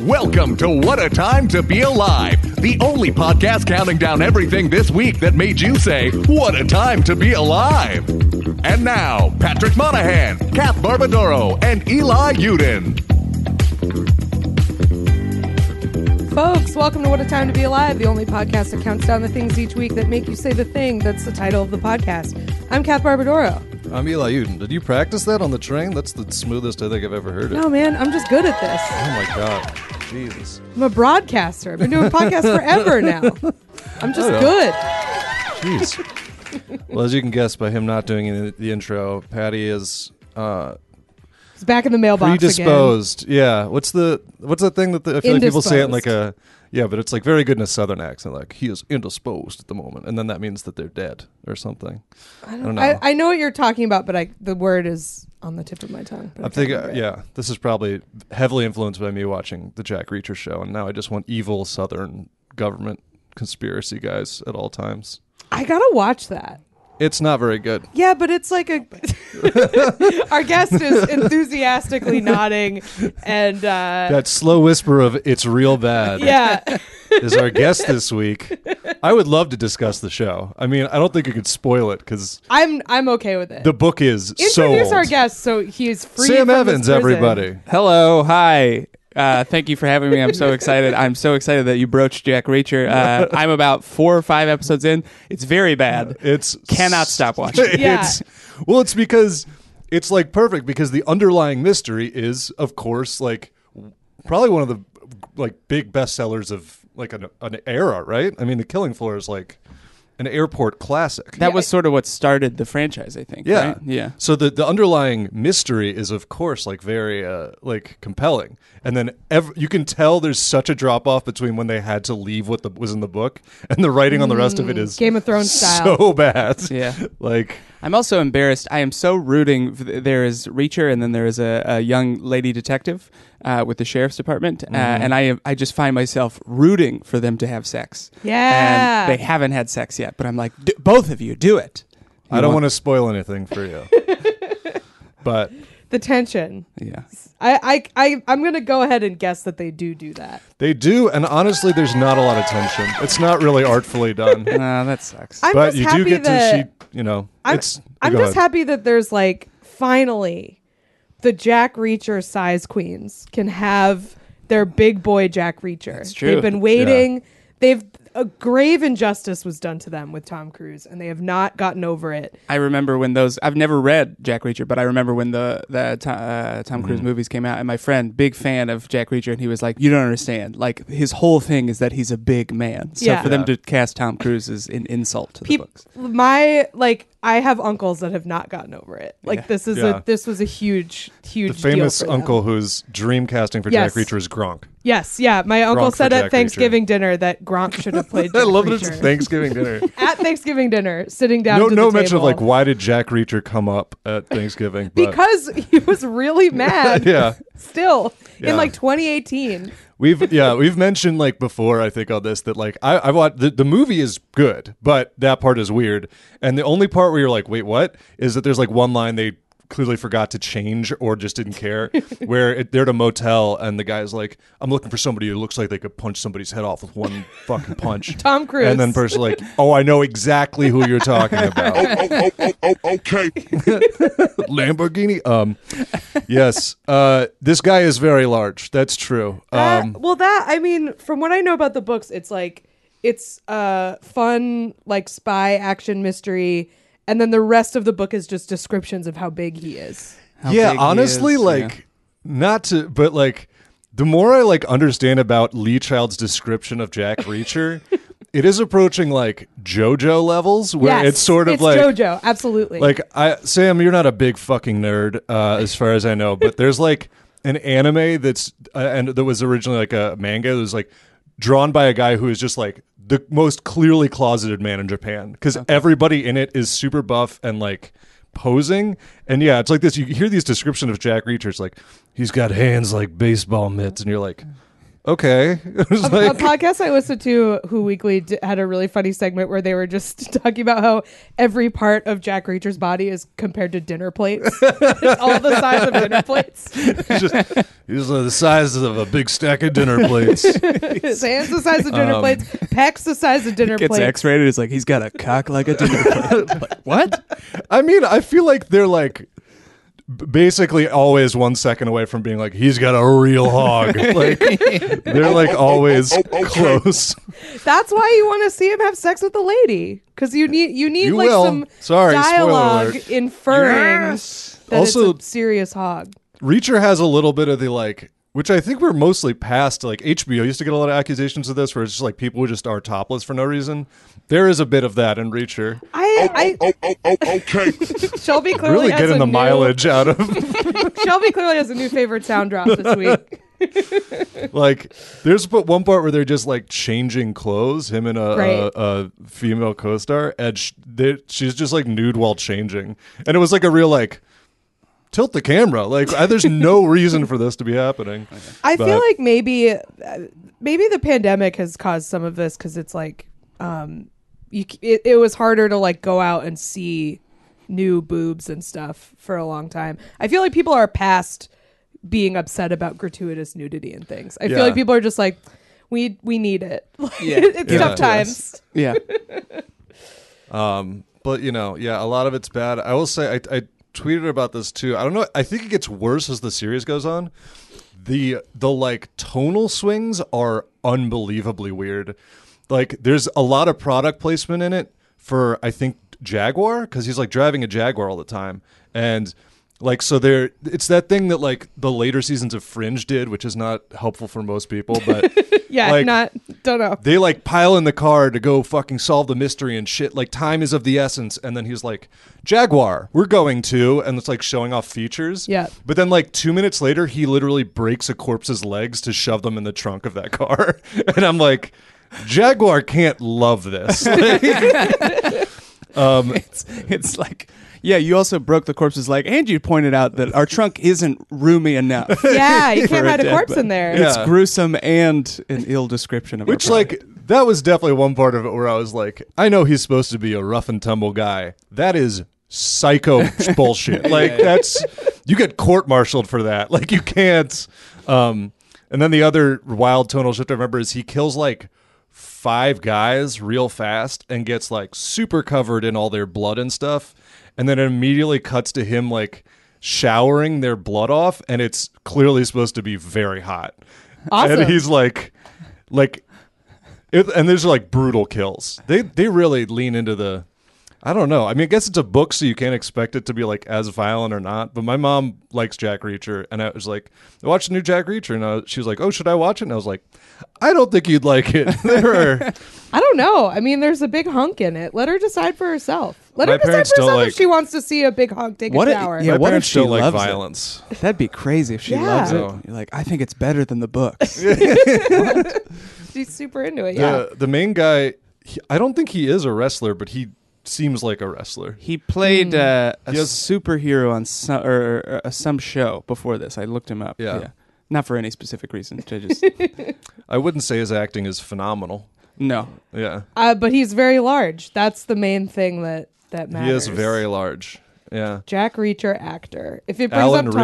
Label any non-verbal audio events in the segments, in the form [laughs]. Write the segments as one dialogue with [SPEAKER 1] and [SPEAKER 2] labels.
[SPEAKER 1] Welcome to What a Time to Be Alive, the only podcast counting down everything this week that made you say, What a Time to Be Alive. And now, Patrick Monahan, Kath Barbadoro, and Eli Uden.
[SPEAKER 2] Folks, welcome to What a Time to Be Alive, the only podcast that counts down the things each week that make you say the thing that's the title of the podcast. I'm Kath Barbadoro.
[SPEAKER 3] I'm Eli Uden. Did you practice that on the train? That's the smoothest I think I've ever heard it.
[SPEAKER 2] No, man, I'm just good at this.
[SPEAKER 3] Oh my god, Jesus!
[SPEAKER 2] I'm a broadcaster. I've been doing podcasts forever now. I'm just
[SPEAKER 3] Oh, yeah.
[SPEAKER 2] good.
[SPEAKER 3] Jeez. well, as you can guess by him not doing any- the intro, Patty is uh,
[SPEAKER 2] It's back in the mailbox
[SPEAKER 3] predisposed. Yeah. What's the what's that thing that the, I feel like people say it in like a
[SPEAKER 2] Indisposed.
[SPEAKER 3] yeah, but it's like very good in a southern accent, like he is indisposed at the moment, and then that means that they're dead or something. I don't, know.
[SPEAKER 2] again. I, I know what you're talking about, but I, the word is on the tip of my tongue. but
[SPEAKER 3] I
[SPEAKER 2] can't
[SPEAKER 3] think, uh,
[SPEAKER 2] remember it.
[SPEAKER 3] yeah, this is probably heavily influenced by me watching the Jack Reacher show, and now I just want evil Southern government conspiracy guys at all times.
[SPEAKER 2] I gotta watch that.
[SPEAKER 3] It's not very good.
[SPEAKER 2] Yeah, but it's like a. [laughs] Our guest is enthusiastically nodding, and uh,
[SPEAKER 3] That slow whisper of "it's real
[SPEAKER 2] [laughs]
[SPEAKER 3] bad"
[SPEAKER 2] yeah.
[SPEAKER 3] is our guest this week. I would love to discuss the show. I mean, I don't think you could spoil it because
[SPEAKER 2] I'm I'm okay with it.
[SPEAKER 3] the book is so
[SPEAKER 2] Introduce
[SPEAKER 3] old.
[SPEAKER 2] our guest so he is free.
[SPEAKER 3] Sam
[SPEAKER 2] from his
[SPEAKER 3] Evans,
[SPEAKER 2] prison.
[SPEAKER 3] everybody.
[SPEAKER 4] Hello, hi. Uh, thank you for having me. I'm so excited. I'm so excited that you broached Jack Reacher. Uh, I'm about four or five episodes in. It's very bad.
[SPEAKER 3] It's
[SPEAKER 4] Cannot
[SPEAKER 3] [laughs]
[SPEAKER 4] stop watching.
[SPEAKER 3] It's, well, it's because it's like perfect because the underlying mystery is, of course, like probably one of the like big bestsellers of like an, an era, right? I mean, The Killing Floor is like an airport classic.
[SPEAKER 4] That was sort of what started the franchise, I think.
[SPEAKER 3] yeah,
[SPEAKER 4] right? yeah.
[SPEAKER 3] So the the underlying mystery is, of course, like very uh, like compelling, and then ev- you can tell there's such a drop off between when they had to leave what the, was in the book and the writing on the rest of it is
[SPEAKER 2] Mm. Game of Thrones style.
[SPEAKER 3] so [laughs] bad.
[SPEAKER 4] Yeah.
[SPEAKER 3] like
[SPEAKER 4] I'm also embarrassed. I am so rooting. For th- there is Reacher, and then there is a, a young lady detective uh, with the sheriff's department, uh, and I am- I just find myself rooting for them to have sex.
[SPEAKER 2] Yeah.
[SPEAKER 4] and they haven't had sex yet, but I'm like, D- both of you, do it.
[SPEAKER 3] I don't want to spoil anything
[SPEAKER 2] [laughs]
[SPEAKER 3] for you. but
[SPEAKER 2] The tension.
[SPEAKER 4] Yeah,
[SPEAKER 2] I, I I I'm gonna go ahead and guess that they do do that.
[SPEAKER 3] they do, and honestly, there's not a lot of tension. It's not really artfully done.
[SPEAKER 2] [laughs]
[SPEAKER 4] uh, that sucks.
[SPEAKER 2] I'm
[SPEAKER 3] but
[SPEAKER 2] just
[SPEAKER 3] you
[SPEAKER 2] happy
[SPEAKER 3] do get
[SPEAKER 2] that
[SPEAKER 3] to, she, you know,
[SPEAKER 2] I'm,
[SPEAKER 3] it's.
[SPEAKER 2] I'm
[SPEAKER 3] go
[SPEAKER 2] just
[SPEAKER 3] ahead.
[SPEAKER 2] happy that there's like finally the Jack Reacher size queens can have their big boy Jack Reacher.
[SPEAKER 4] true.
[SPEAKER 2] They've been waiting. They've a grave injustice was done to them with Tom Cruise, and they have not gotten over it.
[SPEAKER 4] I remember when those. I've never read Jack Reacher, but I remember when the the Tom, uh, Tom
[SPEAKER 3] Mm-hmm.
[SPEAKER 4] Cruise movies came out, and my friend, big fan of Jack Reacher, and he was like, "You don't understand. Like his whole thing is that he's a big man. So
[SPEAKER 2] Yeah.
[SPEAKER 4] for them
[SPEAKER 3] Yeah.
[SPEAKER 4] to cast Tom Cruise is an insult to the
[SPEAKER 2] Peop-
[SPEAKER 4] books."
[SPEAKER 2] my like I have uncles that have not gotten over it. Like this is
[SPEAKER 3] Yeah.
[SPEAKER 2] a this was a huge huge
[SPEAKER 3] The famous
[SPEAKER 2] deal for them.
[SPEAKER 3] uncle who's dream casting for
[SPEAKER 2] Yes.
[SPEAKER 3] Jack Reacher is Gronk.
[SPEAKER 2] Yes, yeah. My uncle
[SPEAKER 3] for
[SPEAKER 2] said
[SPEAKER 3] Jack
[SPEAKER 2] at
[SPEAKER 3] Reacher.
[SPEAKER 2] Thanksgiving dinner that Gronk should have played.
[SPEAKER 3] [laughs]
[SPEAKER 2] [laughs]
[SPEAKER 3] I
[SPEAKER 2] Jack
[SPEAKER 3] love that it's
[SPEAKER 2] Reacher.
[SPEAKER 3] Thanksgiving dinner.
[SPEAKER 2] at Thanksgiving dinner, sitting [laughs] down.
[SPEAKER 3] no,
[SPEAKER 2] to
[SPEAKER 3] no
[SPEAKER 2] the
[SPEAKER 3] mention of
[SPEAKER 2] table.
[SPEAKER 3] like why did Jack Reacher come up at Thanksgiving?
[SPEAKER 2] [laughs]
[SPEAKER 3] But
[SPEAKER 2] because he was really mad.
[SPEAKER 3] [laughs] yeah,
[SPEAKER 2] Still
[SPEAKER 3] Yeah.
[SPEAKER 2] in like 2018.
[SPEAKER 3] We've yeah we've mentioned like before I think on this that like I I watched the, the movie is good but that part is weird and the only part where you're like wait what is that there's like one line they clearly forgot to change or just didn't care where it, they're at a motel and the guy's like I'm looking for somebody who looks like they could punch somebody's head off with one fucking punch
[SPEAKER 2] Tom Cruise.
[SPEAKER 3] and then person like oh I know exactly who you're talking about
[SPEAKER 5] oh, oh, oh, oh, okay.
[SPEAKER 3] Lamborghini um yes uh this guy is very large that's true
[SPEAKER 2] That-
[SPEAKER 3] um
[SPEAKER 2] well, that I mean, from what I know about the books, it's like it's uh fun like spy action mystery, and then the rest of the book is just descriptions of how big he is.
[SPEAKER 4] How
[SPEAKER 3] yeah
[SPEAKER 4] big he
[SPEAKER 3] honestly
[SPEAKER 4] is,
[SPEAKER 3] like
[SPEAKER 4] yeah.
[SPEAKER 3] not to but like the more i like understand about lee child's description of jack reacher [laughs] it is approaching like jojo levels where
[SPEAKER 2] Yes,
[SPEAKER 3] it's sort of
[SPEAKER 2] it's
[SPEAKER 3] like
[SPEAKER 2] JoJo, absolutely.
[SPEAKER 3] like i sam you're not a big fucking nerd uh, as far as i know but there's like an anime that's uh, and that was originally like a manga that was like drawn by a guy who is just like the most clearly closeted man in japan because everybody in it is super buff and like posing and yeah it's like this you hear these description of jack reacher it's like he's got hands like baseball mitts and you're like okay. [laughs] It
[SPEAKER 2] [laughs]
[SPEAKER 3] was
[SPEAKER 2] a
[SPEAKER 3] like,
[SPEAKER 2] podcast I listened to, Who Weekly, d- had a really funny segment where they were just [laughs] talking about how every part of Jack Reacher's body is compared to dinner plates.
[SPEAKER 3] [laughs]
[SPEAKER 2] It's all the size of dinner plates. [laughs]
[SPEAKER 3] it's just, these are the sizes of a big stack of dinner plates.
[SPEAKER 2] His hands the size of dinner
[SPEAKER 3] Um,
[SPEAKER 2] plates. Pecs the size of dinner
[SPEAKER 4] Gets
[SPEAKER 2] plates.
[SPEAKER 4] X-rated. It's like he's got a cock like a
[SPEAKER 3] [laughs]
[SPEAKER 4] dinner plate. Like, what?
[SPEAKER 3] I mean, I feel like they're like b- basically always one second away from being like, he's got a real
[SPEAKER 2] [laughs]
[SPEAKER 3] hog. Like, they're like always
[SPEAKER 5] Oh, oh, oh, okay.
[SPEAKER 3] close. [laughs]
[SPEAKER 2] That's why you want to see him have sex with a lady because you need you need
[SPEAKER 3] You
[SPEAKER 2] like
[SPEAKER 3] will.
[SPEAKER 2] some
[SPEAKER 3] Sorry, spoiler
[SPEAKER 2] dialogue
[SPEAKER 3] alert.
[SPEAKER 2] inferring that
[SPEAKER 3] Also-
[SPEAKER 2] it's a serious hog.
[SPEAKER 3] Reacher has a little bit of the like, which I think we're mostly past. Like HBO used to get a lot of accusations of this, where it's just like people just are topless for no reason. There is a bit of that in Reacher.
[SPEAKER 2] I, I
[SPEAKER 5] Oh, oh, oh, okay.
[SPEAKER 2] Shelby clearly
[SPEAKER 3] Really
[SPEAKER 2] has
[SPEAKER 3] getting
[SPEAKER 2] a
[SPEAKER 3] the
[SPEAKER 2] new-
[SPEAKER 3] mileage out of
[SPEAKER 2] Shelby clearly has a new favorite sound drop this week.
[SPEAKER 3] like. There's but one part where they're just like changing clothes. Him and a,
[SPEAKER 2] Right.
[SPEAKER 3] a, a female co-star, and sh- they, she's just like nude while changing, and it was like a real like tilt the camera. Like I, there's no reason for this to be happening.
[SPEAKER 2] I feel
[SPEAKER 3] But-
[SPEAKER 2] like maybe uh, maybe the pandemic has caused some of this because it's like um you c- it, it was harder to like go out and see new boobs and stuff for a long time. I feel like people are past being upset about gratuitous nudity and things. I
[SPEAKER 3] Yeah.
[SPEAKER 2] feel like people are just like we we need it. [laughs]
[SPEAKER 4] Yeah.
[SPEAKER 2] it's
[SPEAKER 3] Yeah.
[SPEAKER 2] tough times.
[SPEAKER 4] Yeah.
[SPEAKER 3] Um, but you know, yeah, a lot of it's bad. I will say, I, I tweeted about this too. I don't know. I think it gets worse as the series goes on. The the like tonal swings are unbelievably weird. Like, there's a lot of product placement in it for I think Jaguar because he's like driving a Jaguar all the time and. Like so, there. It's that thing that like the later seasons of Fringe did, which is not helpful for most people. But
[SPEAKER 2] Yeah,
[SPEAKER 3] Like-
[SPEAKER 2] not don't
[SPEAKER 3] [laughs]
[SPEAKER 2] know.
[SPEAKER 3] they like pile in the car to go fucking solve the mystery and shit. Like time is of the essence. And then he's like, Jaguar, we're going to, and it's like showing off features.
[SPEAKER 2] Yeah.
[SPEAKER 3] But then like two minutes later, he literally breaks a corpse's legs to shove them in the trunk of that car. [laughs] and I'm like, Jaguar can't love this. [laughs]
[SPEAKER 4] It's, it's like, yeah, you also broke the corpse's leg, and you pointed out that our trunk isn't roomy enough.
[SPEAKER 2] Yeah, [laughs] you can't
[SPEAKER 4] for
[SPEAKER 2] hide a
[SPEAKER 4] dead
[SPEAKER 2] corpse
[SPEAKER 4] body.
[SPEAKER 2] in there.
[SPEAKER 4] It's
[SPEAKER 3] Yeah.
[SPEAKER 4] gruesome and an ill description of our
[SPEAKER 3] Which
[SPEAKER 4] product.
[SPEAKER 3] like that was definitely one part of it where I was like, I know he's supposed to be a rough and tumble guy. That is psycho bullshit. Like that's you get court martialed for that. [laughs] Like you can't. Um, and then the other wild tonal shift I remember is he kills like five guys real fast and gets like super covered in all their blood and stuff, and then it immediately cuts to him like showering their blood off, and it's clearly supposed to be very hot.
[SPEAKER 2] Awesome.
[SPEAKER 3] And he's like, like, it, and these are like brutal kills. They they really lean into the. I don't know. I mean, I guess it's a book, so you can't expect it to be like as violent or not. But my mom likes Jack Reacher, and I was like, I watched the new Jack Reacher, and I was, she was like, Oh, should I watch it? And I was like, I don't think you'd like it. [laughs] there are,
[SPEAKER 2] I don't know. I mean, there's a big hunk in it. Let her decide for herself. Let
[SPEAKER 3] My
[SPEAKER 2] her decide
[SPEAKER 3] parents
[SPEAKER 2] for
[SPEAKER 3] don't
[SPEAKER 2] herself
[SPEAKER 3] like-
[SPEAKER 2] if she wants to see a big hunk take
[SPEAKER 4] What
[SPEAKER 2] a
[SPEAKER 4] a-
[SPEAKER 2] shower.
[SPEAKER 4] yeah,
[SPEAKER 3] my
[SPEAKER 4] what if
[SPEAKER 3] parents
[SPEAKER 4] she
[SPEAKER 3] don't like
[SPEAKER 4] loves it?
[SPEAKER 3] violence.
[SPEAKER 4] That'd be crazy if she
[SPEAKER 2] Yeah.
[SPEAKER 4] loves it.
[SPEAKER 3] Oh.
[SPEAKER 4] You're like, I think it's better than the books.
[SPEAKER 2] She's super into it. Yeah.
[SPEAKER 3] The the main guy, he, I don't think he is a wrestler, but he seems like a wrestler.
[SPEAKER 4] [laughs] He played
[SPEAKER 2] Hmm.
[SPEAKER 4] uh, a
[SPEAKER 3] Yes.
[SPEAKER 4] superhero on some or, or, uh, some show before this. I looked him up.
[SPEAKER 3] Yeah.
[SPEAKER 4] Not for any specific reason.
[SPEAKER 2] [laughs]
[SPEAKER 4] I just
[SPEAKER 3] I wouldn't say his acting is phenomenal.
[SPEAKER 4] no.
[SPEAKER 3] Yeah,
[SPEAKER 2] Uh, but he's very large. That's the main thing that that
[SPEAKER 3] he
[SPEAKER 2] matters.
[SPEAKER 3] is very large. Yeah,
[SPEAKER 2] Jack Reacher actor. If it brings
[SPEAKER 3] Alan
[SPEAKER 2] up Tom.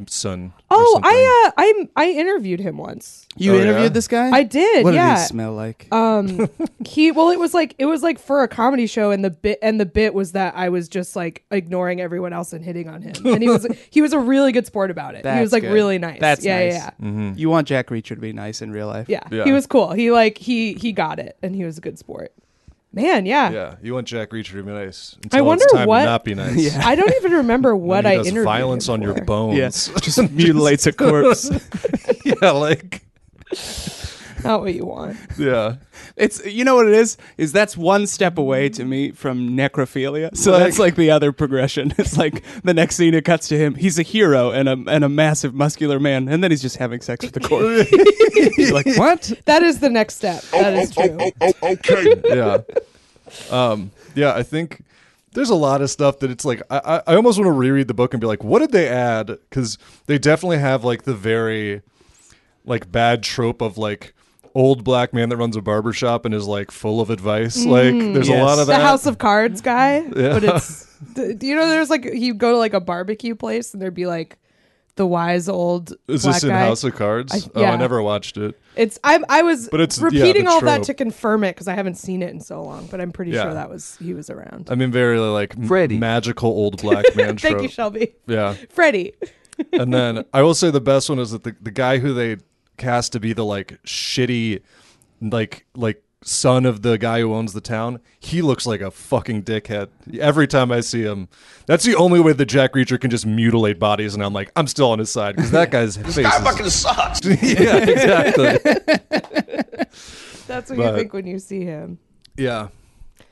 [SPEAKER 3] Richson. or
[SPEAKER 2] oh,
[SPEAKER 3] something.
[SPEAKER 2] I uh, I I interviewed him once.
[SPEAKER 4] You
[SPEAKER 3] Oh,
[SPEAKER 4] interviewed
[SPEAKER 3] yeah?
[SPEAKER 4] this guy?
[SPEAKER 2] I did,
[SPEAKER 4] What
[SPEAKER 2] yeah.
[SPEAKER 4] did he smell like?
[SPEAKER 2] Um, he well, it was like it was like for a comedy show, and the bit and the bit was that I was just like ignoring everyone else and hitting on him, and he
[SPEAKER 3] [laughs]
[SPEAKER 2] was he was a really good sport about it. he was
[SPEAKER 4] That's
[SPEAKER 2] like
[SPEAKER 4] good.
[SPEAKER 2] really nice.
[SPEAKER 4] That's
[SPEAKER 2] yeah,
[SPEAKER 4] nice.
[SPEAKER 2] yeah, yeah.
[SPEAKER 4] You want Jack Reacher to be nice in real life?
[SPEAKER 2] Yeah,
[SPEAKER 3] Yeah.
[SPEAKER 2] he was cool. He like he he got it, and he was a good sport. Man, yeah.
[SPEAKER 3] Yeah, you want Jack Reacher to be nice. Until
[SPEAKER 2] wonder
[SPEAKER 3] it's time
[SPEAKER 2] what-
[SPEAKER 3] To not
[SPEAKER 2] [laughs]
[SPEAKER 3] be nice.
[SPEAKER 4] Yeah.
[SPEAKER 2] I don't even
[SPEAKER 3] [laughs]
[SPEAKER 2] remember what
[SPEAKER 3] he
[SPEAKER 2] I
[SPEAKER 3] does
[SPEAKER 2] interviewed.
[SPEAKER 3] violence
[SPEAKER 2] him
[SPEAKER 3] on your
[SPEAKER 2] for.
[SPEAKER 3] bones.
[SPEAKER 4] Yeah. [laughs] Just mutilates a [laughs] corpse.
[SPEAKER 3] yeah, like
[SPEAKER 2] Not what you
[SPEAKER 3] [laughs]
[SPEAKER 2] want.
[SPEAKER 3] yeah.
[SPEAKER 4] It's you know what it is is that's one step away to me from necrophilia. So
[SPEAKER 3] Like-
[SPEAKER 4] that's like the other progression. [laughs] It's like the next scene it cuts to him. He's a hero and a and a massive muscular man, and then he's just having sex with the [laughs] corpse. You're like what?
[SPEAKER 2] That is the next step. That
[SPEAKER 5] Oh,
[SPEAKER 2] is
[SPEAKER 5] oh,
[SPEAKER 2] true.
[SPEAKER 5] oh, oh, okay.
[SPEAKER 3] yeah. [laughs] Um, yeah, I think there's a lot of stuff that it's like I, I I almost want to reread the book and be like, what did they add? Because they definitely have like the very like bad trope of like old black man that runs a barber shop and is like full of advice. like there's a
[SPEAKER 4] Yes.
[SPEAKER 3] lot of
[SPEAKER 2] Mm, the
[SPEAKER 3] that.
[SPEAKER 2] House of Cards guy, but it's
[SPEAKER 3] [laughs]
[SPEAKER 2] d- do you know there's like you go to like a barbecue place and there'd be like the wise old
[SPEAKER 3] is
[SPEAKER 2] black
[SPEAKER 3] this in
[SPEAKER 2] guy.
[SPEAKER 3] House of Cards?
[SPEAKER 2] I-
[SPEAKER 3] Oh,
[SPEAKER 2] yeah.
[SPEAKER 3] I never watched it.
[SPEAKER 2] It's I I was
[SPEAKER 3] But it's- yeah,
[SPEAKER 2] repeating
[SPEAKER 3] the
[SPEAKER 2] all that
[SPEAKER 3] trope.
[SPEAKER 2] to confirm it because I haven't seen it in so long, but I'm pretty
[SPEAKER 3] Yeah.
[SPEAKER 2] sure that was he was around.
[SPEAKER 3] I mean, very like m-
[SPEAKER 6] Freddy.
[SPEAKER 2] [laughs]
[SPEAKER 3] magical old black man
[SPEAKER 2] Thank
[SPEAKER 3] trope.
[SPEAKER 2] you, Shelby. [laughs]
[SPEAKER 3] yeah,
[SPEAKER 2] Freddie.
[SPEAKER 3] and then I will say the best one is that the, the guy who they cast to be the like shitty, like like son of the guy who owns the town. He looks like a fucking dickhead every time I see him. That's the only way that Jack Reacher can just mutilate bodies, and I'm like, I'm still on his side because
[SPEAKER 2] [laughs]
[SPEAKER 3] that guy's face. is-
[SPEAKER 5] sucks.
[SPEAKER 3] [laughs] yeah, exactly.
[SPEAKER 2] That's what you
[SPEAKER 3] But-
[SPEAKER 2] think when you see him.
[SPEAKER 3] Yeah.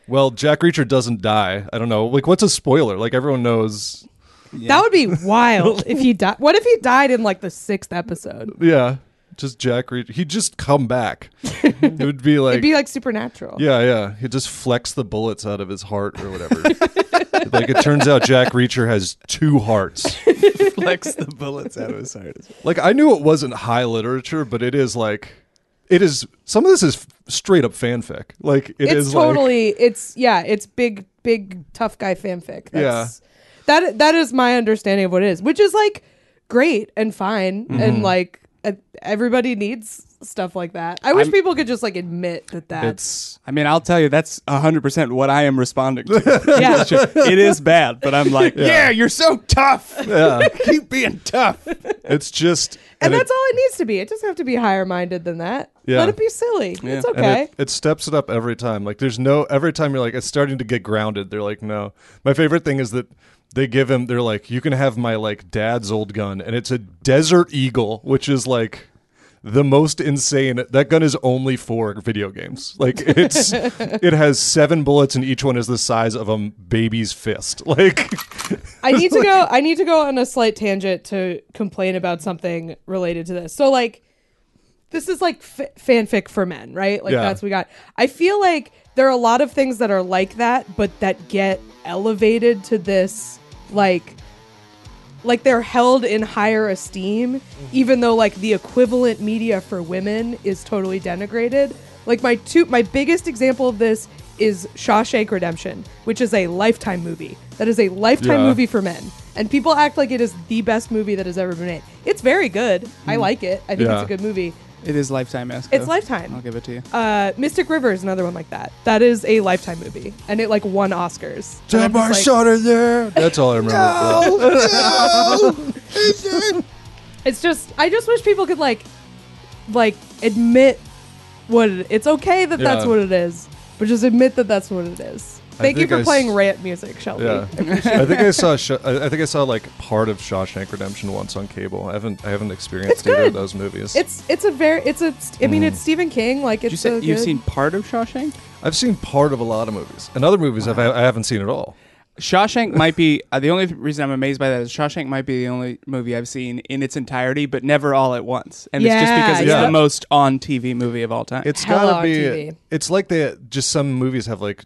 [SPEAKER 3] Well, Jack Reacher doesn't die. I don't know. Like, what's a spoiler? Like, everyone knows.
[SPEAKER 2] That would
[SPEAKER 3] [laughs]
[SPEAKER 2] be wild if he died. What if he died in like the sixth episode?
[SPEAKER 3] Yeah, just Jack Reacher. He'd just come back. it
[SPEAKER 2] [laughs]
[SPEAKER 3] would be like,
[SPEAKER 2] It'd be like supernatural.
[SPEAKER 3] yeah, yeah. He'd just flex the bullets out of his heart or whatever. [laughs] like, it turns out Jack Reacher has two hearts.
[SPEAKER 4] [laughs] Flex the bullets out of his heart.
[SPEAKER 3] Like, I knew it wasn't high literature, but it is like, it is. Some of this is f- straight up fanfic. Like, it
[SPEAKER 2] it's
[SPEAKER 3] is Like,
[SPEAKER 2] totally it's yeah, it's big big tough guy fanfic. That's that that is my understanding of what it is, which is like great and fine
[SPEAKER 3] Mm-hmm.
[SPEAKER 2] and like uh, everybody needs stuff like that. I wish
[SPEAKER 4] I'm-
[SPEAKER 2] people could just like admit that that's
[SPEAKER 3] it's
[SPEAKER 4] I mean, I'll tell you, that's 100% what I am responding [laughs] to.
[SPEAKER 2] yeah.
[SPEAKER 4] it is bad, but I'm like, yeah, you're so [laughs] tough. Keep being tough.
[SPEAKER 3] it's just
[SPEAKER 2] And
[SPEAKER 3] it-
[SPEAKER 2] that's all it needs to be. It doesn't have to be higher minded than that.
[SPEAKER 3] Yeah.
[SPEAKER 2] Let it be silly. It's
[SPEAKER 3] And
[SPEAKER 2] okay.
[SPEAKER 3] it, it steps it up every time. Like there's no every time you're like it's starting to get grounded. They're like no. My favorite thing is that they give him. They're like you can have my like dad's old gun, and it's a Desert Eagle, which is like the most insane. That gun is only for video games. Like it's it has seven bullets, and each one is the size of a m- baby's fist. [laughs] Like
[SPEAKER 2] I need
[SPEAKER 3] [laughs]
[SPEAKER 2] to go. I need to go on a slight tangent to complain about something related to this. So like, this is like f- fanfic for men, right? Like
[SPEAKER 3] Yeah.
[SPEAKER 2] that's what we got. I feel like there are a lot of things that are like that, but that get elevated to this like like they're held in higher esteem
[SPEAKER 3] Mm-hmm.
[SPEAKER 2] even though like the equivalent media for women is totally denigrated like my two my biggest example of this is Shawshank Redemption which is a lifetime movie that is a lifetime
[SPEAKER 3] Yeah.
[SPEAKER 2] movie for men and people act like it is the best movie that has ever been made it's very good i like it i think
[SPEAKER 3] Hmm. Yeah.
[SPEAKER 2] it's a good movie
[SPEAKER 4] It is Lifetime esque.
[SPEAKER 2] It's Lifetime.
[SPEAKER 4] I'll give it to you.
[SPEAKER 2] uh, Mystic River is another one like that. That is a Lifetime movie, and it like won Oscars. And I'm just like-
[SPEAKER 3] her there. That's all I remember.
[SPEAKER 2] It's just I just wish people could like like admit what it, it's okay that that's
[SPEAKER 3] Yeah.
[SPEAKER 2] what it is, but just admit that that's what it is. Thank you
[SPEAKER 3] think
[SPEAKER 2] for
[SPEAKER 3] I s-
[SPEAKER 2] playing rant music, Shelby.
[SPEAKER 3] Yeah, I think I saw. Sh- I I think I saw like part of Shawshank Redemption once on cable. I haven't. I haven't experienced
[SPEAKER 2] It's
[SPEAKER 3] either
[SPEAKER 2] good.
[SPEAKER 3] of those movies.
[SPEAKER 2] It's it's a very it's a I
[SPEAKER 3] Hmm.
[SPEAKER 2] mean it's Stephen King like it's
[SPEAKER 4] Did you say
[SPEAKER 2] a
[SPEAKER 4] you've
[SPEAKER 2] good-
[SPEAKER 4] seen part of Shawshank?
[SPEAKER 3] I've seen part of a lot of movies, and other movies I've, I haven't seen at all.
[SPEAKER 4] Shawshank might be uh, the only reason I'm amazed by that is Shawshank might be the only movie I've seen in its entirety, but never all at once. And it's just
[SPEAKER 2] Yeah,
[SPEAKER 4] because it's
[SPEAKER 3] yeah.
[SPEAKER 4] the most on TV movie of all time.
[SPEAKER 3] It's
[SPEAKER 2] Hella
[SPEAKER 3] gotta
[SPEAKER 2] on
[SPEAKER 3] be.
[SPEAKER 2] TV.
[SPEAKER 3] It's like they just some movies have like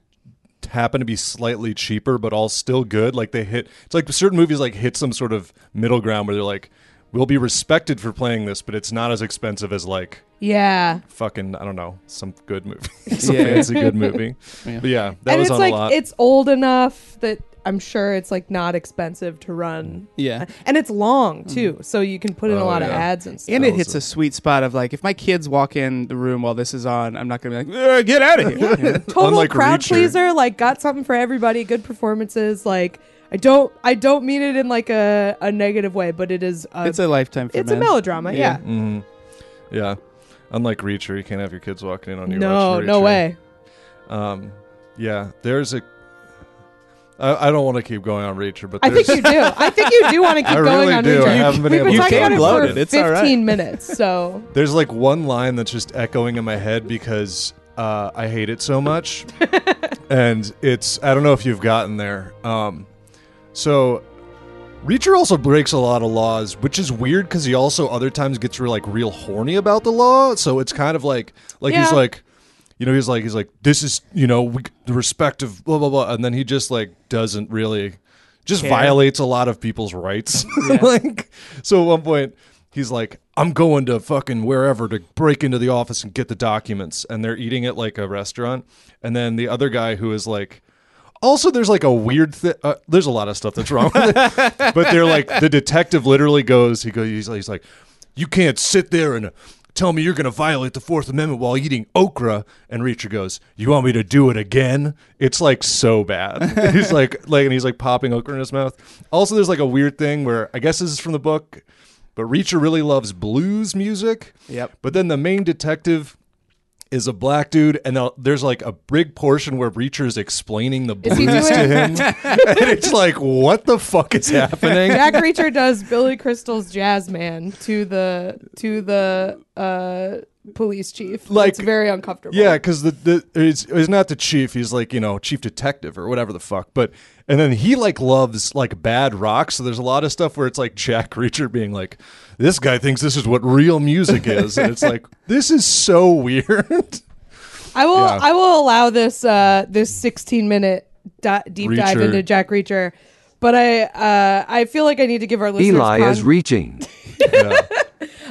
[SPEAKER 3] happen to be slightly cheaper, but all still good. Like they hit. It's like certain movies like hit some sort of middle ground where they're like, we'll be respected for playing this, but it's not as expensive as like
[SPEAKER 2] yeah
[SPEAKER 3] fucking I don't know some good movie, [laughs] some fancy good movie.
[SPEAKER 4] Yeah.
[SPEAKER 3] But yeah, that
[SPEAKER 2] and
[SPEAKER 3] was
[SPEAKER 2] it's
[SPEAKER 3] on
[SPEAKER 2] like
[SPEAKER 3] a lot.
[SPEAKER 2] it's old enough that I'm sure it's like not expensive to run
[SPEAKER 4] yeah.
[SPEAKER 2] and it's long too, so you can put in a
[SPEAKER 3] Oh,
[SPEAKER 2] lot of
[SPEAKER 3] yeah.
[SPEAKER 2] ads and stuff.
[SPEAKER 4] And it
[SPEAKER 3] That
[SPEAKER 4] hits
[SPEAKER 3] was a-
[SPEAKER 4] a sweet spot of like, if my kids walk in the room while this is on, I'm not going to be like, "Ugh, get out of here.
[SPEAKER 3] [laughs]
[SPEAKER 4] You
[SPEAKER 2] [laughs]
[SPEAKER 4] know?
[SPEAKER 2] total
[SPEAKER 3] Unlike
[SPEAKER 2] crowd
[SPEAKER 3] Reacher.
[SPEAKER 2] pleaser like got something for everybody good performances like i don't i don't mean it in like a, a negative way but it is a,
[SPEAKER 4] "Mm,
[SPEAKER 3] Uh,
[SPEAKER 4] It's a lifetime for
[SPEAKER 2] it's a
[SPEAKER 4] men.
[SPEAKER 2] melodrama yeah,
[SPEAKER 4] Yeah.
[SPEAKER 3] Mhm. Yeah. Unlike Reacher, you can't have your kids walking in on you.
[SPEAKER 2] no
[SPEAKER 3] watching
[SPEAKER 2] no
[SPEAKER 3] Reacher.
[SPEAKER 2] way
[SPEAKER 3] Um, yeah, there's a. I, I don't want to keep going on Reacher, but
[SPEAKER 2] i think
[SPEAKER 3] there's-
[SPEAKER 2] you do i think you do want to keep
[SPEAKER 3] [laughs] I
[SPEAKER 2] going
[SPEAKER 3] really
[SPEAKER 2] on
[SPEAKER 3] do. I
[SPEAKER 2] Reacher.
[SPEAKER 3] haven't been
[SPEAKER 2] we've
[SPEAKER 3] able
[SPEAKER 2] been
[SPEAKER 3] to
[SPEAKER 2] talking about
[SPEAKER 3] keep going.
[SPEAKER 2] it for
[SPEAKER 4] It's
[SPEAKER 2] 15
[SPEAKER 4] all right.
[SPEAKER 2] minutes
[SPEAKER 3] [laughs]
[SPEAKER 2] so
[SPEAKER 3] There's like one line that's just echoing in my head because uh, I hate it
[SPEAKER 2] [laughs]
[SPEAKER 3] so much, and it's I don't know if you've gotten there. Um, so Reacher also breaks a lot of laws, which is weird because he also other times gets real like real horny about the law. So it's kind of like like he's
[SPEAKER 2] Yeah.
[SPEAKER 3] like. You know, he's like, he's like, this is, you know, we, the respect of blah blah blah, and then he just like doesn't really, just [laughs]
[SPEAKER 4] Care.
[SPEAKER 3] violates a lot of people's rights. like, so at one point, he's like, I'm going to fucking wherever to break into the office and get the documents. And they're eating at like a restaurant. And then the other guy who is like, also, there's like a weird thing. Uh, there's a lot of stuff that's wrong with it. but they're like, the detective literally goes, he goes, he's like, he's like you can't sit there and tell me you're going to violate the Fourth Amendment while eating okra. And Reacher goes, you want me to do it again? It's like so bad. [laughs] he's like, like, and he's like popping okra in his mouth. Also, there's like a weird thing where I guess this is from the book, but Reacher really loves blues music.
[SPEAKER 4] Yep.
[SPEAKER 3] But then the main detective is a black dude, and now there's like a big portion where Reacher is explaining the blues
[SPEAKER 2] Is he doing-
[SPEAKER 3] to him, [laughs] and it's like, what the
[SPEAKER 2] [laughs]
[SPEAKER 3] fuck is happening?
[SPEAKER 2] Jack Reacher does Billy Crystal's jazz man to the to the uh, police chief.
[SPEAKER 3] Like-
[SPEAKER 2] it's very uncomfortable.
[SPEAKER 3] Yeah, because the, the it's, it's not the chief. He's like you know chief detective or whatever the fuck. But and then he like loves like bad rock. So there's a lot of stuff where it's like Jack [laughs] Reacher being like, this guy thinks this is what real
[SPEAKER 2] [laughs]
[SPEAKER 3] music is, and it's like this is so weird. [laughs]
[SPEAKER 2] I will.
[SPEAKER 3] Yeah.
[SPEAKER 2] I will allow this. Uh, this 16 minute di- deep dive
[SPEAKER 3] Reacher.
[SPEAKER 2] into Jack Reacher, but I. Uh, I feel like I need to give our listeners.
[SPEAKER 6] Eli
[SPEAKER 2] con-
[SPEAKER 6] is reaching.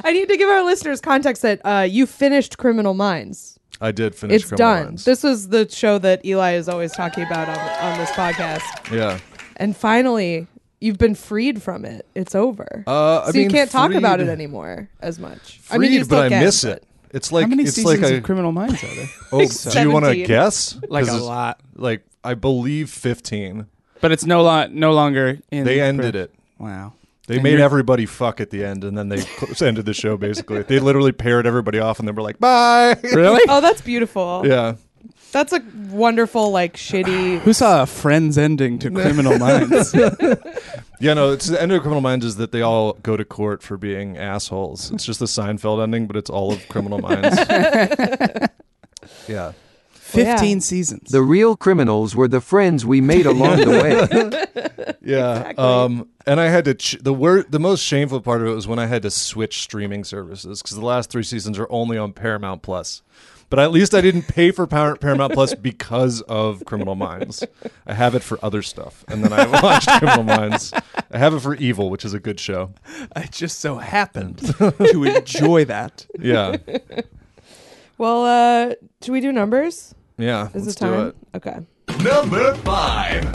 [SPEAKER 2] I need to give our listeners context that uh, you finished Criminal Minds.
[SPEAKER 3] I did finish.
[SPEAKER 2] It's
[SPEAKER 3] Criminal
[SPEAKER 2] done.
[SPEAKER 3] Minds.
[SPEAKER 2] This was the show that Eli is always talking about on, on this podcast,
[SPEAKER 3] yeah.
[SPEAKER 2] and finally. You've been freed from it. It's over.
[SPEAKER 3] Uh,
[SPEAKER 2] so
[SPEAKER 3] I
[SPEAKER 2] you
[SPEAKER 3] mean,
[SPEAKER 2] can't talk about it
[SPEAKER 3] freed-
[SPEAKER 2] anymore as much.
[SPEAKER 3] Freed,
[SPEAKER 2] I mean, you
[SPEAKER 3] but
[SPEAKER 2] still
[SPEAKER 3] I
[SPEAKER 2] can,
[SPEAKER 3] miss
[SPEAKER 2] but-
[SPEAKER 3] it. It's like
[SPEAKER 4] How many
[SPEAKER 3] it's
[SPEAKER 4] seasons
[SPEAKER 3] like a
[SPEAKER 4] of Criminal Minds
[SPEAKER 3] [laughs]
[SPEAKER 4] are there?
[SPEAKER 3] Oh, do you want to
[SPEAKER 2] 17?
[SPEAKER 3] guess?
[SPEAKER 4] Like
[SPEAKER 3] 'Cause
[SPEAKER 4] a
[SPEAKER 3] it's-
[SPEAKER 4] lot.
[SPEAKER 3] Like I believe fifteen.
[SPEAKER 4] But it's no lo- no longer in.
[SPEAKER 3] They ended it.
[SPEAKER 4] Wow.
[SPEAKER 3] They
[SPEAKER 4] And
[SPEAKER 3] made
[SPEAKER 4] you're-
[SPEAKER 3] everybody fuck at the end, and then they cl- ended the show. Basically, they literally paired everybody off, and then were like, "Bye." Really?
[SPEAKER 2] Oh, that's beautiful.
[SPEAKER 3] [laughs] yeah.
[SPEAKER 2] That's a wonderful, like, shitty.
[SPEAKER 4] Who saw a Friends ending
[SPEAKER 3] [laughs]
[SPEAKER 4] to Criminal Minds?
[SPEAKER 3] Yeah. No. It's the end of Criminal Minds is that they all go to court for being assholes. It's just the Seinfeld ending, but it's all of Criminal Minds.
[SPEAKER 4] [laughs]
[SPEAKER 3] yeah.
[SPEAKER 4] Fifteen seasons.
[SPEAKER 6] The real criminals were the friends
[SPEAKER 3] [laughs]
[SPEAKER 6] we made along the way.
[SPEAKER 3] Yeah. Um, and I had to ch- the word the most shameful part of it was when I had to switch streaming services because the last three seasons are only on Paramount Plus. But at least I didn't pay for Par-
[SPEAKER 2] [laughs]
[SPEAKER 3] Paramount Plus because of Criminal Minds. I have it for other stuff, and then I [laughs] watched Criminal Minds. I have it for Evil, which is a good show.
[SPEAKER 4] I just so happened to enjoy that.
[SPEAKER 3] Yeah,
[SPEAKER 2] Well, uh, should we do numbers?
[SPEAKER 3] yeah.
[SPEAKER 2] [laughs] Is
[SPEAKER 3] let's
[SPEAKER 2] it time?
[SPEAKER 3] do it.
[SPEAKER 2] Okay.
[SPEAKER 1] Number five.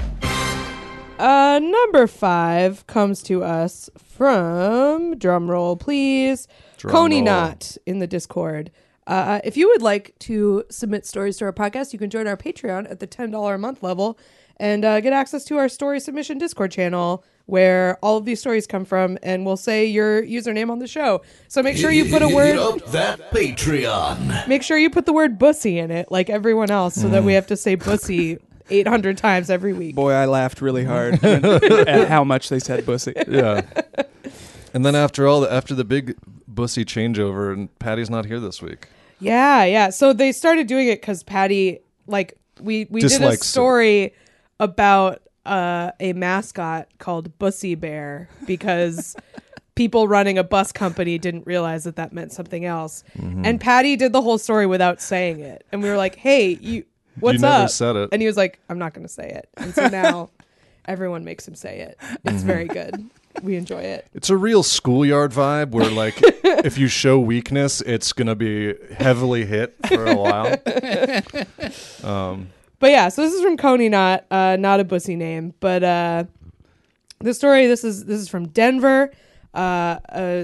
[SPEAKER 2] Uh, number five comes to us from drumroll, please.
[SPEAKER 3] Drum
[SPEAKER 2] Coney
[SPEAKER 3] roll.
[SPEAKER 2] Knot in the Discord. Uh, if you would like to submit stories to our podcast, you can join our Patreon at the ten dollar a month level and uh, get access to our story submission Discord channel where all of these stories come from, and we'll say your username on the show. So make sure you put
[SPEAKER 3] [laughs]
[SPEAKER 2] a word.
[SPEAKER 1] Up that Patreon.
[SPEAKER 2] Make sure you put the word bussy in it, like everyone else, so
[SPEAKER 3] Mm.
[SPEAKER 2] that we have to say bussy 800 times every week.
[SPEAKER 4] [laughs] Boy, I laughed really [laughs] hard at how much they said pussy.
[SPEAKER 3] Yeah. And then after all, the, after the big bussy changeover, and Patty's not here this week.
[SPEAKER 2] Yeah, yeah. So they started doing it because Patty, like, we, we did a
[SPEAKER 3] Dislikes it.
[SPEAKER 2] story about uh, a mascot called Bussy Bear
[SPEAKER 3] [laughs]
[SPEAKER 2] because people running a bus company didn't realize that that meant something else.
[SPEAKER 3] Mm-hmm.
[SPEAKER 2] And Patty did the whole story without saying it. And we were like, hey, you, what's
[SPEAKER 3] never
[SPEAKER 2] up?
[SPEAKER 3] said it.
[SPEAKER 2] And he was like, I'm not going to say it. And
[SPEAKER 3] [laughs]
[SPEAKER 2] so now everyone makes him say it. It's very good. We enjoy it.
[SPEAKER 3] It's a real schoolyard vibe where,
[SPEAKER 4] [laughs]
[SPEAKER 3] like, if you show weakness, it's going to be heavily hit for a
[SPEAKER 4] [laughs]
[SPEAKER 3] while.
[SPEAKER 2] But yeah, so this is from Coney, not uh, not a bussy name, but uh, the story. This is this is from Denver. Uh, uh,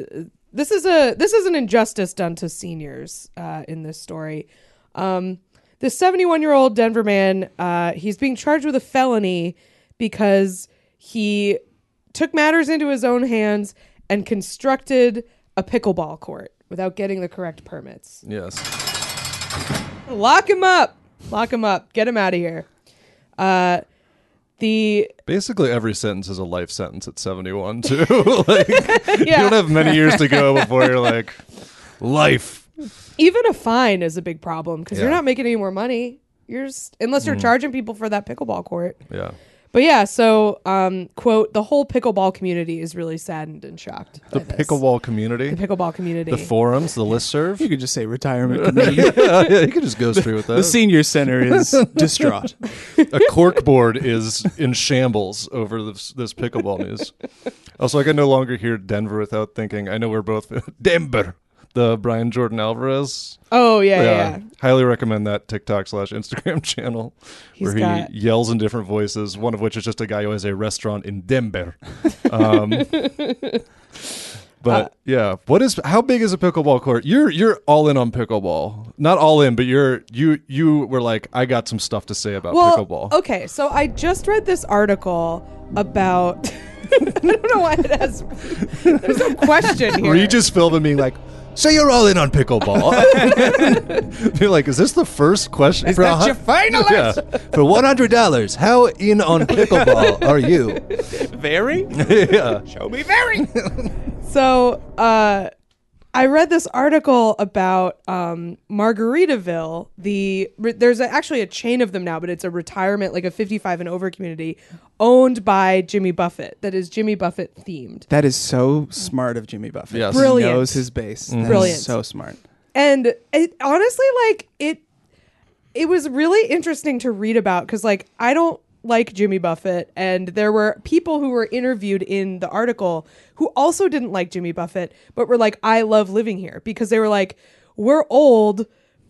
[SPEAKER 2] this is a this is an injustice done to seniors uh, in this story. Um, this 71 year old Denver man, uh, he's being charged with a felony because he took matters into his own hands and constructed a pickleball court without getting the correct permits.
[SPEAKER 3] Yes.
[SPEAKER 2] Lock him up. Lock him up. Get him out of here. Uh, the
[SPEAKER 3] Basically, every sentence is a life sentence at 71, too. [laughs] like, [laughs] You
[SPEAKER 2] yeah,
[SPEAKER 3] don't have many years to go before you're like, life.
[SPEAKER 2] even a fine is a big problem because you're
[SPEAKER 3] Yeah. Mm.
[SPEAKER 2] not making any more money. You're just, unless you're charging people for that pickleball court.
[SPEAKER 3] Yeah.
[SPEAKER 2] But yeah, so um, quote the whole pickleball community is really saddened and shocked.
[SPEAKER 3] The
[SPEAKER 2] by this.
[SPEAKER 3] pickleball community,
[SPEAKER 2] the pickleball community.
[SPEAKER 3] the forums, the listserv.
[SPEAKER 4] You could just say [laughs] retirement. community.
[SPEAKER 3] [laughs] yeah, yeah, you could just go straight with that.
[SPEAKER 4] The senior center is distraught.
[SPEAKER 3] a cork board is in shambles over this, this pickleball news. Also, I can no longer hear Denver without thinking. I know we're both [laughs] Denver. The Brian Jordan Alvarez.
[SPEAKER 2] Oh yeah, yeah. yeah.
[SPEAKER 3] Highly recommend that TikTok slash Instagram [laughs] channel
[SPEAKER 2] He's
[SPEAKER 3] where he
[SPEAKER 2] got-
[SPEAKER 3] yells in different voices, one of which is just a guy who has a restaurant in Denver. Um,
[SPEAKER 2] Uh,
[SPEAKER 3] but yeah, what is how big is a pickleball court? You're you're all in on pickleball. Not all in, but you're you you were like I got some stuff to say about
[SPEAKER 2] well,
[SPEAKER 3] pickleball.
[SPEAKER 2] Okay, so I just read this article about. [laughs] I don't know why it
[SPEAKER 3] [laughs]
[SPEAKER 2] has. There's no question here.
[SPEAKER 3] Were you just filming being like, so you're all in on
[SPEAKER 2] [laughs]
[SPEAKER 3] pickleball? [laughs] you're like, is this the first question? Is
[SPEAKER 4] that your
[SPEAKER 3] [laughs]
[SPEAKER 4] finalist?
[SPEAKER 3] For one hundred dollars, how
[SPEAKER 2] [laughs]
[SPEAKER 3] in on pickleball are you?
[SPEAKER 4] Very?
[SPEAKER 3] yeah.
[SPEAKER 4] Show me very.
[SPEAKER 2] so uh, I read this article about um, Margaritaville. The re- there's a, actually a chain of them now, but it's a retirement, like a 55 and over community, owned by Jimmy Buffett. That is Jimmy Buffett themed.
[SPEAKER 4] That is so smart of Jimmy Buffett.
[SPEAKER 3] Yes.
[SPEAKER 4] He
[SPEAKER 2] Brilliant.
[SPEAKER 4] knows his base. That is
[SPEAKER 2] Brilliant.
[SPEAKER 4] so smart.
[SPEAKER 2] and it honestly like it it was really interesting to read about because like i don't like jimmy buffett and there were people who were interviewed in the article who also didn't like jimmy buffett but were like i love living here because they were like we're old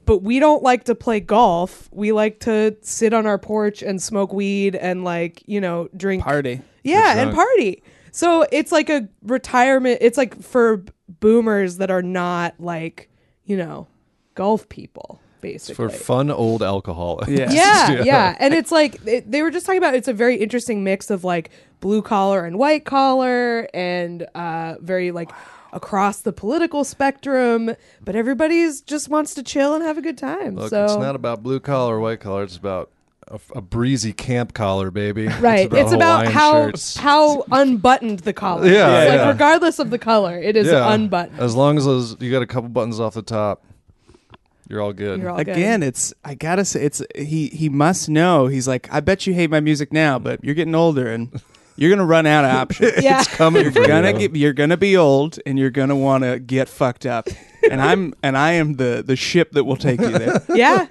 [SPEAKER 2] but we don't like to play golf we like to sit on our porch and smoke weed and like you know drink
[SPEAKER 4] Party.
[SPEAKER 2] yeah, and party. So it's like a retirement. It's like for b- boomers that are not like you know golf people, basically.
[SPEAKER 3] For fun old alcoholics.
[SPEAKER 4] Yeah.
[SPEAKER 2] yeah, yeah, and it's like it, they were just talking about. It's a very interesting mix of like blue collar and white collar, and uh, very like across the political spectrum. But everybody's just wants to chill and have a good time.
[SPEAKER 3] [laughs] Look,
[SPEAKER 2] so
[SPEAKER 3] it's not about blue collar or white collar. It's about a, a breezy camp collar, baby.
[SPEAKER 2] Right. It's about,
[SPEAKER 3] Hawaiian
[SPEAKER 2] how
[SPEAKER 3] shirts.
[SPEAKER 2] how unbuttoned the collar. is.
[SPEAKER 3] [laughs] Yeah,
[SPEAKER 2] It's like
[SPEAKER 3] yeah.
[SPEAKER 2] regardless of the color, it is
[SPEAKER 3] Yeah.
[SPEAKER 2] unbuttoned.
[SPEAKER 3] As long as those, you got a couple buttons off the top, you're all good.
[SPEAKER 2] You're all good.
[SPEAKER 4] Again, it's I gotta say it's he he must know. He's like, I bet you hate my music now, but you're getting older and you're gonna run out of options.
[SPEAKER 2] Yeah.
[SPEAKER 3] coming for
[SPEAKER 4] You're gonna
[SPEAKER 3] you.
[SPEAKER 4] get you're gonna be old and you're gonna wanna get fucked up. And I'm and I am the the ship that will take you there.
[SPEAKER 2] [laughs] yeah.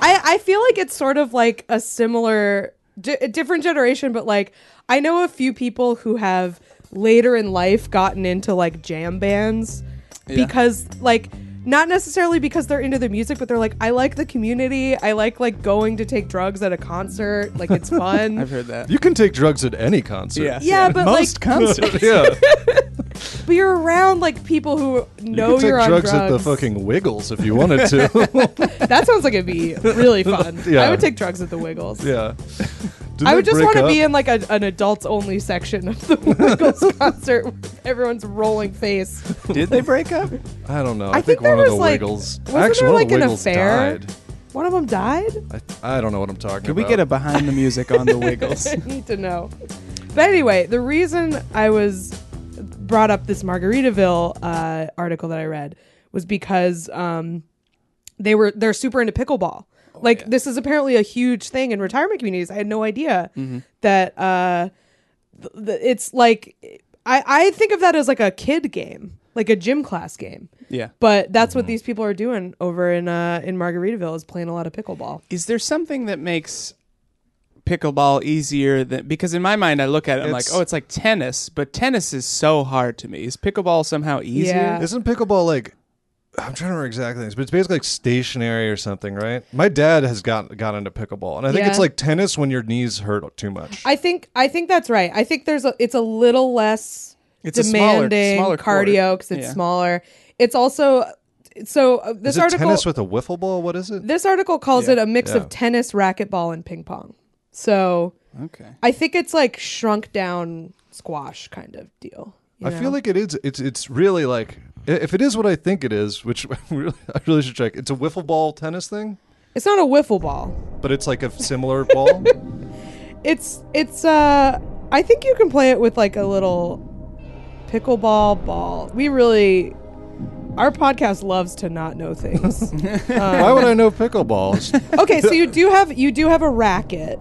[SPEAKER 2] I, I feel like it's sort of like a similar, di- a different generation, but like I know a few people who have later in life gotten into like jam bands because like not necessarily because they're into the music but they're like i like the community i like like going to take drugs at a concert like
[SPEAKER 3] [laughs]
[SPEAKER 2] it's fun
[SPEAKER 4] [laughs] I've heard that.
[SPEAKER 3] You can take drugs at any concert.
[SPEAKER 4] Yeah.
[SPEAKER 2] [laughs] Yeah, but, like-
[SPEAKER 4] most
[SPEAKER 3] [laughs]
[SPEAKER 4] concerts.
[SPEAKER 3] yeah.
[SPEAKER 2] but you're around like people who
[SPEAKER 3] You
[SPEAKER 2] know
[SPEAKER 3] could take
[SPEAKER 2] are on
[SPEAKER 3] drugs,
[SPEAKER 2] drugs
[SPEAKER 3] at the fucking Wiggles if you wanted
[SPEAKER 2] [laughs]
[SPEAKER 3] to. [laughs]
[SPEAKER 2] that sounds like it'd be really fun
[SPEAKER 3] Yeah.
[SPEAKER 2] i would take drugs at the wiggles
[SPEAKER 3] yeah. Did
[SPEAKER 2] I
[SPEAKER 3] they
[SPEAKER 2] would just
[SPEAKER 3] break
[SPEAKER 2] want to
[SPEAKER 3] up?
[SPEAKER 2] be in like a, an adults only section of the [laughs] Wiggles concert. where Everyone's rolling face.
[SPEAKER 4] Did they break up?
[SPEAKER 3] I don't know. I,
[SPEAKER 2] I
[SPEAKER 3] think,
[SPEAKER 2] think there
[SPEAKER 3] one of the
[SPEAKER 2] was, like-
[SPEAKER 3] Wiggles.
[SPEAKER 2] wasn't
[SPEAKER 3] Actually,
[SPEAKER 2] there,
[SPEAKER 3] one
[SPEAKER 2] like,
[SPEAKER 3] of the
[SPEAKER 2] an
[SPEAKER 3] Wiggles
[SPEAKER 2] affair?
[SPEAKER 3] died.
[SPEAKER 2] One of them died.
[SPEAKER 3] I, I don't know what I'm talking
[SPEAKER 4] Could
[SPEAKER 3] about.
[SPEAKER 4] we get a behind the music on
[SPEAKER 2] [laughs]
[SPEAKER 4] the Wiggles?
[SPEAKER 2] I need to know. But anyway, the reason I was brought up this Margaritaville uh, article that I read was because um, they were they're super into pickleball. like this is apparently a huge thing in retirement communities. I had no idea that uh, th- th- it's like I I think of that as like a kid game, like a gym class game.
[SPEAKER 4] Yeah.
[SPEAKER 2] But that's what these people are doing over in uh, in Margaritaville is playing a lot of pickleball.
[SPEAKER 4] Is there something that makes pickleball easier than because in my mind I look at it I'm like,
[SPEAKER 3] It's-
[SPEAKER 4] oh, it's like tennis, but tennis is so hard to me. Is pickleball somehow easier?
[SPEAKER 2] Yeah.
[SPEAKER 3] Isn't pickleball like? I'm trying to remember exactly things, but it's basically like stationary or something, right? My dad has got got into pickleball, and I think
[SPEAKER 2] Yeah.
[SPEAKER 3] it's like tennis when your knees hurt too much.
[SPEAKER 2] I think I think that's right. I think there's a it's a little less
[SPEAKER 4] It's a smaller-
[SPEAKER 2] demanding
[SPEAKER 4] smaller court.
[SPEAKER 2] cardio because it's
[SPEAKER 4] Yeah.
[SPEAKER 2] smaller. It's also so uh, this
[SPEAKER 3] is it
[SPEAKER 2] article
[SPEAKER 3] tennis with a wiffle ball? What is it?
[SPEAKER 2] this article calls
[SPEAKER 4] Yeah.
[SPEAKER 2] it a mix
[SPEAKER 3] Yeah.
[SPEAKER 2] of tennis, racquetball, and ping pong. So
[SPEAKER 4] Okay.
[SPEAKER 2] I think it's like shrunk down squash kind of deal. you
[SPEAKER 3] I
[SPEAKER 2] know?
[SPEAKER 3] feel like it is. It's it's really like i- if it is what I think it is, which [laughs] I really, I really should check. It's a wiffle ball tennis thing,
[SPEAKER 2] it's not a wiffle ball.
[SPEAKER 3] but it's like a
[SPEAKER 2] [laughs]
[SPEAKER 3] similar ball.
[SPEAKER 2] It's it's uh I think you can play it with like a little pickleball ball. We really our podcast loves to not know things.
[SPEAKER 3] Why would I know pickleball?
[SPEAKER 2] okay, so you do have you do have a racket.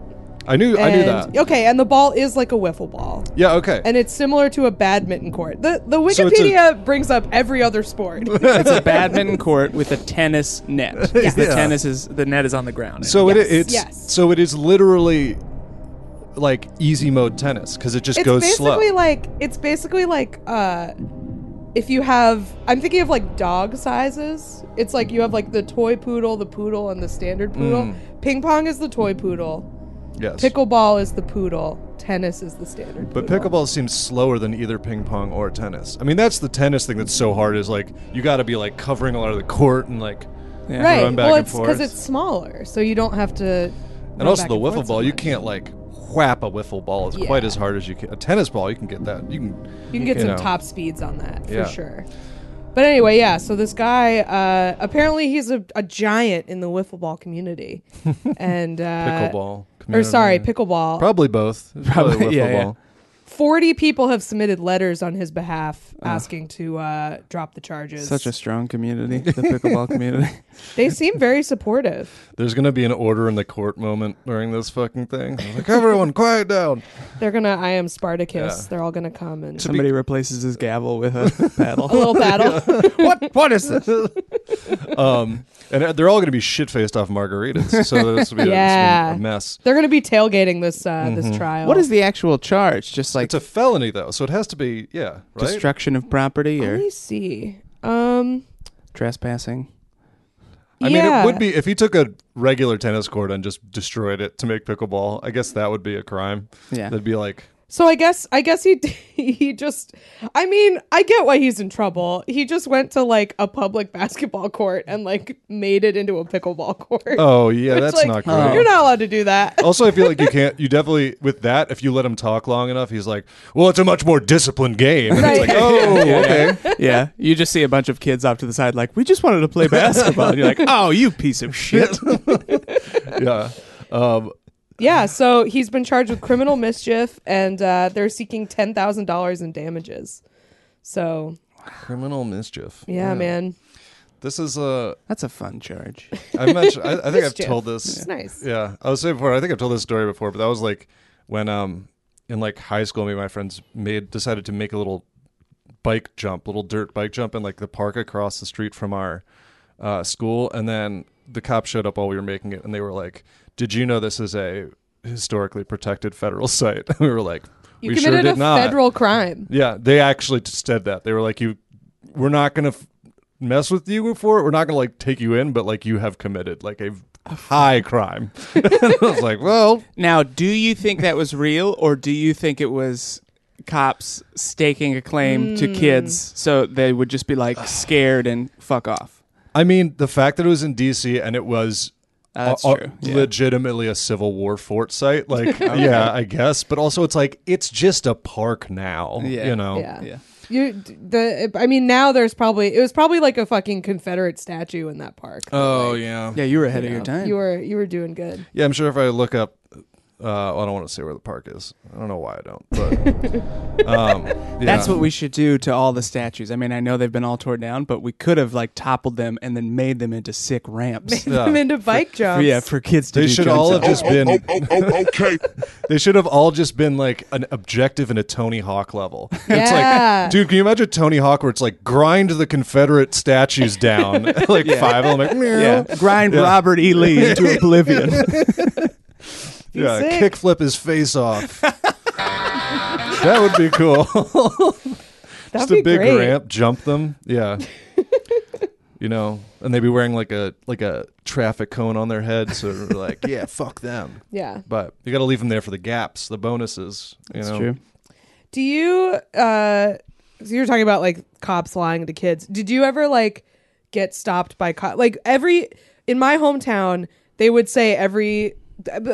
[SPEAKER 3] I knew I knew that.
[SPEAKER 2] And- Okay, and the ball is like a wiffle ball.
[SPEAKER 3] Yeah. Okay.
[SPEAKER 2] And it's similar to a badminton court. The the
[SPEAKER 3] So it's a-
[SPEAKER 2] Wikipedia brings up every other
[SPEAKER 3] [laughs]
[SPEAKER 2] sport.
[SPEAKER 4] it's a badminton court with a tennis
[SPEAKER 2] [laughs]
[SPEAKER 4] net. 'cause The
[SPEAKER 3] Yeah.
[SPEAKER 4] tennis is the net is on the ground.
[SPEAKER 3] so
[SPEAKER 2] Yes,
[SPEAKER 3] it it's
[SPEAKER 2] yes.
[SPEAKER 3] so it is literally like easy mode tennis because it just
[SPEAKER 2] it's
[SPEAKER 3] goes slow.
[SPEAKER 2] basically like it's basically like uh if you have i'm thinking of like dog sizes it's like you have like the toy poodle the poodle and the standard poodle
[SPEAKER 3] Hmm.
[SPEAKER 2] ping pong is the toy poodle
[SPEAKER 3] yes.
[SPEAKER 2] pickleball is the poodle tennis is the standard
[SPEAKER 3] But
[SPEAKER 2] poodle.
[SPEAKER 3] pickleball seems slower than either ping pong or tennis. I mean, that's the tennis thing that's so hard is like you got to be like covering a lot of the court and like
[SPEAKER 4] Yeah.
[SPEAKER 2] right
[SPEAKER 3] Going back
[SPEAKER 2] well
[SPEAKER 3] and
[SPEAKER 2] it's because
[SPEAKER 3] forth.
[SPEAKER 2] it's smaller so you don't have to
[SPEAKER 3] and also the wiffle ball. You can't like whap a wiffle ball as
[SPEAKER 2] Yeah.
[SPEAKER 3] quite as hard as you can. A tennis ball, you can get that. You can.
[SPEAKER 2] You can get
[SPEAKER 3] you
[SPEAKER 2] some
[SPEAKER 3] know.
[SPEAKER 2] top speeds on that for
[SPEAKER 3] Yeah.
[SPEAKER 2] sure. But anyway, yeah. So this guy, uh, apparently, he's a, a giant in the wiffle ball
[SPEAKER 3] [laughs]
[SPEAKER 2] community, and uh,
[SPEAKER 3] Pickleball.
[SPEAKER 2] or sorry,
[SPEAKER 3] community.
[SPEAKER 2] pickleball.
[SPEAKER 3] Probably both. It's Probably,
[SPEAKER 4] Probably-
[SPEAKER 3] wiffle
[SPEAKER 4] yeah, yeah.
[SPEAKER 3] ball.
[SPEAKER 2] Forty people have submitted letters on his behalf asking to uh, drop the charges.
[SPEAKER 4] Such a
[SPEAKER 3] [laughs]
[SPEAKER 4] strong community, the pickleball community.
[SPEAKER 2] they seem very supportive.
[SPEAKER 3] There's gonna be an order in the court moment during this fucking thing. Like everyone, quiet down.
[SPEAKER 2] They're gonna, I am Spartacus.
[SPEAKER 3] Yeah.
[SPEAKER 2] They're all gonna come and
[SPEAKER 4] Somebody replaces his gavel
[SPEAKER 3] [laughs]
[SPEAKER 4] with a
[SPEAKER 2] a
[SPEAKER 4] paddle.
[SPEAKER 2] little battle. [laughs]
[SPEAKER 3] what? What is this? um, and they're all gonna be shit faced off margaritas, so this will be a-
[SPEAKER 2] Yeah.
[SPEAKER 3] a mess.
[SPEAKER 2] They're gonna be tailgating this uh,
[SPEAKER 3] Mm-hmm.
[SPEAKER 2] this trial.
[SPEAKER 4] what is the actual charge? Just like
[SPEAKER 3] It's a felony though, so it has to be yeah, right.
[SPEAKER 4] destruction of property
[SPEAKER 2] Let
[SPEAKER 4] or
[SPEAKER 2] me see. Um,
[SPEAKER 4] trespassing?
[SPEAKER 3] I mean,
[SPEAKER 2] yeah.
[SPEAKER 3] it would be if he took a regular tennis court and just destroyed it to make pickleball. I guess that would be a crime.
[SPEAKER 4] Yeah.
[SPEAKER 3] that'd be like
[SPEAKER 2] So I guess I guess he [laughs] he just I mean I get why he's in trouble. He just went to like a public [laughs] basketball court and like made it into a pickleball [laughs] court.
[SPEAKER 3] oh yeah,
[SPEAKER 2] Which,
[SPEAKER 3] that's
[SPEAKER 2] like,
[SPEAKER 3] not great. Oh.
[SPEAKER 2] You're not allowed to do that.
[SPEAKER 3] also, I feel like you can't. You definitely with that. If you let him talk long enough, he's like, "Well, it's a much more disciplined game." And
[SPEAKER 2] Right.
[SPEAKER 3] it's like, "Oh,
[SPEAKER 4] [laughs]
[SPEAKER 3] okay." [laughs]
[SPEAKER 4] Yeah, you just see a bunch of kids off to the side, like we just wanted to play basketball. And you're like, oh, you piece
[SPEAKER 3] [laughs]
[SPEAKER 4] of shit.
[SPEAKER 3] yeah. Um,
[SPEAKER 2] [laughs] Yeah. So he's been charged with criminal mischief and uh, they're seeking ten thousand dollars in damages. So
[SPEAKER 3] criminal mischief.
[SPEAKER 2] yeah, man,
[SPEAKER 3] This is uh, a.
[SPEAKER 4] That's a fun charge.
[SPEAKER 3] I mentioned. I, I think I've
[SPEAKER 2] Mischief.
[SPEAKER 3] told this.
[SPEAKER 2] it's nice.
[SPEAKER 3] Yeah, I was saying before. I think I've told this story before, but that was like when um in like high school, me and my friends made decided to make a little bike jump, little dirt bike jump, in like the park across the street from our uh, school, and then the cops showed up while we were making it, and they were like, "Did you know this is a historically protected federal [laughs] site?" we were like,
[SPEAKER 2] You
[SPEAKER 3] "We sure
[SPEAKER 2] committed
[SPEAKER 3] did
[SPEAKER 2] a
[SPEAKER 3] not."
[SPEAKER 2] federal crime.
[SPEAKER 3] Yeah, they actually said that. They were like, "You, we're not gonna." F- mess with you for it we're not gonna like take you in but like you have committed like a v- high crime [laughs] and i was like well
[SPEAKER 4] Now, do you think that was real, or do you think it was cops staking a claim
[SPEAKER 3] Hmm.
[SPEAKER 4] to kids so they would just be like scared and fuck off?
[SPEAKER 3] i mean the fact that it was in dc and it was
[SPEAKER 4] Uh, that's
[SPEAKER 3] uh, uh,
[SPEAKER 4] true. Yeah.
[SPEAKER 3] legitimately a civil war fort site like
[SPEAKER 4] [laughs]
[SPEAKER 3] yeah i guess but also it's like it's just a park now
[SPEAKER 4] Yeah.
[SPEAKER 3] you know
[SPEAKER 2] Yeah.
[SPEAKER 4] Yeah.
[SPEAKER 2] You the I mean now there's probably it was probably like a fucking Confederate statue in that park.
[SPEAKER 3] oh yeah
[SPEAKER 4] Yeah, you were ahead of your time.
[SPEAKER 2] You were you were doing good.
[SPEAKER 3] yeah i'm sure if i look up uh, I don't want to say where the park is. I don't know why I don't. But um,
[SPEAKER 4] That's
[SPEAKER 3] yeah.
[SPEAKER 4] what we should do to all the statues. I mean, I know they've been all torn down, but we could have like toppled them and then made them into sick ramps.
[SPEAKER 3] Yeah.
[SPEAKER 2] I'm [laughs] into bike jumps.
[SPEAKER 4] yeah, for kids to
[SPEAKER 3] They
[SPEAKER 4] do
[SPEAKER 3] should
[SPEAKER 4] jumps
[SPEAKER 3] all have
[SPEAKER 4] on.
[SPEAKER 3] just been.
[SPEAKER 5] Oh, oh, oh, okay.
[SPEAKER 3] They should have all just been like an objective and a Tony Hawk level. It's
[SPEAKER 2] Yeah.
[SPEAKER 3] like, dude, can you imagine Tony Hawk where it's like grind the Confederate statues down, [laughs] like five of them, like
[SPEAKER 4] Yeah.
[SPEAKER 3] meow.
[SPEAKER 4] [laughs] Grind Robert E. Lee
[SPEAKER 3] [laughs]
[SPEAKER 4] into oblivion.
[SPEAKER 3] yeah,
[SPEAKER 2] sick.
[SPEAKER 3] kickflip his face off.
[SPEAKER 2] [laughs]
[SPEAKER 3] that would be cool. [laughs]
[SPEAKER 2] That'd
[SPEAKER 3] just a
[SPEAKER 2] be
[SPEAKER 3] big
[SPEAKER 2] great.
[SPEAKER 3] ramp, jump them.
[SPEAKER 2] [laughs]
[SPEAKER 3] Yeah. you know, and they'd be wearing like a like a traffic cone on their head, so
[SPEAKER 2] [laughs]
[SPEAKER 3] we're like, yeah, fuck them.
[SPEAKER 2] Yeah.
[SPEAKER 3] But you got to leave them there for the gaps, the bonuses. You know,
[SPEAKER 2] Do you uh so you're talking about like cops lying to kids. Did you ever like get stopped by cop like every in my hometown they would say every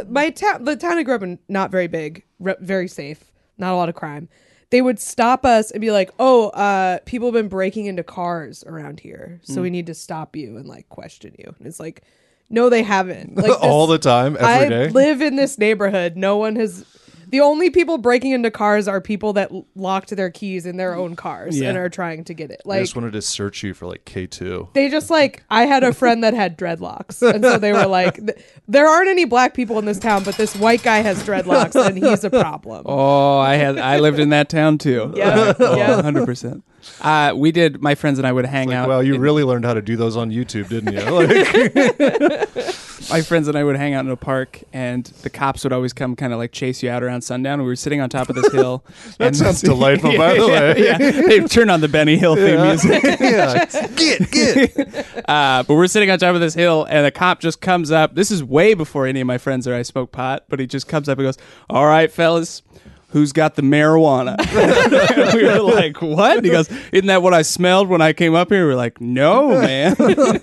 [SPEAKER 2] my town the town I grew up in not very big, re- very safe, not a lot of crime. They would stop us and be like, "Oh, uh people have been breaking into cars around here, so
[SPEAKER 3] Hmm.
[SPEAKER 2] we need to stop you and like question you." And it's like no, they haven't. Like
[SPEAKER 3] [laughs] all
[SPEAKER 2] this-
[SPEAKER 3] the time,
[SPEAKER 2] I
[SPEAKER 3] every day.
[SPEAKER 2] live in this neighborhood. No one has. The only people breaking into cars are people that l- locked their keys in their own cars
[SPEAKER 4] Yeah.
[SPEAKER 2] and are trying to get it.
[SPEAKER 3] I
[SPEAKER 2] Like
[SPEAKER 3] just wanted to search you for like K two.
[SPEAKER 2] they just like I had a friend that had dreadlocks, and so they were like, th- "There aren't any black people in this town, but this white guy has dreadlocks, and he's a problem."
[SPEAKER 4] Oh, I had I lived in that
[SPEAKER 3] [laughs]
[SPEAKER 4] town too.
[SPEAKER 2] Yeah, yeah.
[SPEAKER 4] Oh, hundred percent. Uh, we did. My friends and I would hang
[SPEAKER 3] Like,
[SPEAKER 4] out.
[SPEAKER 3] wow, you [laughs]
[SPEAKER 4] in-
[SPEAKER 3] really learned how to do those on YouTube, didn't you? Like,
[SPEAKER 4] my friends and I would hang out in a park, and the cops would always come, kind of like chase you out around sundown. We were sitting on top of this hill.
[SPEAKER 3] [laughs] That
[SPEAKER 4] and-
[SPEAKER 3] sounds delightful, by the
[SPEAKER 4] [laughs] Yeah,
[SPEAKER 3] way.
[SPEAKER 4] yeah. They turn on the Benny Hill theme music.
[SPEAKER 3] yeah. Get, get.
[SPEAKER 4] Uh, but we're sitting on top of this hill, and a cop just comes up. This is way before any of my friends or I smoke pot, but he just comes up and goes, "All right, fellas." Who's got the marijuana? [laughs] we were like, what? And he goes, isn't that what I smelled when I came up here? We we're like, no, man. [laughs]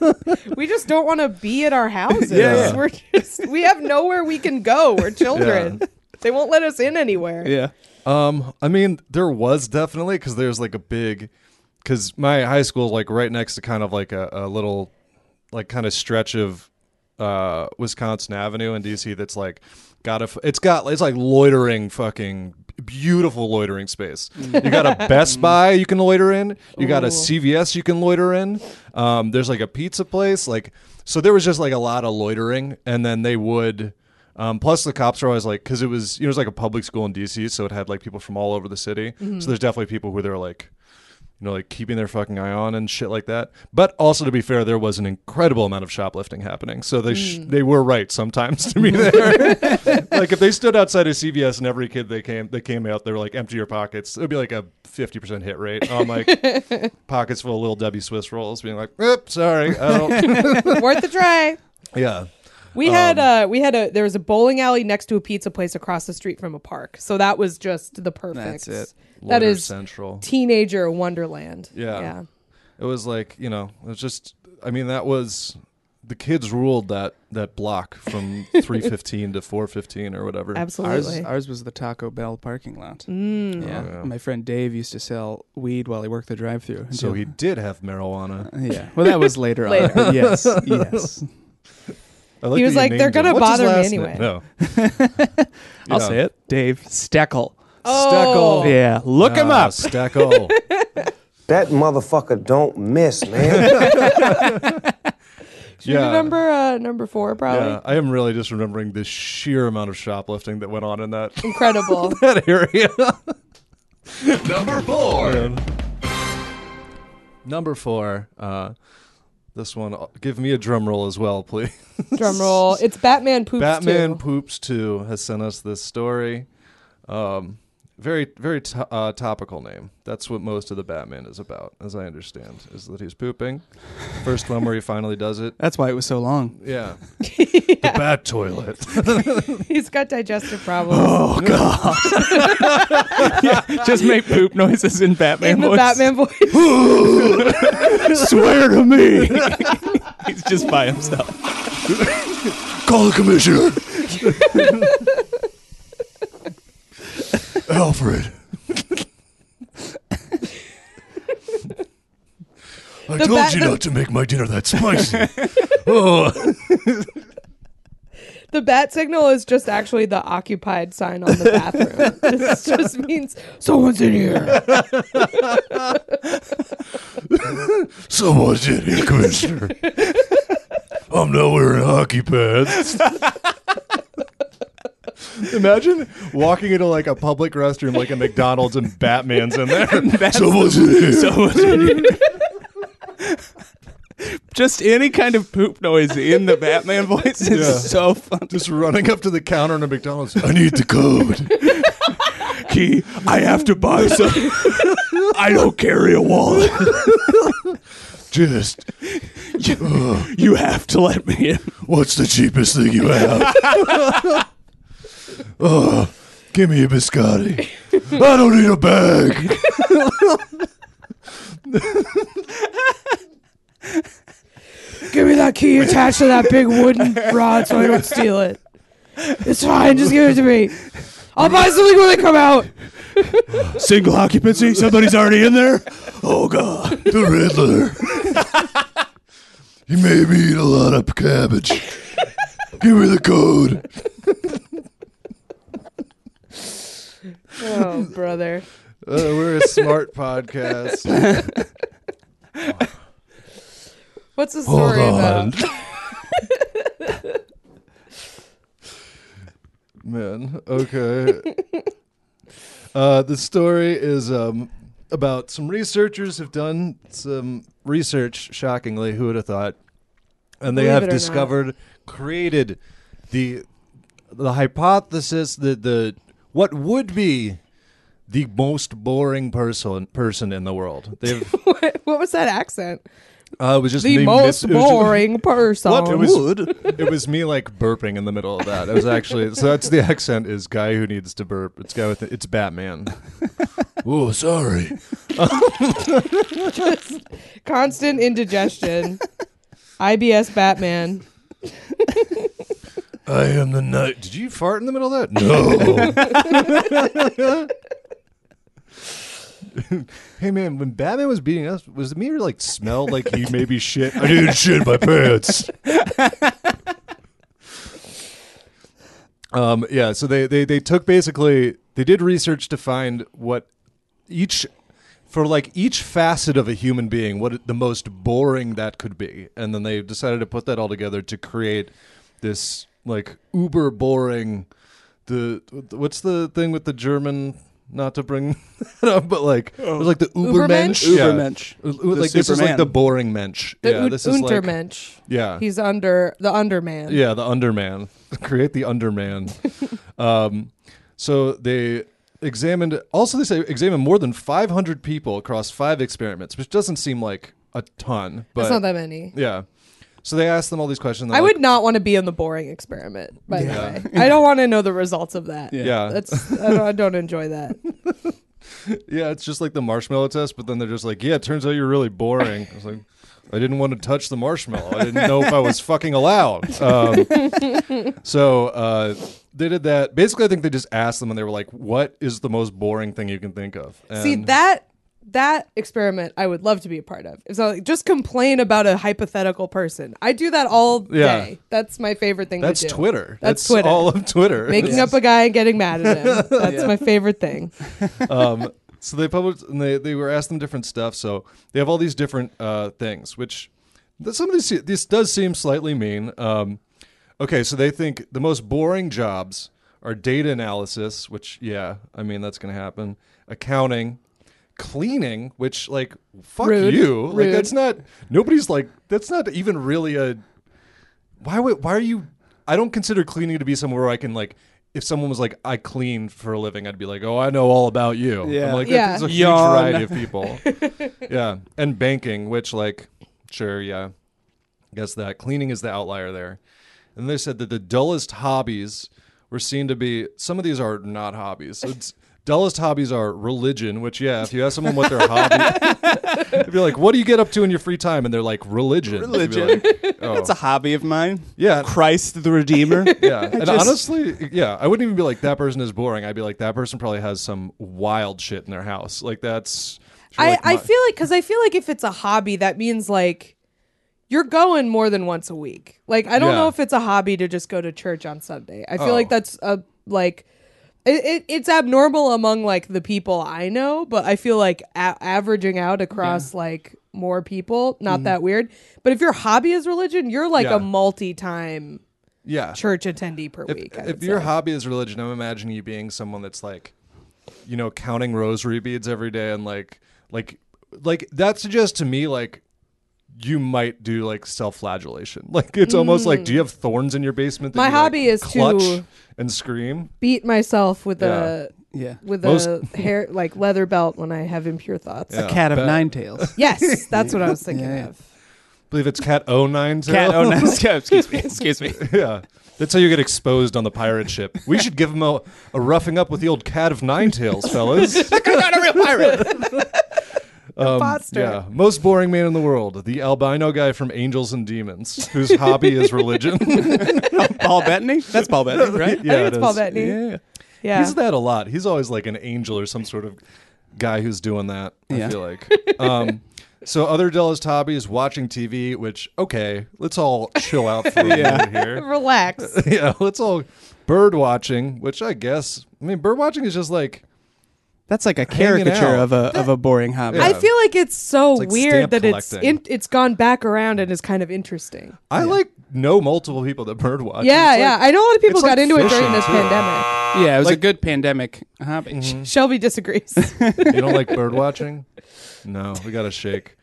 [SPEAKER 2] We just don't want to be at our houses.
[SPEAKER 4] Yeah, yeah.
[SPEAKER 2] [laughs] We're just, we have nowhere we can go. We're children. They won't let us in anywhere.
[SPEAKER 4] yeah.
[SPEAKER 3] Um, I mean, there was definitely because there's like a big, because my high school is like right next to kind of like a, a little, like kind of stretch of uh Wisconsin Avenue in DC that's like got a, f- it's got it's like loitering fucking beautiful loitering space. You got a Best Buy you can loiter in. You got a CVS you can loiter in. Um, there's like a pizza place. Like so, there was just like a lot of loitering, and then they would. Um, plus, the cops are always like, because it was it was like a public school in DC, so it had like people from all over the city. So there's definitely people who they're like, you know, like keeping their fucking eye on and shit like that. But also, to be fair, there was an incredible amount of shoplifting happening, so they sh-
[SPEAKER 2] Mm.
[SPEAKER 3] they were right sometimes to be there. [laughs] like if they stood outside of CVS and every kid they came they came out, they were like empty your pockets. It'd be like a fifty percent hit rate on like
[SPEAKER 2] [laughs]
[SPEAKER 3] pockets full of little Debbie Swiss rolls, being like, "Oop, sorry, I
[SPEAKER 2] [laughs]
[SPEAKER 3] don't."
[SPEAKER 2] Worth a try.
[SPEAKER 3] yeah.
[SPEAKER 2] We had
[SPEAKER 3] Um,
[SPEAKER 2] uh we had a there was a bowling alley next to a pizza place across the street from a park. So that was just the perfect.
[SPEAKER 4] That's it.
[SPEAKER 2] That
[SPEAKER 3] Loiter
[SPEAKER 2] is
[SPEAKER 3] central.
[SPEAKER 2] teenager wonderland.
[SPEAKER 3] Yeah.
[SPEAKER 2] Yeah.
[SPEAKER 3] It was like you know, it was just. I mean, that was the kids ruled that that
[SPEAKER 2] [laughs]
[SPEAKER 3] block from three fifteen to four fifteen or whatever.
[SPEAKER 2] Absolutely.
[SPEAKER 4] Ours, ours was the Taco Bell parking lot. yeah. my friend Dave used to sell weed while he worked the drive-through.
[SPEAKER 3] So he did have marijuana.
[SPEAKER 4] yeah. Well, that was later,
[SPEAKER 2] Later.
[SPEAKER 4] on. but yes, yes.
[SPEAKER 3] I like
[SPEAKER 2] He was like,
[SPEAKER 3] that you named
[SPEAKER 2] "They're
[SPEAKER 3] him.
[SPEAKER 2] gonna
[SPEAKER 3] What's his
[SPEAKER 2] bother me
[SPEAKER 3] last name?"
[SPEAKER 2] anyway. [laughs]
[SPEAKER 3] No,
[SPEAKER 4] I'll
[SPEAKER 3] Yeah.
[SPEAKER 4] say it, Dave Steckel. Uh,
[SPEAKER 2] Oh.
[SPEAKER 4] Steckel. Yeah, look him
[SPEAKER 3] Ah, [laughs]
[SPEAKER 4] up.
[SPEAKER 3] Steckel.
[SPEAKER 7] That motherfucker don't miss, man.
[SPEAKER 2] Do you
[SPEAKER 3] yeah.
[SPEAKER 2] remember uh number four probably?
[SPEAKER 3] Yeah, I am really just remembering the sheer amount of shoplifting that went on in that, [laughs]
[SPEAKER 2] Incredible.
[SPEAKER 3] that area.
[SPEAKER 1] Number four.
[SPEAKER 3] Number four. Uh, this one, uh, give me a drum roll as well, please.
[SPEAKER 2] Drum roll. It's Batman poops
[SPEAKER 3] Batman
[SPEAKER 2] too.
[SPEAKER 3] Poops 2 has sent us this story. Um, very, very to- uh, topical name. That's what most of the Batman is about, as I understand, is that he's pooping. First one where he finally does it.
[SPEAKER 4] That's why it was so long.
[SPEAKER 2] [laughs]
[SPEAKER 3] Yeah. The bat toilet.
[SPEAKER 2] He's got
[SPEAKER 3] [laughs]
[SPEAKER 2] digestive
[SPEAKER 3] Oh,
[SPEAKER 2] problems
[SPEAKER 4] [laughs] Just make poop noises in Batman
[SPEAKER 2] in the
[SPEAKER 4] voice.
[SPEAKER 2] Batman voice. [laughs]
[SPEAKER 4] Swear to me. [laughs] He's just by himself.
[SPEAKER 3] Call the commissioner. [laughs] Alfred. I
[SPEAKER 2] The told bat- you the- not
[SPEAKER 3] to make my dinner that spicy. oh.
[SPEAKER 2] The bat signal is just actually the occupied sign on the bathroom. [laughs] this just means someone's in
[SPEAKER 4] [laughs]
[SPEAKER 2] here.
[SPEAKER 3] Someone's in here, [laughs] Commissioner. I'm not wearing hockey pads. [laughs] Imagine walking into like a public restroom, like a McDonald's, and Batman's in there. [laughs] Someone's in here.
[SPEAKER 4] [laughs] Just any kind of poop noise in the Batman voice is
[SPEAKER 3] Yeah.
[SPEAKER 4] so fun.
[SPEAKER 3] Just running up to the counter in a McDonald's. I need the code.
[SPEAKER 4] Key, I have to buy some. I don't carry a wallet.
[SPEAKER 3] Just uh,
[SPEAKER 4] You have to let me in.
[SPEAKER 3] [laughs] What's the cheapest thing you have? [laughs] oh, give me a biscotti. I don't need a bag.
[SPEAKER 2] Give me that
[SPEAKER 3] [laughs]
[SPEAKER 2] key attached to that big wooden rod so I don't steal it. It's fine. Just give it to me. I'll buy something when they come out.
[SPEAKER 4] Single occupancy? Somebody's already in there? Oh, God.
[SPEAKER 3] The Riddler. he made me eat a lot of cabbage. give me the code.
[SPEAKER 2] Oh, brother.
[SPEAKER 3] Uh, we're a smart [laughs] podcast.
[SPEAKER 2] What's the story about?
[SPEAKER 3] Man, okay. [laughs] uh, the story is um, about some researchers have done some research, shockingly, who would have thought, and they
[SPEAKER 2] Believe it
[SPEAKER 3] have
[SPEAKER 2] or not.
[SPEAKER 3] discovered created the the hypothesis that the what would be the most boring person person in the world. They've
[SPEAKER 2] [laughs] what, what was that accent?
[SPEAKER 3] uh, it was just
[SPEAKER 2] [laughs] The
[SPEAKER 3] me
[SPEAKER 2] most
[SPEAKER 3] mis- it was just-
[SPEAKER 2] boring person.
[SPEAKER 3] [laughs] What it was, [laughs] it was me like burping in the middle of that. It was actually so that's the [laughs] accent is guy who needs to burp. It's guy with it's [laughs] Batman. oh, sorry.
[SPEAKER 2] Constant
[SPEAKER 3] [laughs]
[SPEAKER 2] indigestion. IBS Batman.
[SPEAKER 3] I am the night. Did you fart in the middle of that? No. [laughs] hey man, when Batman was beating us, was the mirror like smelled like he maybe shit? I didn't shit my pants. um, yeah, so they, they they took basically they did research to find what each for like each facet of a human being what it- the most boring that could be and then they decided to put that all together to create this like uber boring the what's the thing with the german not to bring [laughs] that up but like it was like the ubermensch
[SPEAKER 2] Ubermensch?
[SPEAKER 3] Yeah.
[SPEAKER 4] Ubermensch.
[SPEAKER 3] Like,
[SPEAKER 4] The
[SPEAKER 3] this is like
[SPEAKER 4] Superman.
[SPEAKER 3] the boring mensch
[SPEAKER 2] The
[SPEAKER 3] yeah
[SPEAKER 2] un-
[SPEAKER 3] this is like
[SPEAKER 2] Untermensch.
[SPEAKER 3] yeah
[SPEAKER 2] He's under the underman.
[SPEAKER 3] yeah, the underman. [laughs] Create
[SPEAKER 2] [laughs]
[SPEAKER 3] the underman. um, so they examined. Also, they say examined more than 500 people across five experiments, which doesn't seem like a ton. But
[SPEAKER 2] That's not that many.
[SPEAKER 3] Yeah. So they asked them all these questions.
[SPEAKER 2] I would not want to be in the boring experiment, by
[SPEAKER 3] Yeah.
[SPEAKER 2] the way. I don't want to know the results of that.
[SPEAKER 3] Yeah.
[SPEAKER 2] That's I don't, I don't enjoy that.
[SPEAKER 3] yeah, it's just like the marshmallow test, but then they're just like, yeah, it turns out you're really boring. I was like, I didn't want to touch the marshmallow. I didn't know if I was fucking allowed. Um, so uh, they did that. Basically, I think they just asked them and they were like, what is the most boring thing you can think of?
[SPEAKER 2] See
[SPEAKER 3] And-
[SPEAKER 2] that that experiment I would love to be a part of. It's not like just complain about a hypothetical person. I do that all
[SPEAKER 3] Yeah.
[SPEAKER 2] day. That's my favorite thing
[SPEAKER 3] That's
[SPEAKER 2] to do.
[SPEAKER 3] Twitter.
[SPEAKER 2] That's
[SPEAKER 3] That's,
[SPEAKER 2] Twitter.
[SPEAKER 3] all of
[SPEAKER 2] [laughs]
[SPEAKER 3] Twitter.
[SPEAKER 2] Making up a guy and getting mad at
[SPEAKER 3] [laughs]
[SPEAKER 2] him. That's my favorite thing.
[SPEAKER 3] um, so they published and they, they were asked them different stuff. So they have all these different uh, things, which th- some of these this does seem slightly mean. Um, okay, so they think the most boring jobs are data analysis, which yeah, I mean that's going to happen. Accounting, cleaning, which like fuck
[SPEAKER 2] Rude.
[SPEAKER 3] you, like
[SPEAKER 2] Rude.
[SPEAKER 3] that's not nobody's like that's not even really a why would why are you I don't consider cleaning to be somewhere where I can like if someone was like I clean for a living I'd be like oh I know all about you
[SPEAKER 4] Yeah.
[SPEAKER 3] I'm like
[SPEAKER 2] Yeah.
[SPEAKER 3] there's a huge
[SPEAKER 4] Yawn.
[SPEAKER 3] variety of people
[SPEAKER 2] [laughs]
[SPEAKER 3] yeah and banking which like sure yeah I guess that cleaning is the outlier there and they said that the dullest hobbies were seen to be some of these are not hobbies so it's dullest hobbies are religion which yeah if you ask someone what their hobby [laughs] if you're like what do you get up to in your free time and they're like religion You'd be
[SPEAKER 4] Religion.
[SPEAKER 3] like, oh.
[SPEAKER 4] That's a hobby of mine.
[SPEAKER 3] Yeah.
[SPEAKER 4] Christ the Redeemer.
[SPEAKER 3] Yeah, and honestly, yeah, I wouldn't even be like that person is boring. I'd be like that person probably has some wild shit in their house. Like that's.
[SPEAKER 2] I,
[SPEAKER 3] like,
[SPEAKER 2] I
[SPEAKER 3] my-
[SPEAKER 2] feel like because I feel like if it's a hobby, that means like you're going more than once a week. Like I don't
[SPEAKER 3] Yeah.
[SPEAKER 2] know if it's a hobby to just go to church on Sunday. I feel
[SPEAKER 3] Oh.
[SPEAKER 2] like that's a like it, it, it's abnormal among like the people I know, but I feel like a- averaging out across like more people, not that weird. But if your hobby is religion, you're like
[SPEAKER 3] Mm-hmm. Yeah.
[SPEAKER 2] a multi-time
[SPEAKER 3] yeah.
[SPEAKER 2] church attendee per week. I
[SPEAKER 3] If
[SPEAKER 2] would
[SPEAKER 3] your
[SPEAKER 2] say.
[SPEAKER 3] hobby is religion, I'm imagining you being someone that's like, you know, counting rosary beads every day and like, like, like that suggests to me like you might do like self-flagellation. [laughs] Like it's almost like, do you have thorns in your basement? That
[SPEAKER 2] Hmm. My
[SPEAKER 3] you, like,
[SPEAKER 2] hobby is to-
[SPEAKER 3] clutch and scream.
[SPEAKER 2] beat myself with
[SPEAKER 3] Yeah.
[SPEAKER 2] a
[SPEAKER 4] Yeah.
[SPEAKER 2] with
[SPEAKER 3] Most-
[SPEAKER 2] a hair like leather belt when I have impure thoughts.
[SPEAKER 3] Yeah.
[SPEAKER 4] Cat of
[SPEAKER 3] But-
[SPEAKER 4] nine tails.
[SPEAKER 2] Yes, that's what I was thinking
[SPEAKER 4] Yeah.
[SPEAKER 2] of.
[SPEAKER 3] believe it's cat 09 tail.
[SPEAKER 4] [laughs] [laughs] Cat. Oh no. Excuse me. Excuse me.
[SPEAKER 3] [laughs] Yeah. That's how you get exposed on the pirate ship. We should give him a, a roughing up with the old cat of nine tails,
[SPEAKER 2] [laughs]
[SPEAKER 3] fellas.
[SPEAKER 4] I'm not a real pirate.
[SPEAKER 2] Imposter.
[SPEAKER 3] Um, yeah. Most boring man in the world, the albino guy from Angels and Demons, whose hobby
[SPEAKER 2] [laughs]
[SPEAKER 3] is religion. [laughs]
[SPEAKER 4] Paul Bettany. That's Paul Bettany, right?
[SPEAKER 2] I think it's
[SPEAKER 3] it
[SPEAKER 2] Paul
[SPEAKER 3] is.
[SPEAKER 2] Bettany. Yeah.
[SPEAKER 4] Yeah.
[SPEAKER 3] He's that a lot. He's always like an angel or some sort of guy who's doing that. I
[SPEAKER 4] Yeah.
[SPEAKER 3] feel like. Um, so other dullest hobby is watching TV, which okay, let's all chill out
[SPEAKER 2] [laughs]
[SPEAKER 3] for a minute here. [laughs]
[SPEAKER 2] Relax.
[SPEAKER 3] yeah, let's all bird watching, which I guess I mean bird watching is just like
[SPEAKER 4] That's like a
[SPEAKER 3] Hanging
[SPEAKER 4] caricature
[SPEAKER 3] out.
[SPEAKER 4] of a of a boring hobby.
[SPEAKER 2] I feel like it's so
[SPEAKER 3] like
[SPEAKER 2] weird
[SPEAKER 3] stamp
[SPEAKER 2] that it's in,
[SPEAKER 3] collecting.
[SPEAKER 2] it's gone back around and is kind of interesting.
[SPEAKER 3] I like know multiple people that bird watch.
[SPEAKER 2] yeah,
[SPEAKER 3] It's like-
[SPEAKER 2] yeah. I know a lot of people
[SPEAKER 3] it's
[SPEAKER 2] got
[SPEAKER 3] like
[SPEAKER 2] into it during
[SPEAKER 3] fishing,
[SPEAKER 2] this
[SPEAKER 3] too.
[SPEAKER 2] pandemic.
[SPEAKER 4] yeah, it was a
[SPEAKER 3] like- Mm-hmm.
[SPEAKER 4] good pandemic hobby.
[SPEAKER 2] Shelby disagrees.
[SPEAKER 3] [laughs] You don't like bird watching? No, we got to shake.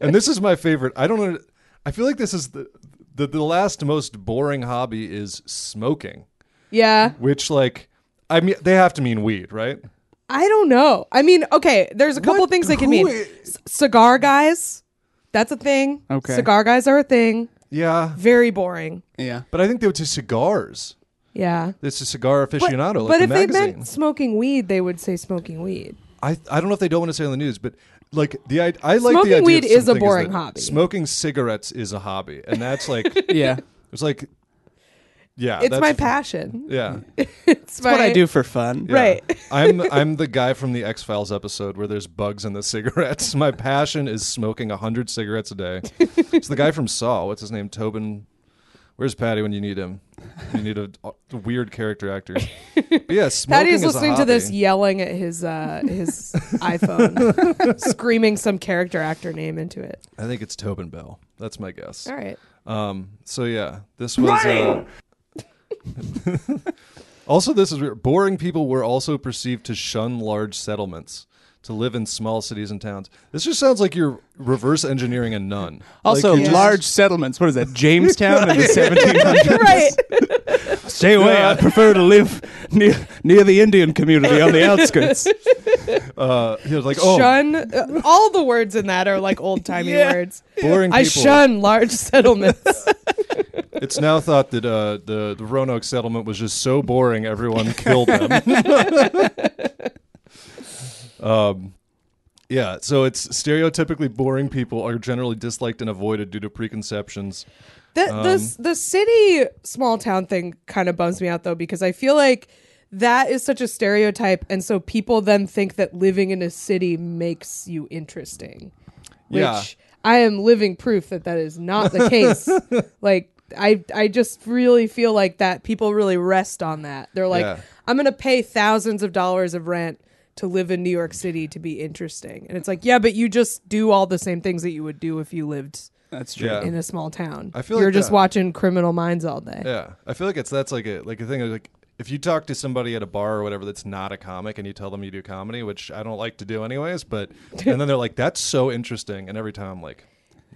[SPEAKER 3] And this is my favorite. I don't know. I feel like this is the the, the last most boring hobby is smoking,
[SPEAKER 2] Yeah.
[SPEAKER 3] which like I mean they have to mean weed, right?
[SPEAKER 2] I don't know. I mean, okay, there's a couple
[SPEAKER 3] What?
[SPEAKER 2] things they can
[SPEAKER 3] Who
[SPEAKER 2] mean.
[SPEAKER 3] i-
[SPEAKER 2] C- cigar guys, that's a thing.
[SPEAKER 4] Okay.
[SPEAKER 2] Cigar guys are a thing.
[SPEAKER 3] Yeah,
[SPEAKER 2] Very boring.
[SPEAKER 4] Yeah.
[SPEAKER 3] but I think they were to cigars.
[SPEAKER 2] Yeah.
[SPEAKER 3] It's a cigar
[SPEAKER 2] But,
[SPEAKER 3] aficionado. like
[SPEAKER 2] but
[SPEAKER 3] the
[SPEAKER 2] if they
[SPEAKER 3] magazine.
[SPEAKER 2] meant smoking weed, they would say smoking weed.
[SPEAKER 3] I I don't know if they don't want to say on the news, but like the I, I like
[SPEAKER 2] Smoking
[SPEAKER 3] the idea of
[SPEAKER 2] weed is a
[SPEAKER 3] something
[SPEAKER 2] boring
[SPEAKER 3] that
[SPEAKER 2] hobby.
[SPEAKER 3] Smoking cigarettes is a hobby, and
[SPEAKER 2] [laughs]
[SPEAKER 3] that's like
[SPEAKER 4] Yeah.
[SPEAKER 3] it's like yeah,
[SPEAKER 2] It's
[SPEAKER 3] Uh, that's
[SPEAKER 2] my
[SPEAKER 3] f-
[SPEAKER 2] passion.
[SPEAKER 3] Yeah,
[SPEAKER 2] It's my,
[SPEAKER 4] What I do for fun.
[SPEAKER 3] yeah.
[SPEAKER 2] Right.
[SPEAKER 3] [laughs]
[SPEAKER 2] [laughs]
[SPEAKER 3] I'm I'm the guy from the X Files episode where there's bugs in the [laughs] cigarettes. My passion is smoking hundred cigarettes a day. It's the guy from Saw. What's his name? Tobin. Where's Patty when you need him? You need a, a weird character actor. But yeah,
[SPEAKER 2] [laughs]
[SPEAKER 3] smoking
[SPEAKER 2] Patty's
[SPEAKER 3] is a
[SPEAKER 2] listening to this
[SPEAKER 3] hobby.
[SPEAKER 2] yelling at his uh,
[SPEAKER 3] [laughs]
[SPEAKER 2] his iPhone, screaming some character actor name into it.
[SPEAKER 3] I think it's Tobin Bell. That's my guess.
[SPEAKER 2] All right.
[SPEAKER 3] Um, so yeah, this was. Uh, [laughs] also, this is weird. boring. People were also perceived to shun large settlements, to live in small cities and towns. This just sounds like you're reverse engineering a nun.
[SPEAKER 4] Also,
[SPEAKER 3] Like, you just-
[SPEAKER 4] large settlements. What is that? Jamestown [laughs] in the 1700s.
[SPEAKER 2] right.
[SPEAKER 4] Stay away. I prefer to live near near the Indian community on the outskirts.
[SPEAKER 3] uh, you know, like [laughs] oh,
[SPEAKER 2] Shun. uh, all the words in that are like old timey words.
[SPEAKER 3] boring. People.
[SPEAKER 2] I shun large [laughs] settlements.
[SPEAKER 3] It's now thought that uh, the the Roanoke settlement was just so boring, everyone
[SPEAKER 2] [laughs]
[SPEAKER 3] killed them. [laughs] um, yeah, so it's stereotypically boring people are generally disliked and avoided due to preconceptions.
[SPEAKER 2] the,
[SPEAKER 3] Um,
[SPEAKER 2] the the city small town thing kind of bums me out though because I feel like that is such a stereotype, and so people then think that living in a city makes you interesting. Which
[SPEAKER 3] Yeah.
[SPEAKER 2] I am living proof that that is not the
[SPEAKER 3] [laughs]
[SPEAKER 2] case. like I I just really feel like that people really rest on that. They're like,
[SPEAKER 3] Yeah.
[SPEAKER 2] I'm gonna pay thousands of dollars of rent to live in New York City to be interesting, and it's like, yeah, but you just do all the same things that you would do if you lived
[SPEAKER 4] That's true.
[SPEAKER 3] Yeah.
[SPEAKER 2] in a small town.
[SPEAKER 3] I feel
[SPEAKER 2] you're
[SPEAKER 3] like
[SPEAKER 2] just
[SPEAKER 3] that-
[SPEAKER 2] watching Criminal Minds all day.
[SPEAKER 3] Yeah, I feel like it's that's like a like a thing like if you talk to somebody at a bar or whatever that's not a comic and you tell them you do comedy, which I don't like to do anyways,
[SPEAKER 4] [laughs]
[SPEAKER 3] but and then they're like that's so interesting, and every time I'm like,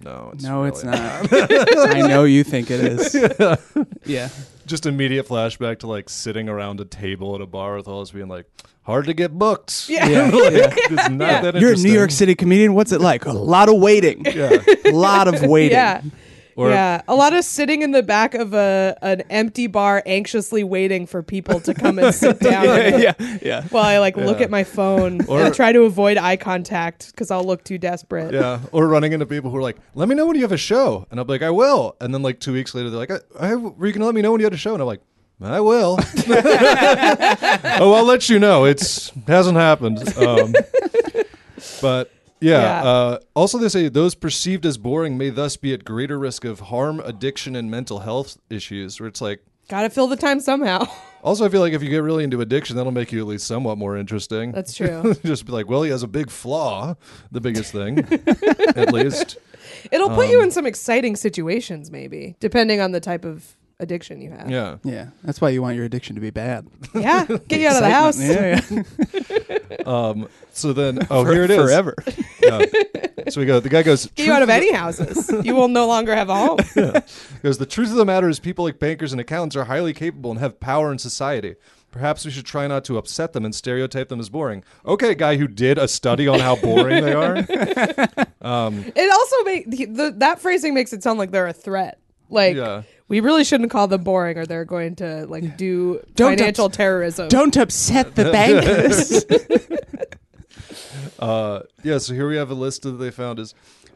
[SPEAKER 3] no, it's
[SPEAKER 4] No, it's
[SPEAKER 3] really
[SPEAKER 4] not. [laughs] I know you think it is. Oh, [laughs] Yeah.
[SPEAKER 3] Just immediate flashback to like sitting around a table at a bar with all us being like hard to get booked.
[SPEAKER 2] Yeah.
[SPEAKER 3] [laughs]
[SPEAKER 4] Yeah.
[SPEAKER 3] It's not that
[SPEAKER 4] You're a New
[SPEAKER 3] interesting.
[SPEAKER 4] York City comedian. What's it like? A lot of waiting.
[SPEAKER 3] Yeah.
[SPEAKER 4] A [laughs] lot of waiting.
[SPEAKER 2] Yeah.
[SPEAKER 3] Or-
[SPEAKER 2] yeah, a lot of sitting in the back of a an empty bar, anxiously waiting for people to come and
[SPEAKER 3] [laughs]
[SPEAKER 2] sit down.
[SPEAKER 4] [laughs] yeah. Yeah.
[SPEAKER 2] While I like look at my phone and try to avoid eye contact because I'll look too desperate.
[SPEAKER 3] Yeah, or running into people who are like, "Let me know when you have a show," and I'm like, "I will," and then like two weeks later, they're like, I, I, "Were you gonna let me know when you had a show?" And I'm like, "I will."
[SPEAKER 2] [laughs]
[SPEAKER 3] oh, I'll let you know. It's hasn't happened, um, but yeah.
[SPEAKER 2] Yeah.
[SPEAKER 3] Uh, also, they say those perceived as boring may thus be at greater risk of harm, addiction, and mental health issues. Where it's like,
[SPEAKER 2] Gotta fill the time
[SPEAKER 3] [laughs]
[SPEAKER 2] somehow.
[SPEAKER 3] also, I feel like if you get really into addiction, that'll make you at least somewhat more interesting.
[SPEAKER 2] That's true.
[SPEAKER 3] [laughs] Just be like, well, he has a big flaw, the
[SPEAKER 2] [laughs]
[SPEAKER 3] biggest thing, at least.
[SPEAKER 2] It'll put
[SPEAKER 3] Um,
[SPEAKER 2] you in some exciting situations, maybe, depending on the type of addiction you have.
[SPEAKER 3] Yeah.
[SPEAKER 4] Yeah. That's why you want your addiction to be bad.
[SPEAKER 2] Yeah, get you out of the house.
[SPEAKER 4] Excitement. Yeah. yeah.
[SPEAKER 3] So then, oh,
[SPEAKER 4] For-
[SPEAKER 3] here it is.
[SPEAKER 4] Forever.
[SPEAKER 3] [laughs] Yeah. So we go. The guy goes.
[SPEAKER 2] Get you out of
[SPEAKER 3] "Truth [laughs]
[SPEAKER 2] any houses. You will no longer have a home.
[SPEAKER 3] the- goes. The truth of the matter is, people like bankers and accountants are highly capable and have power in society. Perhaps we should try not to upset them and stereotype them as boring. Okay, guy who did a study on how boring they are.
[SPEAKER 2] It also make the, that phrasing makes it sound like they're a threat. Like
[SPEAKER 3] Yeah.
[SPEAKER 2] we really shouldn't call them boring, or they're going to like do
[SPEAKER 4] Don't
[SPEAKER 2] financial
[SPEAKER 4] ups-
[SPEAKER 2] terrorism.
[SPEAKER 4] Don't upset [laughs] the bankers.
[SPEAKER 3] Uh, yeah. So here we have a list that they found is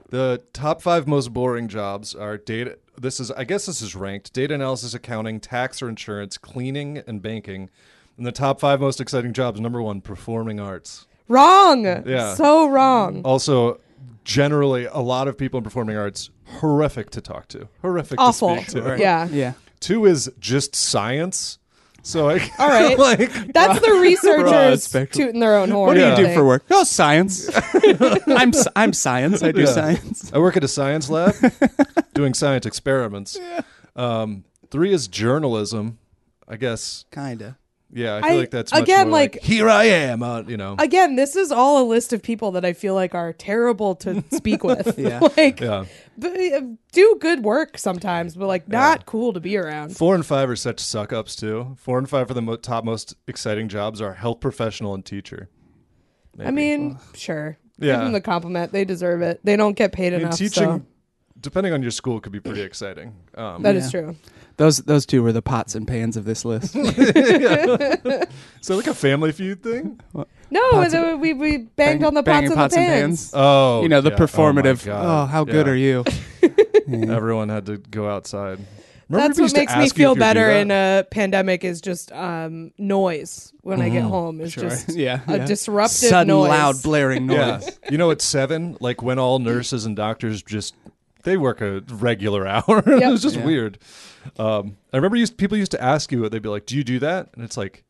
[SPEAKER 3] the top five most boring jobs are data. This is, I guess, this is ranked data analysis, accounting, tax or insurance, cleaning, and banking. And the top five most exciting jobs: number one, performing arts.
[SPEAKER 2] wrong.
[SPEAKER 3] Yeah.
[SPEAKER 2] So wrong.
[SPEAKER 3] also generally a lot of people in performing arts horrific to talk to horrific
[SPEAKER 2] Awful.
[SPEAKER 3] to speak to
[SPEAKER 2] Yeah.
[SPEAKER 4] [laughs] yeah.
[SPEAKER 3] two is just science so like
[SPEAKER 2] [laughs] All
[SPEAKER 4] [laughs]
[SPEAKER 2] right.
[SPEAKER 3] like
[SPEAKER 2] That's the
[SPEAKER 4] broad
[SPEAKER 2] researchers
[SPEAKER 4] spectrum.
[SPEAKER 2] tooting their own horn.
[SPEAKER 4] What
[SPEAKER 3] Yeah.
[SPEAKER 4] do you do
[SPEAKER 2] thing.
[SPEAKER 4] for work? Oh, science. [laughs] I'm s- I'm science. I do
[SPEAKER 3] Yeah.
[SPEAKER 4] science.
[SPEAKER 3] i work at a science
[SPEAKER 4] [laughs]
[SPEAKER 3] lab doing science experiments um, three is journalism i guess
[SPEAKER 4] Kinda.
[SPEAKER 3] Yeah, I feel
[SPEAKER 2] I-
[SPEAKER 3] like that's much
[SPEAKER 2] again,
[SPEAKER 3] more
[SPEAKER 2] like-
[SPEAKER 3] here I am. Uh, you know,
[SPEAKER 2] Again, this is all a list of people that I feel like are terrible
[SPEAKER 4] [laughs]
[SPEAKER 2] to speak with. [laughs] like,
[SPEAKER 3] Yeah.
[SPEAKER 2] b- uh, do good work sometimes, but like not cool to be around.
[SPEAKER 3] four and five are such suck ups too. Four and five for the mo- top most exciting jobs are health professional and teacher.
[SPEAKER 2] I mean, sure.
[SPEAKER 3] Yeah.
[SPEAKER 2] Give them the compliment. They deserve it. They don't get paid
[SPEAKER 3] And
[SPEAKER 2] enough.
[SPEAKER 3] teaching,
[SPEAKER 2] so
[SPEAKER 3] depending on your school, could be pretty exciting. Um,
[SPEAKER 2] that is
[SPEAKER 4] Yeah.
[SPEAKER 2] true.
[SPEAKER 4] Those those two were the pots and pans of
[SPEAKER 3] [laughs]
[SPEAKER 4] this list.
[SPEAKER 3] so like a family feud thing.
[SPEAKER 2] No,
[SPEAKER 4] Pots
[SPEAKER 2] the- we, we banged on the pots
[SPEAKER 4] Banging
[SPEAKER 2] and the pans.
[SPEAKER 3] Oh,
[SPEAKER 4] you know the
[SPEAKER 3] yeah. Oh my
[SPEAKER 4] performative. Oh,
[SPEAKER 3] God.
[SPEAKER 4] how good
[SPEAKER 3] Yeah.
[SPEAKER 4] are you?
[SPEAKER 3] [laughs] Everyone had to go outside. Remember
[SPEAKER 2] That's what
[SPEAKER 3] we used to
[SPEAKER 2] makes me
[SPEAKER 3] ask you
[SPEAKER 2] feel
[SPEAKER 3] if you do
[SPEAKER 2] better
[SPEAKER 3] that?
[SPEAKER 2] in a pandemic is just um, noise when I get home. Is
[SPEAKER 3] [laughs]
[SPEAKER 2] just
[SPEAKER 4] yeah,
[SPEAKER 2] a
[SPEAKER 4] yeah.
[SPEAKER 2] disruptive
[SPEAKER 4] Mm-hmm. sudden
[SPEAKER 2] noise.
[SPEAKER 4] loud blaring noise.
[SPEAKER 3] [laughs]
[SPEAKER 4] [laughs]
[SPEAKER 3] Yeah. you know, at seven, like when all nurses and doctors just they work a regular [laughs] hour. it
[SPEAKER 2] Yep.
[SPEAKER 3] was just
[SPEAKER 4] Yeah.
[SPEAKER 3] weird. Um, I remember used, people used to ask you, they'd be like, "Do you do that?" And it's like,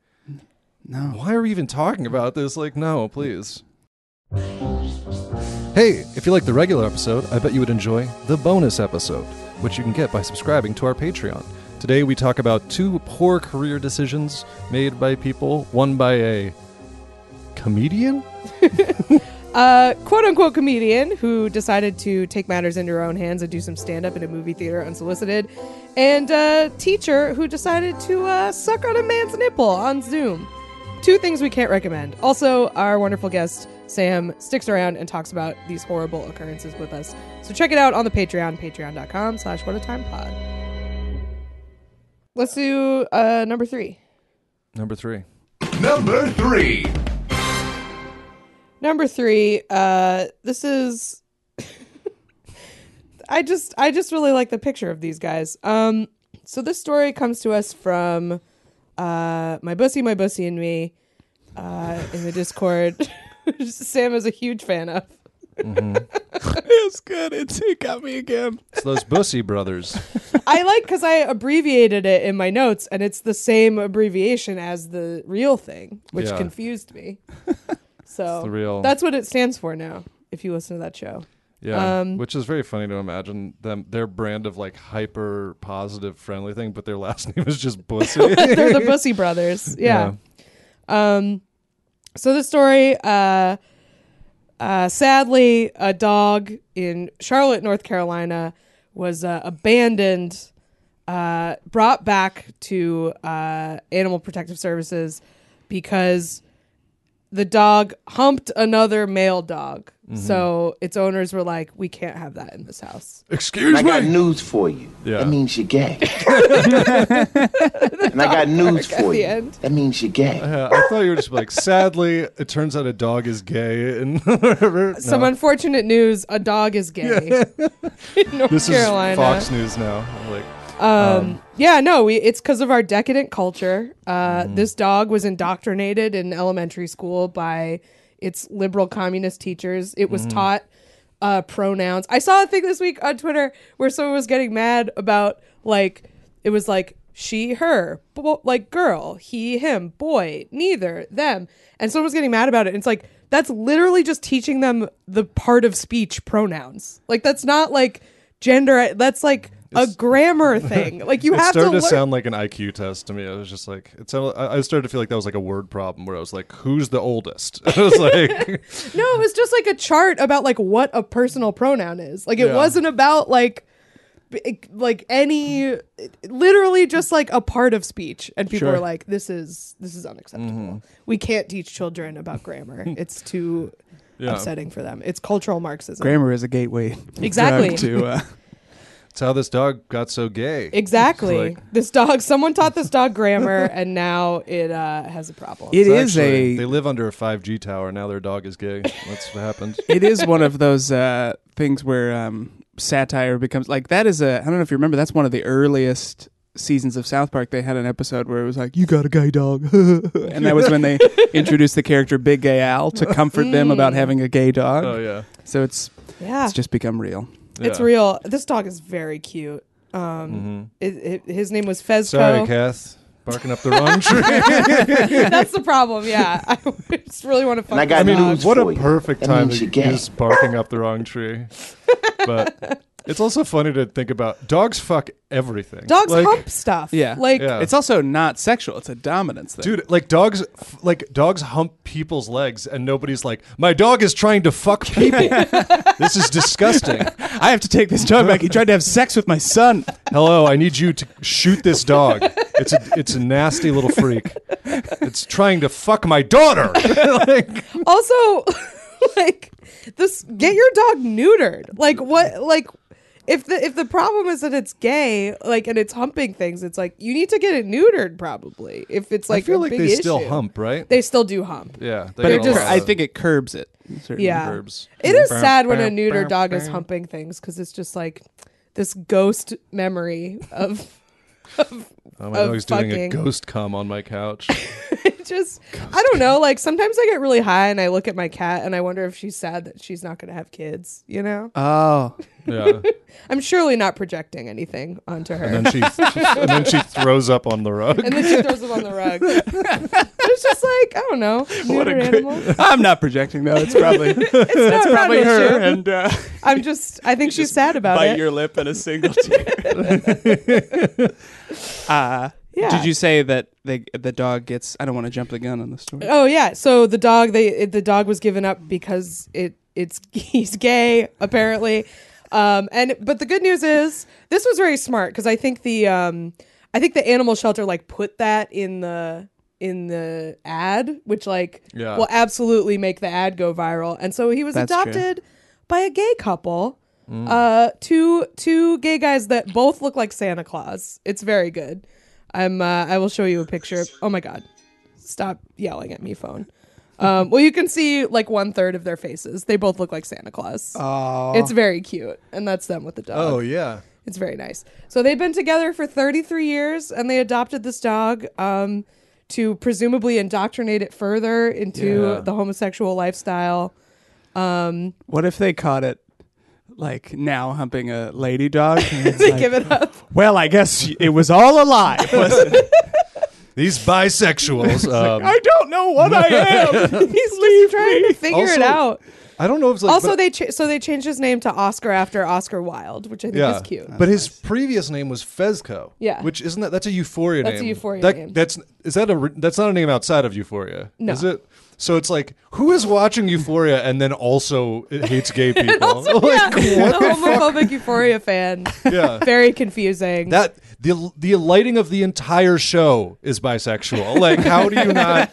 [SPEAKER 4] No.
[SPEAKER 3] Why are we even talking about this? Like, no, please. Hey, if you like the regular episode, I bet you would enjoy the bonus episode, which you can get by subscribing to our Patreon. Today we talk about two poor career decisions made by people, one by a comedian?
[SPEAKER 2] uh, quote unquote comedian who decided to take matters into her own hands and do some stand up in a movie theater unsolicited, and a teacher who decided to uh, suck on a man's nipple on Zoom. Two things we can't recommend. Also, our wonderful guest, Sam, sticks around and talks about these horrible occurrences with us. So check it out on the Patreon, patreon.com slash what a time pod. Let's do uh, number three.
[SPEAKER 3] Number three.
[SPEAKER 1] Number three.
[SPEAKER 2] Number three, uh, this is. [laughs] I just, I just really like the picture of these guys. Um, so this story comes to us from uh, my bussy, my bussy, and me uh, in the Discord. [laughs] Sam is a huge fan of.
[SPEAKER 4] it's good. It's, it got me again.
[SPEAKER 3] It's those Bussy [laughs] brothers.
[SPEAKER 2] I like because I abbreviated it in my notes, and it's the same abbreviation as the real thing, which
[SPEAKER 3] Yeah.
[SPEAKER 2] confused
[SPEAKER 3] [laughs]
[SPEAKER 2] me. So
[SPEAKER 3] the real-
[SPEAKER 2] that's what it stands for now. If you listen to that show, [laughs]
[SPEAKER 3] Yeah,
[SPEAKER 2] Um,
[SPEAKER 3] which is very funny to imagine them their brand of like hyper positive friendly thing, but their last [laughs] name is just Bussy.
[SPEAKER 2] they're the Bussy
[SPEAKER 3] [laughs]
[SPEAKER 2] Brothers. yeah. Um, so the story, uh, uh, sadly, a dog in Charlotte, North Carolina, was uh, abandoned, uh, brought back to uh, Animal Protective Services because the dog humped another male dog.
[SPEAKER 3] Mm-hmm.
[SPEAKER 2] So its owners were like, "We can't have that in this house."
[SPEAKER 3] Excuse
[SPEAKER 8] I
[SPEAKER 3] me.
[SPEAKER 8] got news for you.
[SPEAKER 3] Yeah.
[SPEAKER 8] That means you're gay. and I
[SPEAKER 2] [laughs]
[SPEAKER 8] got news
[SPEAKER 2] at
[SPEAKER 8] for
[SPEAKER 2] the
[SPEAKER 8] you.
[SPEAKER 2] end.
[SPEAKER 8] That means you're gay.
[SPEAKER 3] Yeah, Uh, I thought you were just like, sadly, it turns out a dog is gay and [laughs] whatever. No.
[SPEAKER 2] Some unfortunate news: a dog is
[SPEAKER 3] [laughs]
[SPEAKER 2] gay [laughs] in North
[SPEAKER 3] this
[SPEAKER 2] Carolina.
[SPEAKER 3] is Fox News now. I'm Like,
[SPEAKER 2] Yeah, no, we, it's because of our decadent culture. Uh, This dog was indoctrinated in elementary school by its liberal communist teachers. It was taught uh, pronouns. I saw a thing this week on Twitter where someone was getting mad about like it was like she, her, bo- like girl, he, him, boy, neither, them, and someone was getting mad about it. And it's like that's literally just teaching them the part of speech pronouns. Like that's not like gender. That's like. A grammar thing. Like you
[SPEAKER 3] it
[SPEAKER 2] have to
[SPEAKER 3] started to,
[SPEAKER 2] learn.
[SPEAKER 3] sound like an IQ test to me. I was just like, it sounded. I I started to feel like that was like a word problem where I was like, who's the oldest? [laughs] I
[SPEAKER 2] [laughs]
[SPEAKER 3] was like,
[SPEAKER 2] no, it was just like a chart about like what a personal pronoun is. Like it
[SPEAKER 3] Yeah.
[SPEAKER 2] wasn't about like b- like any literally just like a part of speech and people were like this is this is unacceptable
[SPEAKER 3] Mm-hmm.
[SPEAKER 2] we can't teach children about
[SPEAKER 3] [laughs]
[SPEAKER 2] grammar it's too
[SPEAKER 3] Yeah.
[SPEAKER 2] upsetting for them it's cultural marxism
[SPEAKER 4] Grammar is a gateway.
[SPEAKER 2] Exactly.
[SPEAKER 4] [laughs] drug To uh,
[SPEAKER 3] it's how this dog got so gay.
[SPEAKER 2] exactly
[SPEAKER 3] It's like-
[SPEAKER 2] this dog someone taught this dog
[SPEAKER 3] [laughs]
[SPEAKER 2] grammar and now it uh, has a problem
[SPEAKER 4] it
[SPEAKER 3] It's
[SPEAKER 4] is
[SPEAKER 3] actually-
[SPEAKER 4] a.
[SPEAKER 3] They live under a 5G tower. Now their dog is gay. That's
[SPEAKER 2] [laughs]
[SPEAKER 3] what happened.
[SPEAKER 4] it is one of those uh, things where um, satire becomes like that is a I don't know if you remember that's one of the earliest seasons of South Park they had an episode where it was like you got a gay dog [laughs] and that was when
[SPEAKER 3] [laughs]
[SPEAKER 4] they introduced the character Big Gay Al to comfort them about having a gay dog
[SPEAKER 3] Oh yeah.
[SPEAKER 4] so it's
[SPEAKER 2] yeah
[SPEAKER 4] it's just become real
[SPEAKER 2] it's
[SPEAKER 3] Yeah. Mm-hmm.
[SPEAKER 2] real this dog is very cute um it, it, his name was Fezco
[SPEAKER 3] Sorry, Kath. Barking up the
[SPEAKER 2] [laughs]
[SPEAKER 3] wrong tree.
[SPEAKER 2] That's the problem.
[SPEAKER 3] [laughs]
[SPEAKER 2] Yeah, I just really want to fuck.
[SPEAKER 8] And I got
[SPEAKER 2] this
[SPEAKER 8] news
[SPEAKER 2] dog.
[SPEAKER 8] It's
[SPEAKER 3] what a
[SPEAKER 8] for you.
[SPEAKER 3] perfect
[SPEAKER 8] That
[SPEAKER 3] time
[SPEAKER 8] means
[SPEAKER 3] to
[SPEAKER 8] [laughs] you're gay.
[SPEAKER 3] use barking up the wrong tree. But It's also funny to think about. Dogs fuck everything.
[SPEAKER 2] Dogs
[SPEAKER 3] Like-
[SPEAKER 2] hump stuff.
[SPEAKER 4] Yeah.
[SPEAKER 2] Like
[SPEAKER 3] Yeah.
[SPEAKER 4] It's also not sexual. It's a dominance thing.
[SPEAKER 3] Dude, like dogs, f- like dogs hump people's legs, and nobody's like, "My dog is trying to fuck
[SPEAKER 8] [laughs]
[SPEAKER 3] people." this is disgusting.
[SPEAKER 4] I have to take this dog back. He tried to have sex with my son.
[SPEAKER 3] Hello, I need you to shoot this dog. It's a it's a nasty little freak. It's trying to fuck my daughter. [laughs] Like,
[SPEAKER 2] also [laughs] like this get your dog neutered. Like what like if the if the problem is that it's gay, like and it's humping things, it's like you need to get it neutered probably. If it's like
[SPEAKER 3] I feel
[SPEAKER 2] a
[SPEAKER 3] like
[SPEAKER 2] big
[SPEAKER 3] they still
[SPEAKER 2] issue.
[SPEAKER 3] hump, right?
[SPEAKER 2] They still do hump.
[SPEAKER 3] yeah,
[SPEAKER 4] But
[SPEAKER 3] they
[SPEAKER 4] it
[SPEAKER 3] get a
[SPEAKER 4] just,
[SPEAKER 3] lot
[SPEAKER 4] I
[SPEAKER 3] of-
[SPEAKER 4] think it curbs it. in certain
[SPEAKER 2] Yeah.
[SPEAKER 4] verbs.
[SPEAKER 2] It is sad when a neuter dog is humping things because it's just like this ghost memory of
[SPEAKER 3] oh, my
[SPEAKER 2] of
[SPEAKER 3] dog's doing a
[SPEAKER 2] fucking.
[SPEAKER 3] ghost cum on my couch.
[SPEAKER 2] it [laughs] just I don't know. Like sometimes I get really high and I look at my cat and I wonder if she's sad that she's not gonna have kids, you know?
[SPEAKER 4] Oh,
[SPEAKER 3] Yeah,
[SPEAKER 2] I'm surely not projecting anything onto her.
[SPEAKER 3] and then she
[SPEAKER 2] [laughs]
[SPEAKER 3] and then she throws up on the rug.
[SPEAKER 2] and then she throws them on the
[SPEAKER 4] [laughs]
[SPEAKER 2] rug. it's just like I don't know,
[SPEAKER 4] what
[SPEAKER 2] neuter
[SPEAKER 4] a good,
[SPEAKER 2] animal.
[SPEAKER 4] [laughs] I'm not projecting though. It's
[SPEAKER 3] [laughs]
[SPEAKER 4] probably it's
[SPEAKER 2] It's not
[SPEAKER 4] probably
[SPEAKER 2] an
[SPEAKER 4] her.
[SPEAKER 2] issue.
[SPEAKER 4] And [laughs] uh,
[SPEAKER 2] I'm just I
[SPEAKER 4] [laughs]
[SPEAKER 2] think she's sad about
[SPEAKER 4] bite
[SPEAKER 2] it.
[SPEAKER 4] your lip and a single tear. [laughs] uh,
[SPEAKER 2] Yeah.
[SPEAKER 4] Did you say that they, the dog gets? I don't want to jump the gun on the story.
[SPEAKER 2] oh yeah, so the dog they it, the dog was given up because it it's [laughs] he's gay apparently. Um, and but the good news is this was very smart because I think the um, I think the animal shelter like put that in the in the ad, which like
[SPEAKER 3] Yeah.
[SPEAKER 2] will absolutely make the ad go viral. And so he was
[SPEAKER 4] That's true. Mm.
[SPEAKER 2] adopted by a gay couple. Uh, two two gay guys that both look like Santa Claus. It's very good. I'm. Uh, I will show you a picture. Oh my god! Stop yelling at me, phone. Um, well, you can see like one third of their faces. They both look like Santa Claus. It's very cute, and that's them with the dog.
[SPEAKER 3] Oh yeah.
[SPEAKER 2] It's very nice. So they've been together for 33 years, and they adopted this dog um, to presumably indoctrinate it further into
[SPEAKER 3] Yeah.
[SPEAKER 2] the homosexual lifestyle.
[SPEAKER 4] What if they caught it? Like now humping a lady [laughs] dog. And it's
[SPEAKER 2] They
[SPEAKER 4] like,
[SPEAKER 2] give it
[SPEAKER 3] [laughs]
[SPEAKER 2] up.
[SPEAKER 4] well, I guess it was all a lie. [laughs] wasn't it?
[SPEAKER 3] These bisexuals. Um,
[SPEAKER 2] [laughs]
[SPEAKER 4] I don't know what I [laughs] am.
[SPEAKER 2] He's just trying to figure it
[SPEAKER 3] Also-
[SPEAKER 2] out.
[SPEAKER 3] I don't know if it's like,
[SPEAKER 2] Also,
[SPEAKER 3] but-
[SPEAKER 2] they cha- so they changed his name to Oscar after Oscar Wilde, which I think is cute.
[SPEAKER 3] But his previous name was Fezco.
[SPEAKER 2] Yeah.
[SPEAKER 3] Which isn't that that's a Euphoria
[SPEAKER 2] That's a
[SPEAKER 3] name.
[SPEAKER 2] Euphoria
[SPEAKER 3] That-
[SPEAKER 2] name.
[SPEAKER 3] That's is that a re- that's not a name outside of Euphoria.
[SPEAKER 2] No.
[SPEAKER 3] Is it? So it's like who is watching Euphoria and then also it hates gay
[SPEAKER 2] [laughs]
[SPEAKER 3] people?
[SPEAKER 2] yeah,
[SPEAKER 3] [laughs] like what
[SPEAKER 2] the
[SPEAKER 3] the fuck?
[SPEAKER 2] homophobic Euphoria fan.
[SPEAKER 3] Yeah.
[SPEAKER 2] Very confusing.
[SPEAKER 3] That the the lighting of the entire show is bisexual. Like how do
[SPEAKER 2] [laughs]
[SPEAKER 3] you not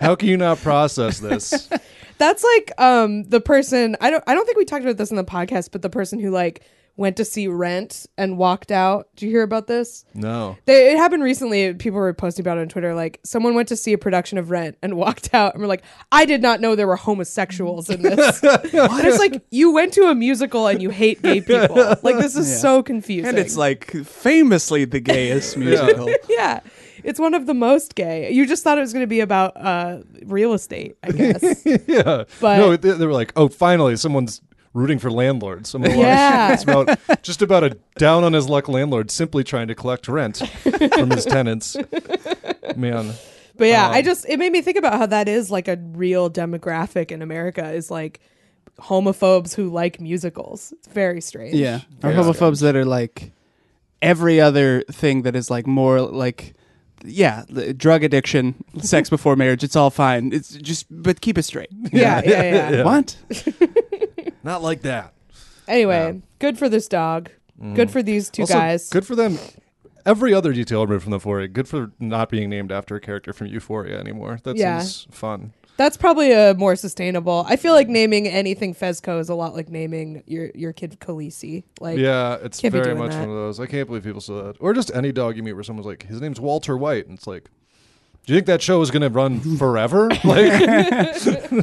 [SPEAKER 3] how can you not process this?
[SPEAKER 2] That's like um the person I don't I don't think we talked about this in the podcast, but the person who like went to see Rent and walked out. Did you hear about this?
[SPEAKER 3] No.
[SPEAKER 2] They, it happened recently. People were posting about it on Twitter. Like someone went to see a production of Rent and walked out, and were like, "I did not know there were homosexuals in
[SPEAKER 3] [laughs]
[SPEAKER 2] this." and it's like you went to a musical and you hate gay people. Like this is so confusing.
[SPEAKER 4] and it's like famously the gayest musical.
[SPEAKER 2] [laughs] yeah, it's one of the most gay. You just thought it was going to be about uh, real estate,
[SPEAKER 3] [laughs]
[SPEAKER 2] I guess.
[SPEAKER 3] Yeah.
[SPEAKER 2] But-
[SPEAKER 3] no, they, they were like, oh, finally, someone's rooting for landlords. Someone
[SPEAKER 2] Yeah.
[SPEAKER 3] it's about just about a down on his luck landlord simply trying to collect rent
[SPEAKER 2] [laughs]
[SPEAKER 3] from his tenants. Man,
[SPEAKER 2] But yeah, I just it made me think about how that is like a real demographic in America is like homophobes who like musicals. It's very strange.
[SPEAKER 4] Yeah. Or homophobes that are like every other thing that is like more like yeah, the- drug
[SPEAKER 2] [laughs]
[SPEAKER 4] addiction, sex before marriage, it's all fine. It's just but keep it straight.
[SPEAKER 2] Yeah, yeah, [laughs]
[SPEAKER 4] [laughs]
[SPEAKER 2] yeah.
[SPEAKER 4] What?
[SPEAKER 3] not like that.
[SPEAKER 2] Anyway, good for this dog. Good for these two
[SPEAKER 3] Also,
[SPEAKER 2] guys.
[SPEAKER 3] good for them. Every other detail removed from the Euphoria. Good for not being named after a character from Euphoria anymore. That
[SPEAKER 2] Yeah.
[SPEAKER 3] seems fun.
[SPEAKER 2] That's probably a more sustainable. I feel like naming anything Fezco is a lot like naming your your kid Khaleesi. Like
[SPEAKER 3] Yeah, it's
[SPEAKER 2] can't be
[SPEAKER 3] very
[SPEAKER 2] doing
[SPEAKER 3] much
[SPEAKER 2] that.
[SPEAKER 3] one of those. I can't believe people saw that. Or just any dog you meet where someone's like, his name's Walter White, and it's like, do you think that show is going to run forever? like, [laughs]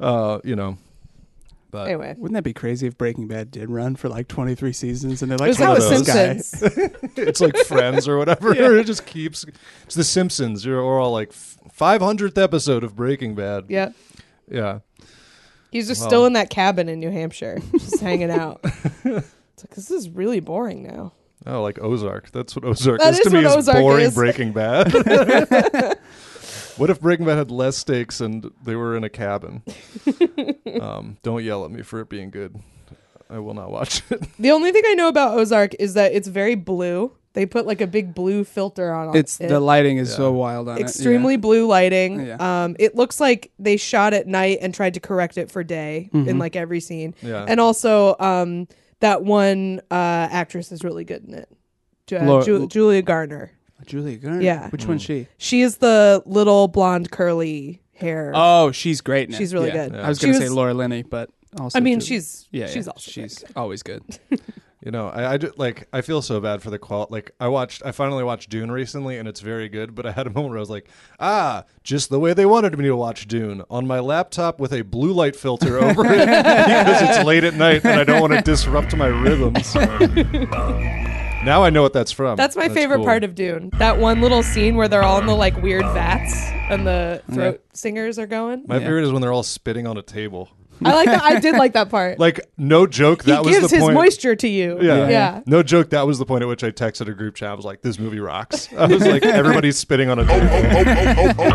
[SPEAKER 3] uh, you know. But
[SPEAKER 2] anyway.
[SPEAKER 4] Wouldn't that be crazy if Breaking Bad did run for like 23 seasons and they're
[SPEAKER 2] It
[SPEAKER 4] like,
[SPEAKER 2] was
[SPEAKER 4] "Hey,
[SPEAKER 2] how
[SPEAKER 3] one
[SPEAKER 2] the
[SPEAKER 3] of
[SPEAKER 4] this
[SPEAKER 3] those.
[SPEAKER 4] guy.
[SPEAKER 2] Simpsons.
[SPEAKER 3] [laughs] it's like Friends or whatever. It just keeps. It's The Simpsons. You're we're all like five hundredth episode of Breaking Bad.
[SPEAKER 2] yeah.
[SPEAKER 3] Yeah.
[SPEAKER 2] He's just
[SPEAKER 3] Well.
[SPEAKER 2] still in that cabin in New Hampshire, just hanging
[SPEAKER 4] [laughs]
[SPEAKER 2] out. It's like this is really boring now.
[SPEAKER 3] Oh, like Ozark. That's what Ozark
[SPEAKER 2] That
[SPEAKER 3] is,
[SPEAKER 2] is
[SPEAKER 3] to me.
[SPEAKER 2] what
[SPEAKER 3] Is
[SPEAKER 2] Ozark
[SPEAKER 3] boring
[SPEAKER 2] is. [laughs]
[SPEAKER 3] Breaking Bad. [laughs] what if Breaking Bad had
[SPEAKER 2] [laughs]
[SPEAKER 3] less stakes and they were in a cabin? um, don't yell at me for it being good. I will not watch it.
[SPEAKER 2] The only thing I know about Ozark is that it's very blue. They put like a big blue filter on
[SPEAKER 4] It's
[SPEAKER 2] it.
[SPEAKER 4] the lighting is so wild on
[SPEAKER 2] extremely
[SPEAKER 4] it.
[SPEAKER 2] blue lighting.
[SPEAKER 4] Yeah.
[SPEAKER 2] Um, it looks like they shot at night and tried to correct it for day
[SPEAKER 4] Mm-hmm.
[SPEAKER 2] in like every scene.
[SPEAKER 3] Yeah.
[SPEAKER 2] And also, um, that one uh, actress is really good in it, Ju-
[SPEAKER 4] Laura-
[SPEAKER 2] Ju- Julia Garner.
[SPEAKER 4] Yeah. Julia Garner.
[SPEAKER 2] Yeah. Mm-hmm.
[SPEAKER 4] Which one's she?
[SPEAKER 2] She is the little blonde curly hair.
[SPEAKER 4] Oh, she's great. in it.
[SPEAKER 2] She's really
[SPEAKER 4] Yeah.
[SPEAKER 2] good.
[SPEAKER 4] I was
[SPEAKER 2] She
[SPEAKER 4] gonna say
[SPEAKER 2] was-
[SPEAKER 4] Laura Linney, but also
[SPEAKER 2] I mean,
[SPEAKER 4] Julia-
[SPEAKER 2] she's
[SPEAKER 4] yeah,
[SPEAKER 2] she's
[SPEAKER 4] yeah.
[SPEAKER 2] also
[SPEAKER 4] she's
[SPEAKER 2] good. [laughs]
[SPEAKER 4] always good.
[SPEAKER 3] You know, I, I ju- like I feel so bad for the qual. Like I watched, I finally watched Dune recently, and it's very good. But I had a moment where I was like, ah, just the way they wanted me to watch Dune on my laptop with a blue light filter over it because it's late at night and I don't want to disrupt my rhythms. now I know what that's from.
[SPEAKER 2] That's my favorite
[SPEAKER 3] cool.
[SPEAKER 2] part of Dune. That one little scene where they're all in the like weird vats and the throat singers are going.
[SPEAKER 3] My favorite is when they're all spitting on a table.
[SPEAKER 2] I like that. I did like that part.
[SPEAKER 3] [laughs] Like no joke, that
[SPEAKER 2] he
[SPEAKER 3] was
[SPEAKER 2] gives
[SPEAKER 3] the
[SPEAKER 2] his
[SPEAKER 3] point.
[SPEAKER 2] moisture to you.
[SPEAKER 3] Yeah.
[SPEAKER 2] yeah.
[SPEAKER 3] No joke, that was the point at which I texted a group chat. I was like, this movie rocks. [laughs] I was like, everybody's spitting on a
[SPEAKER 5] Oh,
[SPEAKER 3] table.
[SPEAKER 5] oh, oh, oh, oh,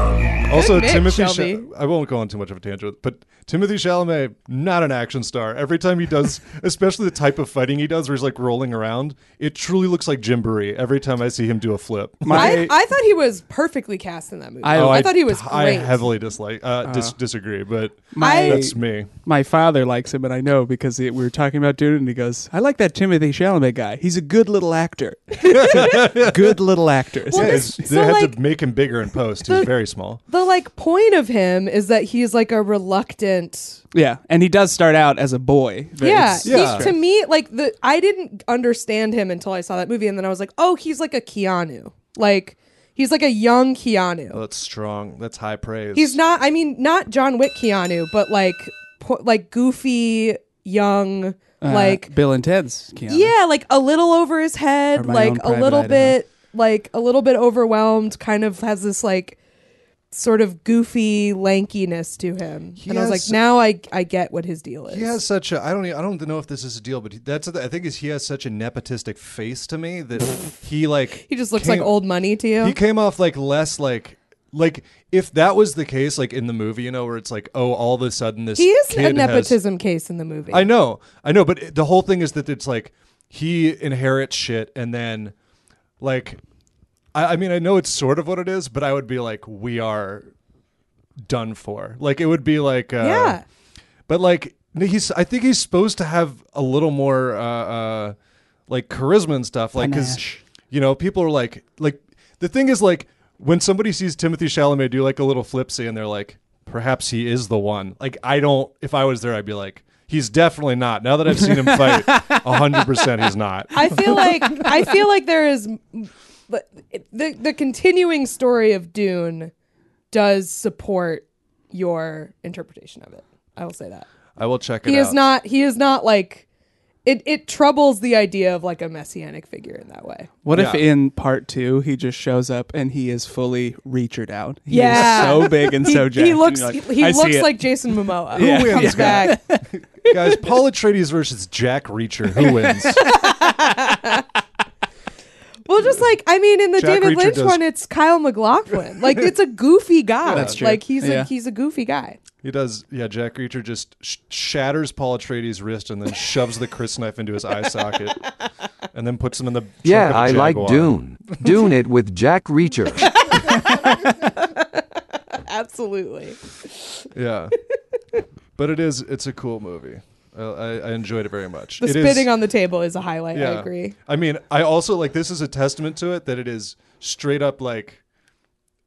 [SPEAKER 5] okay.
[SPEAKER 3] Also,
[SPEAKER 2] mix,
[SPEAKER 3] Timothy.
[SPEAKER 2] Shelby.
[SPEAKER 3] Sha- I won't go on too much of a tangent, but Timothy Chalamet, not an action star. Every time
[SPEAKER 2] [laughs]
[SPEAKER 3] he does, especially the type of fighting he does, where he's like rolling around, it truly looks like Jim Burry every time I see him do a flip. [laughs]
[SPEAKER 2] I, I thought he was perfectly cast in that movie. I,
[SPEAKER 4] Oh, I
[SPEAKER 2] thought he was great.
[SPEAKER 3] I heavily dislike, uh, dis- disagree, but
[SPEAKER 2] My-
[SPEAKER 3] that's me.
[SPEAKER 4] my father likes him, and I know because he, we were talking about Dune, and he goes, "I like that Timothy Chalamet guy. He's a good little
[SPEAKER 2] [laughs]
[SPEAKER 4] actor. good little actor."
[SPEAKER 2] Well,
[SPEAKER 3] Yeah,
[SPEAKER 2] this-
[SPEAKER 3] it's-
[SPEAKER 2] so,
[SPEAKER 3] they had
[SPEAKER 2] like-
[SPEAKER 3] to make him bigger in post. He's
[SPEAKER 2] The-
[SPEAKER 3] very small.
[SPEAKER 2] the like point of him is that he's like a reluctant.
[SPEAKER 4] yeah, and he does start out as a boy. but
[SPEAKER 2] Yeah,
[SPEAKER 4] it's-
[SPEAKER 2] he-
[SPEAKER 3] yeah.
[SPEAKER 2] to me, like the I didn't understand him until I saw that movie, and then I was like, oh, he's like a Keanu. Like he's like a young Keanu.
[SPEAKER 3] That's strong. That's high praise.
[SPEAKER 2] He's not. I mean, not John Wick Keanu, but like po- like goofy young
[SPEAKER 3] Uh-huh.
[SPEAKER 4] uh,
[SPEAKER 2] like
[SPEAKER 4] Bill and Ted's. Keanu.
[SPEAKER 2] Yeah, like a little over his head,
[SPEAKER 4] Or my
[SPEAKER 2] like
[SPEAKER 4] own
[SPEAKER 2] a
[SPEAKER 4] private
[SPEAKER 2] little
[SPEAKER 4] Idaho.
[SPEAKER 2] bit, like a little bit overwhelmed. Kind of has this like sort of goofy lankiness to him, and I was
[SPEAKER 3] has-
[SPEAKER 2] like, now I I get what his deal is.
[SPEAKER 3] He has such a I don't e- I don't know if this is a deal, but he- that's the, I think is he has such a nepotistic face to me
[SPEAKER 2] [laughs]
[SPEAKER 3] that he like
[SPEAKER 2] he just looks like
[SPEAKER 3] came-
[SPEAKER 2] old money to you.
[SPEAKER 3] He came off like less like like if that was the case like in the movie you know where it's like oh all of a sudden this
[SPEAKER 2] He is
[SPEAKER 3] kid
[SPEAKER 2] a
[SPEAKER 3] has-
[SPEAKER 2] nepotism case in the movie.
[SPEAKER 3] I know I know but it- the whole thing is that it's like he inherits shit and then like I, I mean I know it's sort of what it is but I would be like we are done for like it would be like uh,
[SPEAKER 2] yeah,
[SPEAKER 3] but like he's, I think he's supposed to have a little more uh, uh like charisma and stuff, like because
[SPEAKER 4] Panache.
[SPEAKER 3] you know people are like, like the thing is like when somebody sees Timothy Chalamet do like a little flipsy and they're like, perhaps he is the one. Like I don't, if I was there, I'd be like, he's definitely not. Now that I've seen him fight, hundred percent, he's not.
[SPEAKER 2] I [laughs] feel like I feel like there is, but the the continuing story of Dune does support your interpretation of it. I will say that.
[SPEAKER 3] I will check it.
[SPEAKER 2] he
[SPEAKER 3] out.
[SPEAKER 2] is not he is not like it it troubles the idea of like a messianic figure in that way
[SPEAKER 4] What if
[SPEAKER 3] Yeah.
[SPEAKER 4] in part two he just shows up and he is fully Reachered out? He is
[SPEAKER 2] Yeah.
[SPEAKER 4] so big and
[SPEAKER 2] he,
[SPEAKER 4] so jacked.
[SPEAKER 2] he looks
[SPEAKER 4] and you're
[SPEAKER 2] he, he
[SPEAKER 4] "I see
[SPEAKER 2] looks
[SPEAKER 4] it."
[SPEAKER 2] like jason
[SPEAKER 4] [laughs]
[SPEAKER 2] momoa
[SPEAKER 4] Yeah.
[SPEAKER 2] who comes
[SPEAKER 3] wins?
[SPEAKER 2] back
[SPEAKER 3] guys. Paul Atreides versus Jack Reacher. Who wins?
[SPEAKER 2] well just like i mean in the
[SPEAKER 3] Jack
[SPEAKER 2] david
[SPEAKER 3] Reacher
[SPEAKER 2] lynch
[SPEAKER 3] does-
[SPEAKER 2] one it's kyle mclaughlin like it's a goofy guy
[SPEAKER 4] [laughs] That's true.
[SPEAKER 2] like he's
[SPEAKER 4] Yeah.
[SPEAKER 2] a he's a goofy guy
[SPEAKER 3] He does. Yeah, Jack Reacher just sh- shatters Paul Atreides' wrist and then shoves the Chris knife into his eye socket, and then puts him in the trunk
[SPEAKER 6] Yeah,
[SPEAKER 3] of a
[SPEAKER 6] I like
[SPEAKER 3] Jaguar.
[SPEAKER 6] Dune. Dune it with Jack
[SPEAKER 3] [laughs]
[SPEAKER 6] Reacher.
[SPEAKER 2] absolutely
[SPEAKER 3] Yeah, but it is. It's a cool movie. I, I, I enjoyed it very much.
[SPEAKER 2] the
[SPEAKER 3] It is-
[SPEAKER 2] spitting on the table is a highlight i agree
[SPEAKER 3] I mean, I also like this is a testament to it that it is straight up like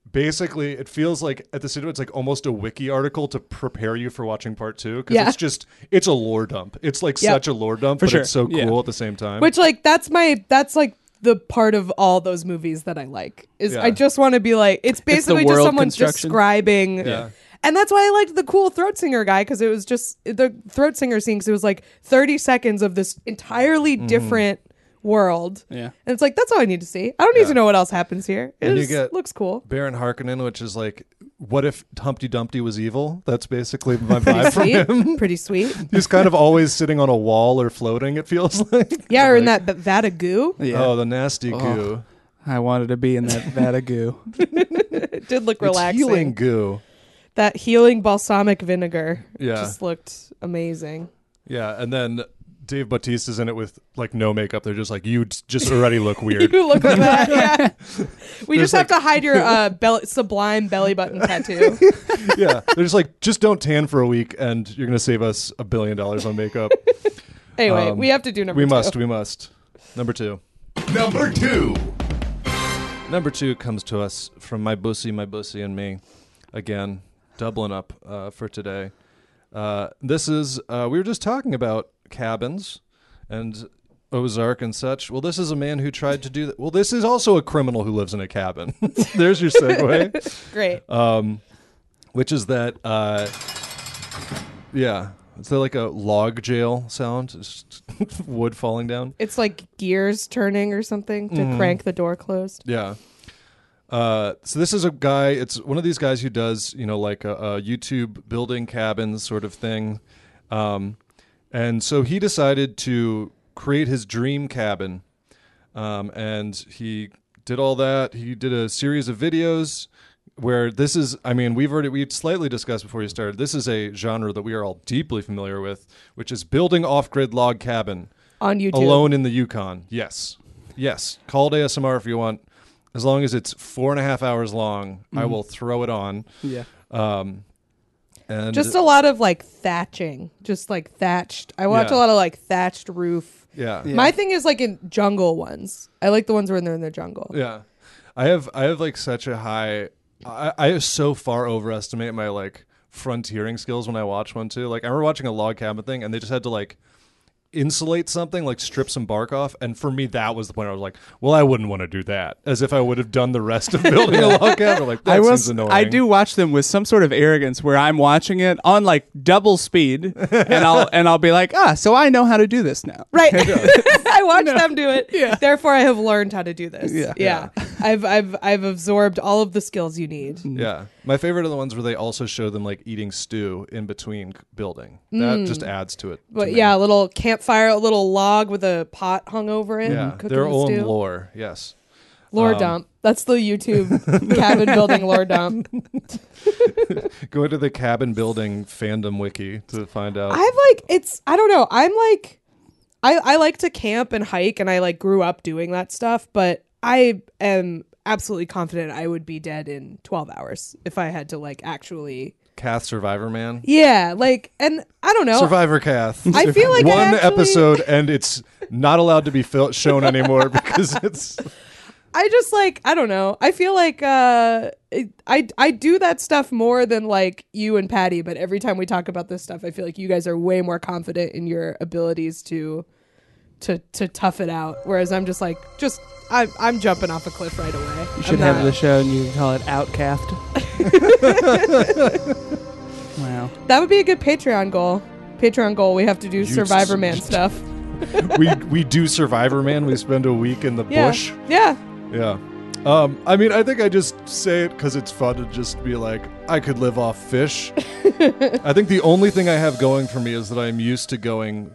[SPEAKER 3] basically it feels like at the cinema it's like almost a wiki article to prepare you for watching part two because
[SPEAKER 2] Yeah.
[SPEAKER 3] it's just it's a lore dump. It's like
[SPEAKER 2] Yep.
[SPEAKER 3] such a lore dump, but
[SPEAKER 4] sure.
[SPEAKER 3] it's so cool
[SPEAKER 4] Yeah.
[SPEAKER 3] at the same time.
[SPEAKER 2] which like that's my that's like the part of all those movies that I like is
[SPEAKER 3] Yeah.
[SPEAKER 2] I just want to be like it's basically just
[SPEAKER 4] world
[SPEAKER 2] someone
[SPEAKER 4] construction.
[SPEAKER 2] describing,
[SPEAKER 3] Yeah.
[SPEAKER 2] and that's why I liked the cool throat singer guy because it was just the throat singer scene because it was like thirty seconds of this entirely
[SPEAKER 3] Mm-hmm.
[SPEAKER 2] different world,
[SPEAKER 4] Yeah.
[SPEAKER 2] and it's like that's all I need to see. I don't need to know what else happens here. It
[SPEAKER 3] And you
[SPEAKER 2] just
[SPEAKER 3] get-
[SPEAKER 2] looks cool.
[SPEAKER 3] Baron Harkonnen, which is like, what if Humpty Dumpty was evil? That's basically my vibe from
[SPEAKER 2] Sweet,
[SPEAKER 3] him. [laughs]
[SPEAKER 2] pretty sweet.
[SPEAKER 3] He's kind of always sitting on a wall or floating. It feels like.
[SPEAKER 2] Yeah, or in that b- vat of goo,
[SPEAKER 4] Yeah.
[SPEAKER 3] Oh, the nasty goo.
[SPEAKER 4] I wanted to be in that vat
[SPEAKER 2] [laughs]
[SPEAKER 4] of goo.
[SPEAKER 2] it did look
[SPEAKER 3] It's
[SPEAKER 2] relaxing.
[SPEAKER 3] healing goo.
[SPEAKER 2] That healing balsamic vinegar
[SPEAKER 3] Yeah.
[SPEAKER 2] just looked amazing.
[SPEAKER 3] Yeah, and then Dave Bautista's in it with like no makeup. They're just like you d- just already look weird.
[SPEAKER 2] [laughs] You look bad.
[SPEAKER 3] [laughs]
[SPEAKER 2] Yeah. We
[SPEAKER 3] There's
[SPEAKER 2] just
[SPEAKER 3] like-
[SPEAKER 2] have to hide your uh, belly, sublime belly
[SPEAKER 3] [laughs]
[SPEAKER 2] button tattoo.
[SPEAKER 3] yeah, they're just like just don't tan for a week, and you're gonna save us a billion dollars on makeup.
[SPEAKER 2] Anyway,
[SPEAKER 3] Um,
[SPEAKER 2] we have to do number
[SPEAKER 3] we
[SPEAKER 2] two.
[SPEAKER 3] must. We must. Number two.
[SPEAKER 1] Number two.
[SPEAKER 3] Number two comes to us from my bussy, my bussy, and me. Again, doubling up uh, for today. Uh, this is uh, we were just talking about cabins and Ozark and such. Well, this is a man who tried to do that. Well, this is also a criminal who lives in a cabin. [laughs] There's your segue,
[SPEAKER 2] [laughs] Great.
[SPEAKER 3] Uh, which is that. Uh, yeah, is there like a log jail sound? Just [laughs] wood falling down.
[SPEAKER 2] it's like gears turning or something to
[SPEAKER 3] Mm-hmm.
[SPEAKER 2] crank the door closed.
[SPEAKER 3] Yeah. Uh, so this is a guy. It's one of these guys who does you know like a, a YouTube building cabins sort of thing, um, and so he decided to create his dream cabin, um, and he did all that. He did a series of videos where this is. I mean, we've already we slightly discussed before you started. This is a genre that we are all deeply familiar with, which is building off-grid log cabin.
[SPEAKER 2] On YouTube.
[SPEAKER 3] Alone in the Yukon. Yes. Yes. Call it ASMR if you want. As long as it's four and a half hours long,
[SPEAKER 4] Mm-hmm.
[SPEAKER 3] I will throw it on.
[SPEAKER 4] Yeah.
[SPEAKER 3] And
[SPEAKER 2] Just a lot of like thatching. Just like thatched. I watch a
[SPEAKER 3] Yeah.
[SPEAKER 2] lot of like thatched roof.
[SPEAKER 3] yeah.
[SPEAKER 2] My thing is like in jungle ones. I like the ones where they're in the jungle.
[SPEAKER 3] Yeah. I have I have like such a high I, I so far overestimate my like frontiering skills when I watch one too. Like I remember watching a log cabin thing and they just had to like insulate something, like strip some bark off. And for me that was the point I was like, Well, I wouldn't want to do that. As if I would have done the
[SPEAKER 4] [laughs]
[SPEAKER 3] rest of building a log cabin. Like that
[SPEAKER 4] I
[SPEAKER 3] seems
[SPEAKER 4] was.
[SPEAKER 3] annoying.
[SPEAKER 4] I do watch them with some sort of arrogance where I'm watching it on like double speed,
[SPEAKER 3] [laughs]
[SPEAKER 4] and I'll and I'll be like, ah, so I know how to do this now.
[SPEAKER 2] Right. [laughs] I watched them do it. Therefore I have learned how to do this.
[SPEAKER 4] Yeah.
[SPEAKER 2] Yeah. I've I've I've absorbed all of the skills you need.
[SPEAKER 3] Yeah, my favorite are the ones where they also show them like eating stew in between c- building. That
[SPEAKER 2] Mm.
[SPEAKER 3] just adds to it. to
[SPEAKER 2] But
[SPEAKER 3] me.
[SPEAKER 2] yeah, a little campfire, a little log with a pot hung over it. and
[SPEAKER 3] yeah,
[SPEAKER 2] cooking
[SPEAKER 3] their
[SPEAKER 2] the
[SPEAKER 3] own
[SPEAKER 2] stew.
[SPEAKER 3] lore. Yes,
[SPEAKER 2] Lore dump. That's the YouTube cabin building lore dump.
[SPEAKER 3] go to the cabin building fandom wiki to find out.
[SPEAKER 2] I've like it's I don't know. I'm like I I like to camp and hike and I like grew up doing that stuff, but I am absolutely confident I would be dead in 12 hours if I had to like actually
[SPEAKER 3] Kath Survivor Man,
[SPEAKER 2] Yeah, like and I don't know.
[SPEAKER 3] Survivor Kath.
[SPEAKER 2] I feel like I
[SPEAKER 3] one
[SPEAKER 2] actually-
[SPEAKER 3] episode and it's not allowed to be fil- shown anymore [laughs] because it's
[SPEAKER 2] I just like I don't know. I feel like uh it, I I do that stuff more than like you and Patty, but every time we talk about this stuff, I feel like you guys are way more confident in your abilities to to to tough it out, whereas I'm just like just I'm I'm jumping off a cliff right away.
[SPEAKER 4] You should have the show, and you can call
[SPEAKER 3] [laughs]
[SPEAKER 4] it Outcast. wow.
[SPEAKER 2] That would be a good Patreon goal. Patreon goal. We have to do Survivor Man stuff.
[SPEAKER 3] we we do Survivor Man. We spend a week in the
[SPEAKER 2] Yeah.
[SPEAKER 3] bush.
[SPEAKER 2] Yeah.
[SPEAKER 3] Yeah. Um, I mean, I think I just say it because it's fun to just be like, I could live off fish.
[SPEAKER 2] [laughs]
[SPEAKER 3] I think the only thing I have going for me is that I'm used to going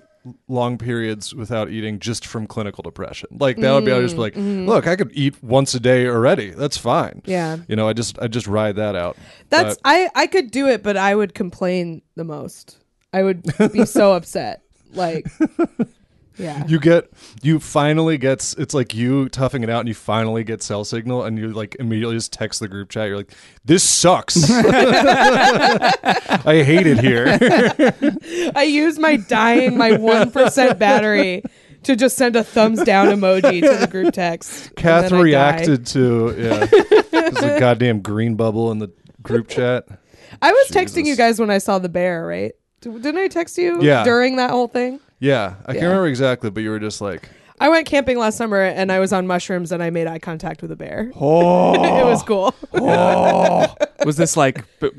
[SPEAKER 3] long periods without eating just from clinical depression. Like that would be, I would just
[SPEAKER 2] Mm,
[SPEAKER 3] be like, look, I could eat once a day already. That's fine.
[SPEAKER 2] mm-hmm. Yeah.
[SPEAKER 3] You know, I just, I just ride that out.
[SPEAKER 2] That's
[SPEAKER 3] But-
[SPEAKER 2] I I could do it, but I would complain the most. I would be
[SPEAKER 3] [laughs]
[SPEAKER 2] so upset. Like Yeah.
[SPEAKER 3] you get you finally gets it's like you toughing it out and you finally get cell signal and you like immediately just text the group chat you're like
[SPEAKER 2] [laughs]
[SPEAKER 3] this sucks i hate it here
[SPEAKER 2] I use my dying, my
[SPEAKER 3] [laughs]
[SPEAKER 2] 1% battery to just send a thumbs down emoji to the group text. and
[SPEAKER 3] kath
[SPEAKER 2] then I die.
[SPEAKER 3] reacted to yeah there's a goddamn green bubble in the group chat
[SPEAKER 2] I was texting
[SPEAKER 3] Jesus.
[SPEAKER 2] you guys when I saw the bear, right? D- Didn't I text you
[SPEAKER 3] Yeah.
[SPEAKER 2] during that whole thing?
[SPEAKER 3] yeah i can't
[SPEAKER 2] Yeah.
[SPEAKER 3] remember exactly but you were just like
[SPEAKER 2] I went camping last summer and I was on mushrooms and I made eye contact with a bear. [laughs] Oh. it was cool.
[SPEAKER 4] Was this like b-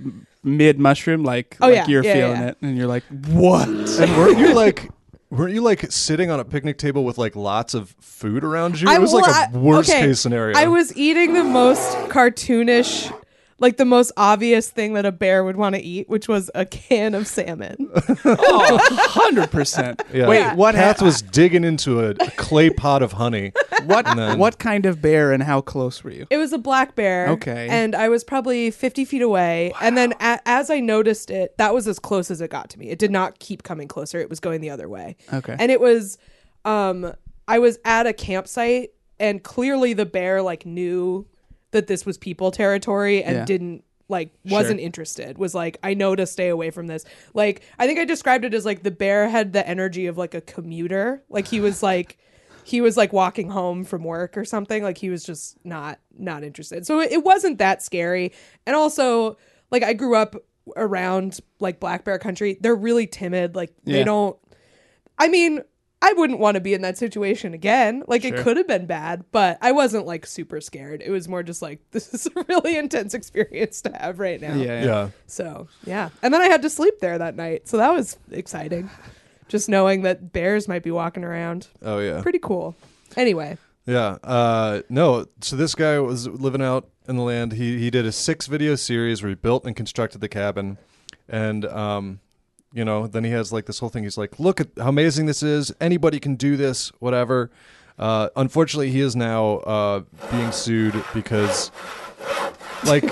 [SPEAKER 4] mid mushroom? Like,
[SPEAKER 2] Oh,
[SPEAKER 4] like
[SPEAKER 2] yeah,
[SPEAKER 4] you're
[SPEAKER 2] yeah, yeah,
[SPEAKER 4] feeling
[SPEAKER 2] yeah.
[SPEAKER 4] it, and you're like, what?
[SPEAKER 3] and weren't you like weren't you like sitting on a picnic table with like lots of food around you? it was
[SPEAKER 2] well,
[SPEAKER 3] like a
[SPEAKER 2] I-
[SPEAKER 3] worst
[SPEAKER 2] okay,
[SPEAKER 3] case scenario.
[SPEAKER 2] I was eating the most cartoonish like the most obvious thing that a bear would want to eat, which was a can of salmon.
[SPEAKER 4] Hundred percent.
[SPEAKER 3] Yeah.
[SPEAKER 4] Wait, what? ha-
[SPEAKER 3] Katz was digging into a clay pot of
[SPEAKER 4] [laughs]
[SPEAKER 3] honey. [laughs]
[SPEAKER 4] what?
[SPEAKER 3] then-
[SPEAKER 4] What kind of bear and how close were you?
[SPEAKER 2] It was a black bear.
[SPEAKER 4] Okay.
[SPEAKER 2] And I was probably 50 feet away. And then a- as I noticed it, that was as close as it got to me. It did not keep coming closer, it was going the other way.
[SPEAKER 4] Okay.
[SPEAKER 2] And it was, um, I was at a campsite, and clearly the bear, like, knew that this was people territory and
[SPEAKER 4] Yeah.
[SPEAKER 2] didn't. Like wasn't interested. Was like I know to stay away from this. Like I think I described it as like the bear had the energy of like a commuter. Like he was like he was like walking home from work or something like he was just not not interested so it, it wasn't that scary and also like i grew up around like black bear country they're really timid like
[SPEAKER 4] Yeah.
[SPEAKER 2] they don't i mean i wouldn't want to be in that situation again like it could have been bad but i wasn't like super scared it was more just like [laughs] this is a really intense experience to have right now
[SPEAKER 3] Yeah.
[SPEAKER 2] so yeah and then i had to sleep there that night so that was exciting just knowing that bears might be walking around
[SPEAKER 3] Oh yeah.
[SPEAKER 2] pretty cool. Anyway,
[SPEAKER 3] Yeah. Uh, no. So this guy was living out in the land. He he did a six video series where he built and constructed the cabin, and um, you know, then he has like this whole thing. He's like, look at how amazing this is. Anybody can do this. Whatever. Uh, unfortunately, he is now uh, being sued because, like,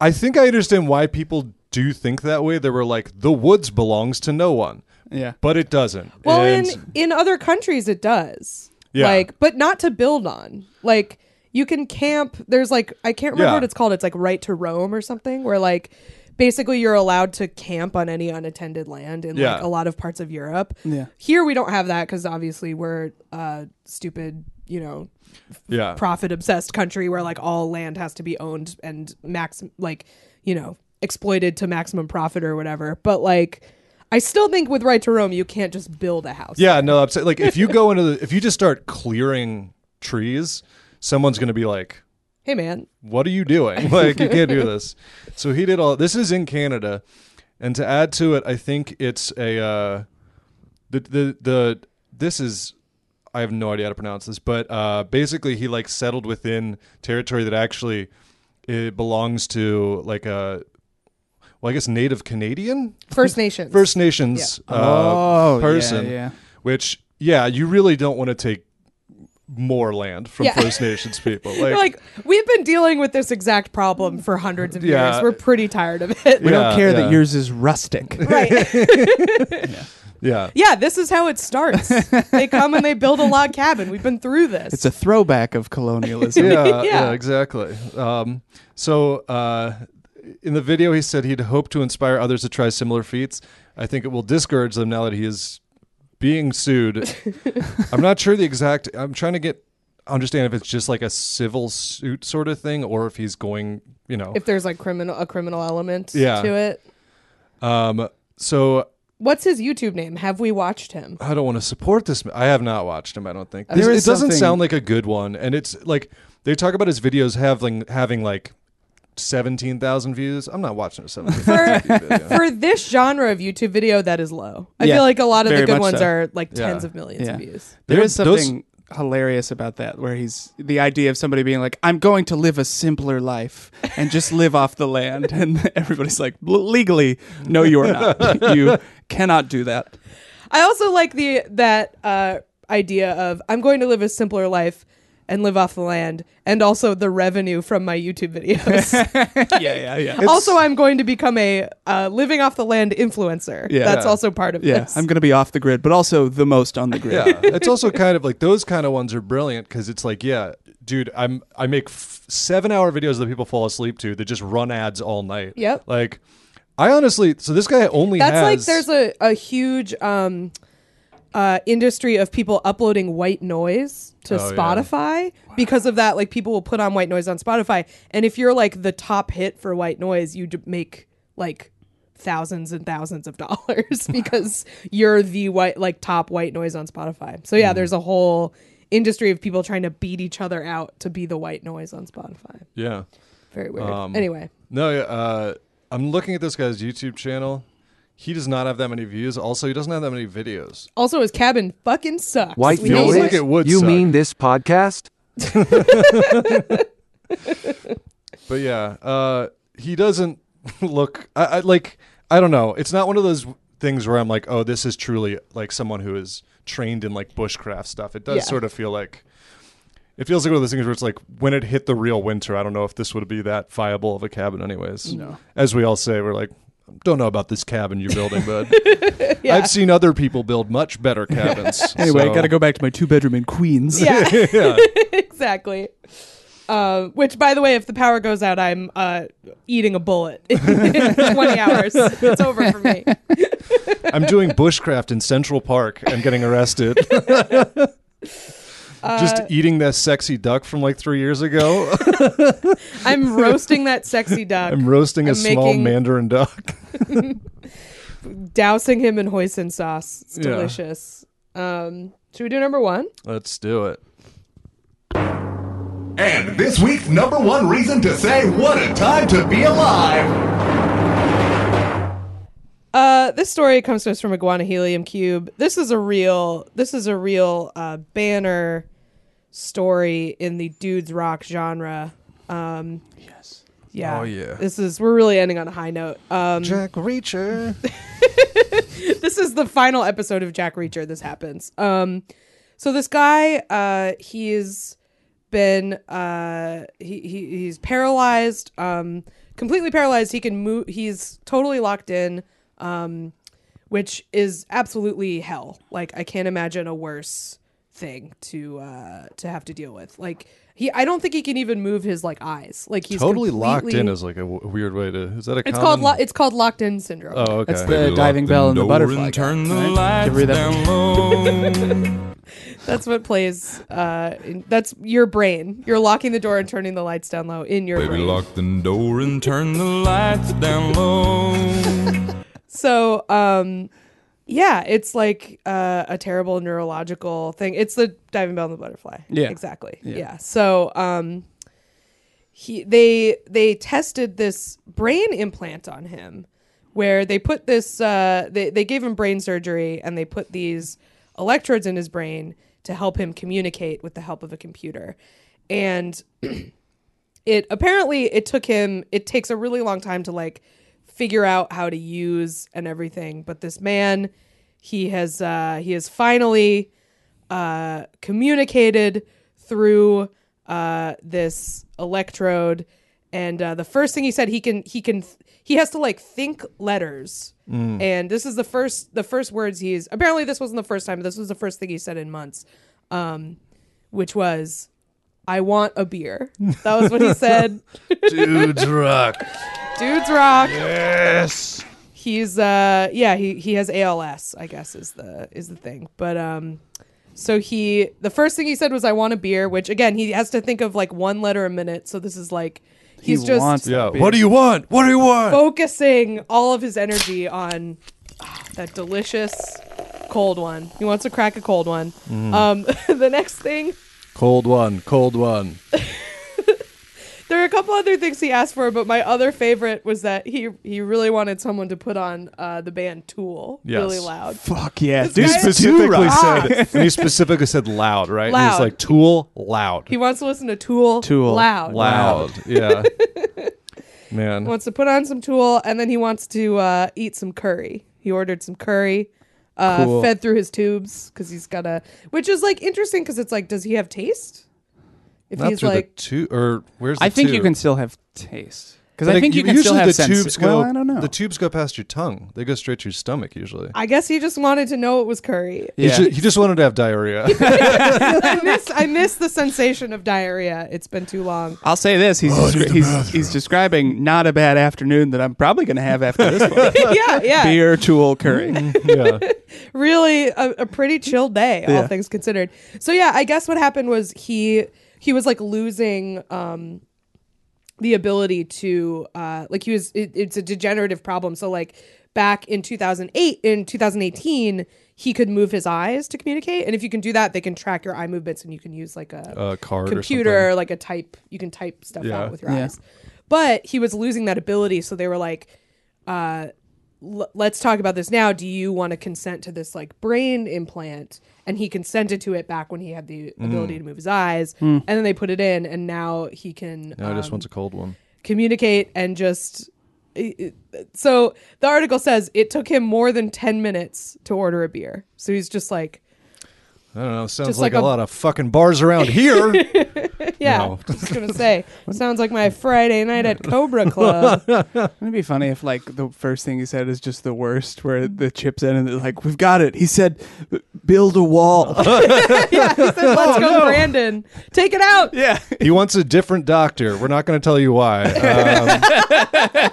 [SPEAKER 3] I think I understand why people do think that way. They were like, the woods belongs to no one,
[SPEAKER 4] Yeah.
[SPEAKER 3] but it doesn't.
[SPEAKER 2] well,
[SPEAKER 3] And-
[SPEAKER 2] in in other countries it does.
[SPEAKER 3] Yeah.
[SPEAKER 2] Like, but not to build on. Like, you can camp. There's like I can't remember
[SPEAKER 3] Yeah.
[SPEAKER 2] what it's called. It's like right to roam or something. Where like basically you're allowed to camp on any unattended land in
[SPEAKER 3] Yeah.
[SPEAKER 2] like a lot of parts of Europe.
[SPEAKER 4] Yeah.
[SPEAKER 2] Here we don't have that because obviously we're uh stupid. You know,
[SPEAKER 3] yeah,
[SPEAKER 2] profit obsessed country where like all land has to be owned and max like you know exploited to maximum profit or whatever but like i still think with right to roam you can't just build a house
[SPEAKER 3] Yeah, no, I'm saying like if you go into the if you just start clearing trees, someone's gonna be like,
[SPEAKER 2] hey man
[SPEAKER 3] "What are you doing? [laughs] Like you can't do this." So he did all. This is in Canada, and to add to it, I think it's a uh, the the the this is. I have no idea how to pronounce this, but uh, basically he like settled within territory that actually it belongs to like a well, I guess Native Canadian
[SPEAKER 2] first nations
[SPEAKER 3] [laughs] First Nations uh,
[SPEAKER 4] Oh,
[SPEAKER 3] person,
[SPEAKER 4] yeah, yeah.
[SPEAKER 3] which yeah, you really don't want to take more land from
[SPEAKER 2] Yeah.
[SPEAKER 3] First Nations
[SPEAKER 4] [laughs]
[SPEAKER 3] people. Like,
[SPEAKER 2] You're like we've been dealing with this exact problem for hundreds of
[SPEAKER 3] Yeah.
[SPEAKER 2] years we're pretty tired of it
[SPEAKER 4] We don't
[SPEAKER 3] Yeah,
[SPEAKER 4] care
[SPEAKER 3] yeah.
[SPEAKER 4] that yours is rustic.
[SPEAKER 2] right
[SPEAKER 4] [laughs]
[SPEAKER 3] yeah,
[SPEAKER 2] [laughs] yeah this is how it starts they come and they build a log cabin we've been through this
[SPEAKER 4] It's a throwback
[SPEAKER 3] [laughs]
[SPEAKER 4] of colonialism.
[SPEAKER 3] yeah, yeah,
[SPEAKER 2] Yeah.
[SPEAKER 3] exactly. Um, so uh, in the video, he said he'd hoped to inspire others to try similar feats. I think it will discourage them now that he is being
[SPEAKER 4] [laughs]
[SPEAKER 3] sued. I'm not sure the exact. I'm trying to get understand if it's just like a civil suit sort of thing, or if he's going, you know,
[SPEAKER 2] if there's like criminal a criminal element
[SPEAKER 3] Yeah.
[SPEAKER 2] to it
[SPEAKER 3] um. So
[SPEAKER 2] what's his youtube name have we watched him
[SPEAKER 3] I don't want to support this. I have not watched him. I don't think
[SPEAKER 4] There
[SPEAKER 3] This-
[SPEAKER 4] is
[SPEAKER 3] it doesn't
[SPEAKER 4] something-
[SPEAKER 3] sound like a good one. And it's like they talk about his videos having having like seventeen thousand views. I'm not watching a seventeen thousand video.
[SPEAKER 2] [laughs] for this genre of YouTube video, that is low. I
[SPEAKER 4] Yeah,
[SPEAKER 2] feel like a lot of the
[SPEAKER 4] very
[SPEAKER 2] good
[SPEAKER 4] much
[SPEAKER 2] ones
[SPEAKER 4] so.
[SPEAKER 2] are like
[SPEAKER 3] Yeah.
[SPEAKER 2] tens of millions
[SPEAKER 4] Yeah.
[SPEAKER 2] of views.
[SPEAKER 4] There
[SPEAKER 3] They're-
[SPEAKER 4] is
[SPEAKER 3] those-
[SPEAKER 4] something hilarious about that where he's the idea of somebody being like, I'm going to live a simpler life and just live off the land. [laughs] And everybody's like, "L- legally, no, you're not. [laughs] you cannot do that.
[SPEAKER 2] I also like the that uh, idea of I'm going to live a simpler life and live off the land, and also the revenue from my YouTube
[SPEAKER 4] [laughs]
[SPEAKER 2] videos.
[SPEAKER 4] Yeah, yeah, yeah.
[SPEAKER 2] also, I'm going to become a uh, living off the land influencer.
[SPEAKER 4] Yeah.
[SPEAKER 2] that's also part of
[SPEAKER 4] yeah,
[SPEAKER 2] this.
[SPEAKER 4] I'm going to be off the grid, but also the most on the grid.
[SPEAKER 3] yeah, it's also kind of like those kind of ones are brilliant because it's like, yeah, dude, I'm I make f- seven hour videos that people fall asleep to that just run ads all night.
[SPEAKER 2] Yep.
[SPEAKER 3] Like, I honestly, so this guy only
[SPEAKER 2] That's
[SPEAKER 3] has
[SPEAKER 2] like there's a, a huge um, uh, industry of people uploading white noise to
[SPEAKER 3] yeah.
[SPEAKER 2] Spotify. Because of that, like people will put on white noise on Spotify. And if you're like the top hit for white noise, you d- make like thousands and thousands of [laughs] dollars because you're the white like top white noise on Spotify. So yeah, there's a whole industry of people trying to beat each other out to be the white noise on Spotify.
[SPEAKER 3] yeah.
[SPEAKER 2] Very weird. anyway,
[SPEAKER 3] No, yeah, uh, I'm looking at this guy's YouTube channel. He does not have that many views. Also, he doesn't have that many videos.
[SPEAKER 2] also his cabin fucking sucks.
[SPEAKER 6] White
[SPEAKER 2] We know
[SPEAKER 3] feels
[SPEAKER 6] noise?
[SPEAKER 2] it.
[SPEAKER 3] like it would
[SPEAKER 6] you
[SPEAKER 3] suck. uh,
[SPEAKER 6] mean this podcast?
[SPEAKER 3] But yeah, uh, he doesn't [laughs] look I, I like I don't know. It's not one of those things where I'm like, oh, this is truly like someone who is trained in like bushcraft stuff. It does
[SPEAKER 2] Yeah.
[SPEAKER 3] sort of feel like it feels like one of those things where it's like when it hit the real winter, I don't know if this would be that viable of a cabin anyways. No. As we all say, we're like don't know about this cabin you're building, bud. I've seen other people build much better cabins.
[SPEAKER 4] [laughs] Anyway,
[SPEAKER 3] so-
[SPEAKER 4] I
[SPEAKER 3] [laughs]
[SPEAKER 4] got to go back to my two bedroom in Queens.
[SPEAKER 2] Yeah, exactly. Uh, which, by the way, if the power goes out, I'm uh, eating a bullet in [laughs] 20 hours. It's over for me.
[SPEAKER 3] I'm doing bushcraft in Central Park and getting arrested. [laughs] Just eating that sexy duck from like three years ago. [laughs]
[SPEAKER 2] I'm roasting that sexy duck,
[SPEAKER 3] I'm roasting a
[SPEAKER 2] I'm
[SPEAKER 3] small
[SPEAKER 2] making-
[SPEAKER 3] Mandarin duck.
[SPEAKER 2] dousing him in hoisin sauce. It's
[SPEAKER 3] Yeah.
[SPEAKER 2] delicious. Um, should we do number one?
[SPEAKER 3] Let's do it.
[SPEAKER 1] And this week's number one reason to say what a time to be alive
[SPEAKER 2] Uh, this story comes to us from Iguana Helium Cube. This is a real. This is a real uh, banner story in the dudes rock genre. Um, yes. Yeah.
[SPEAKER 3] Oh, yeah.
[SPEAKER 2] This is. We're really ending on a high note. Um,
[SPEAKER 3] Jack Reacher.
[SPEAKER 2] this is the final episode of Jack Reacher. This happens. Um, so this guy, uh, he's been uh, he, he he's paralyzed, um, completely paralyzed. He can move. He's totally locked in, um, which is absolutely hell. Like I can't imagine a worse thing to uh, to have to deal with. Like he, I don't think he can even move his like eyes. Like he's
[SPEAKER 3] totally locked in
[SPEAKER 2] completely-
[SPEAKER 3] is like a w- weird way to. Is that a?
[SPEAKER 2] it's
[SPEAKER 3] common-
[SPEAKER 2] called lo- it's called locked in syndrome.
[SPEAKER 3] oh, okay.
[SPEAKER 4] That's the diving bell and the butterfly. guy, right? Get rid of that
[SPEAKER 2] That's what plays. Uh, in, that's your brain. You're locking the door and turning the lights down low in your brain.
[SPEAKER 9] the door and turn the lights down low.
[SPEAKER 2] So, um, yeah, it's like uh, a terrible neurological thing. It's the diving bell and the butterfly.
[SPEAKER 4] Yeah.
[SPEAKER 2] exactly. Yeah.
[SPEAKER 4] Yeah.
[SPEAKER 2] So, um, he they they tested this brain implant on him, where they put this uh, they they gave him brain surgery and they put these electrodes in his brain to help him communicate with the help of a computer, and it apparently it took him it takes a really long time to like figure out how to use and everything but this man he has uh he has finally uh communicated through uh this electrode and uh, the first thing he said he can he can he has to like think letters and this is the first the first words he's apparently this wasn't the first time but this was the first thing he said in months um which was I want a beer. That was what he said.
[SPEAKER 3] Dude's rock.
[SPEAKER 2] Dudes rock.
[SPEAKER 3] Yes.
[SPEAKER 2] He's uh yeah, he he has ALS, I guess is the is the thing. But um so he the first thing he said was I want a beer, which again, he has to think of like one letter a minute. So this is like he's just
[SPEAKER 4] wants
[SPEAKER 3] [laughs] Yeah.
[SPEAKER 4] that beer.
[SPEAKER 3] What do you want? What do you want?
[SPEAKER 2] focusing all of his energy on ah, that delicious cold one. He wants to crack a cold one. Um [laughs] the next thing
[SPEAKER 3] Cold one. Cold one.
[SPEAKER 2] There are a couple other things he asked for, but my other favorite was that he he really wanted someone to put on uh, the band Tool
[SPEAKER 3] Yes.
[SPEAKER 2] really loud.
[SPEAKER 4] Fuck yeah,
[SPEAKER 3] He
[SPEAKER 4] dude.
[SPEAKER 3] specifically
[SPEAKER 4] Ah.
[SPEAKER 2] rock.
[SPEAKER 3] said. And he specifically said loud, right? And
[SPEAKER 2] Loud.
[SPEAKER 3] he's like Tool loud.
[SPEAKER 2] He wants to listen to Tool,
[SPEAKER 4] Tool.
[SPEAKER 2] loud.
[SPEAKER 3] loud. Yeah. Man.
[SPEAKER 2] Wants to put on some Tool, and then he wants to uh, eat some curry. He ordered some curry, uh,
[SPEAKER 4] Cool.
[SPEAKER 2] fed through his tubes because he's got a, which is like interesting because it's like, does he have taste? If
[SPEAKER 3] Not
[SPEAKER 2] he's
[SPEAKER 3] through
[SPEAKER 2] like,
[SPEAKER 3] the tube, or where's the
[SPEAKER 4] I think you
[SPEAKER 3] tube?
[SPEAKER 4] can still have taste because
[SPEAKER 3] But
[SPEAKER 4] I think you can still
[SPEAKER 3] usually
[SPEAKER 4] have
[SPEAKER 3] the
[SPEAKER 4] sense-
[SPEAKER 3] tubes go.
[SPEAKER 4] Well, I don't know.
[SPEAKER 3] The tubes go past your tongue. They go straight to your stomach usually.
[SPEAKER 2] I guess he just wanted to know it was curry. [laughs]
[SPEAKER 3] He,
[SPEAKER 4] Yeah.
[SPEAKER 3] ju- he just wanted to have
[SPEAKER 4] [laughs]
[SPEAKER 3] diarrhea.
[SPEAKER 2] I miss, I miss the sensation of diarrhea. It's been too long. [laughs]
[SPEAKER 4] I'll say this: he's descri- he's, he's describing not a bad afternoon that I'm probably going to have after this [laughs] one.
[SPEAKER 2] yeah, yeah.
[SPEAKER 4] Beer, tool, curry.
[SPEAKER 3] yeah.
[SPEAKER 2] really a, a pretty chill day, all things considered. So yeah, I guess what happened was he he was like losing um the ability to uh like he was it, it's a degenerative problem. So like back in 2008 in 2018 he could move his eyes to communicate and if you can do that they can track your eye movements and you can use like a
[SPEAKER 3] A card or
[SPEAKER 2] computer like a type you can type stuff
[SPEAKER 3] Yeah.
[SPEAKER 2] out with your
[SPEAKER 4] Yeah.
[SPEAKER 2] eyes but he was losing that ability so they were like uh l- let's talk about this now. Do you want to consent to this like brain implant? And he consented to it back when he had the ability to move his eyes, and then they put it in, and now he can
[SPEAKER 3] No, I just
[SPEAKER 2] um,
[SPEAKER 3] wants a cold one.
[SPEAKER 2] communicate and just so the article says it took him more than 10 minutes to order a beer so he's just like
[SPEAKER 3] I don't know. Sounds
[SPEAKER 2] Just
[SPEAKER 3] like,
[SPEAKER 2] like
[SPEAKER 3] a,
[SPEAKER 2] a-
[SPEAKER 3] lot of fucking bars around here.
[SPEAKER 4] [laughs]
[SPEAKER 2] yeah
[SPEAKER 3] No.
[SPEAKER 2] i was gonna say sounds like my friday night at [laughs] cobra club
[SPEAKER 4] [laughs] Wouldn't it be funny if like the first thing he said is just the worst, where the chips in and they're like, "We've got it." He said, "Build a wall."
[SPEAKER 2] yeah he said, let's [laughs] go brandon take it out
[SPEAKER 4] [laughs] yeah,
[SPEAKER 3] he wants a different doctor. We're not going to tell you
[SPEAKER 4] [laughs]
[SPEAKER 3] why. Um,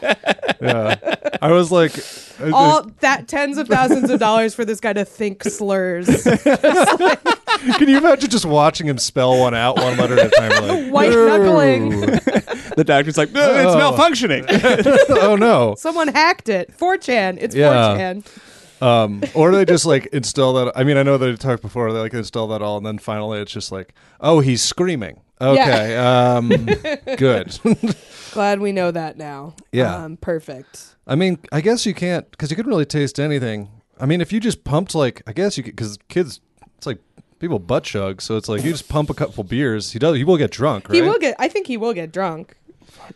[SPEAKER 3] yeah. I was like, uh, I-
[SPEAKER 2] all that tens of thousands of dollars for this guy to think slurs
[SPEAKER 3] can you imagine just watching him spell one out one letter at a time? Like,
[SPEAKER 4] [laughs]
[SPEAKER 2] White knuckling. [laughs]
[SPEAKER 3] "Ooh."
[SPEAKER 4] the doctor's like, "No,
[SPEAKER 3] Oh.
[SPEAKER 4] "It's malfunctioning."
[SPEAKER 3] [laughs] oh no.
[SPEAKER 2] someone hacked it 4chan it's
[SPEAKER 3] Yeah.
[SPEAKER 2] 4chan
[SPEAKER 3] Um, or they just like install that. I mean, I know they talked before. They like install that all, and then finally it's just like, oh, he's screaming. Okay, um, good. [laughs]
[SPEAKER 2] glad we know that now
[SPEAKER 3] Yeah.
[SPEAKER 2] um, perfect
[SPEAKER 3] I mean, I guess you can't because you couldn't really taste anything. I mean, if you just pumped like, I guess you could because kids, it's like people butt chug, so it's like you just pump a couple beers. He does. He will get drunk, right?
[SPEAKER 2] He will get. I think he will get drunk.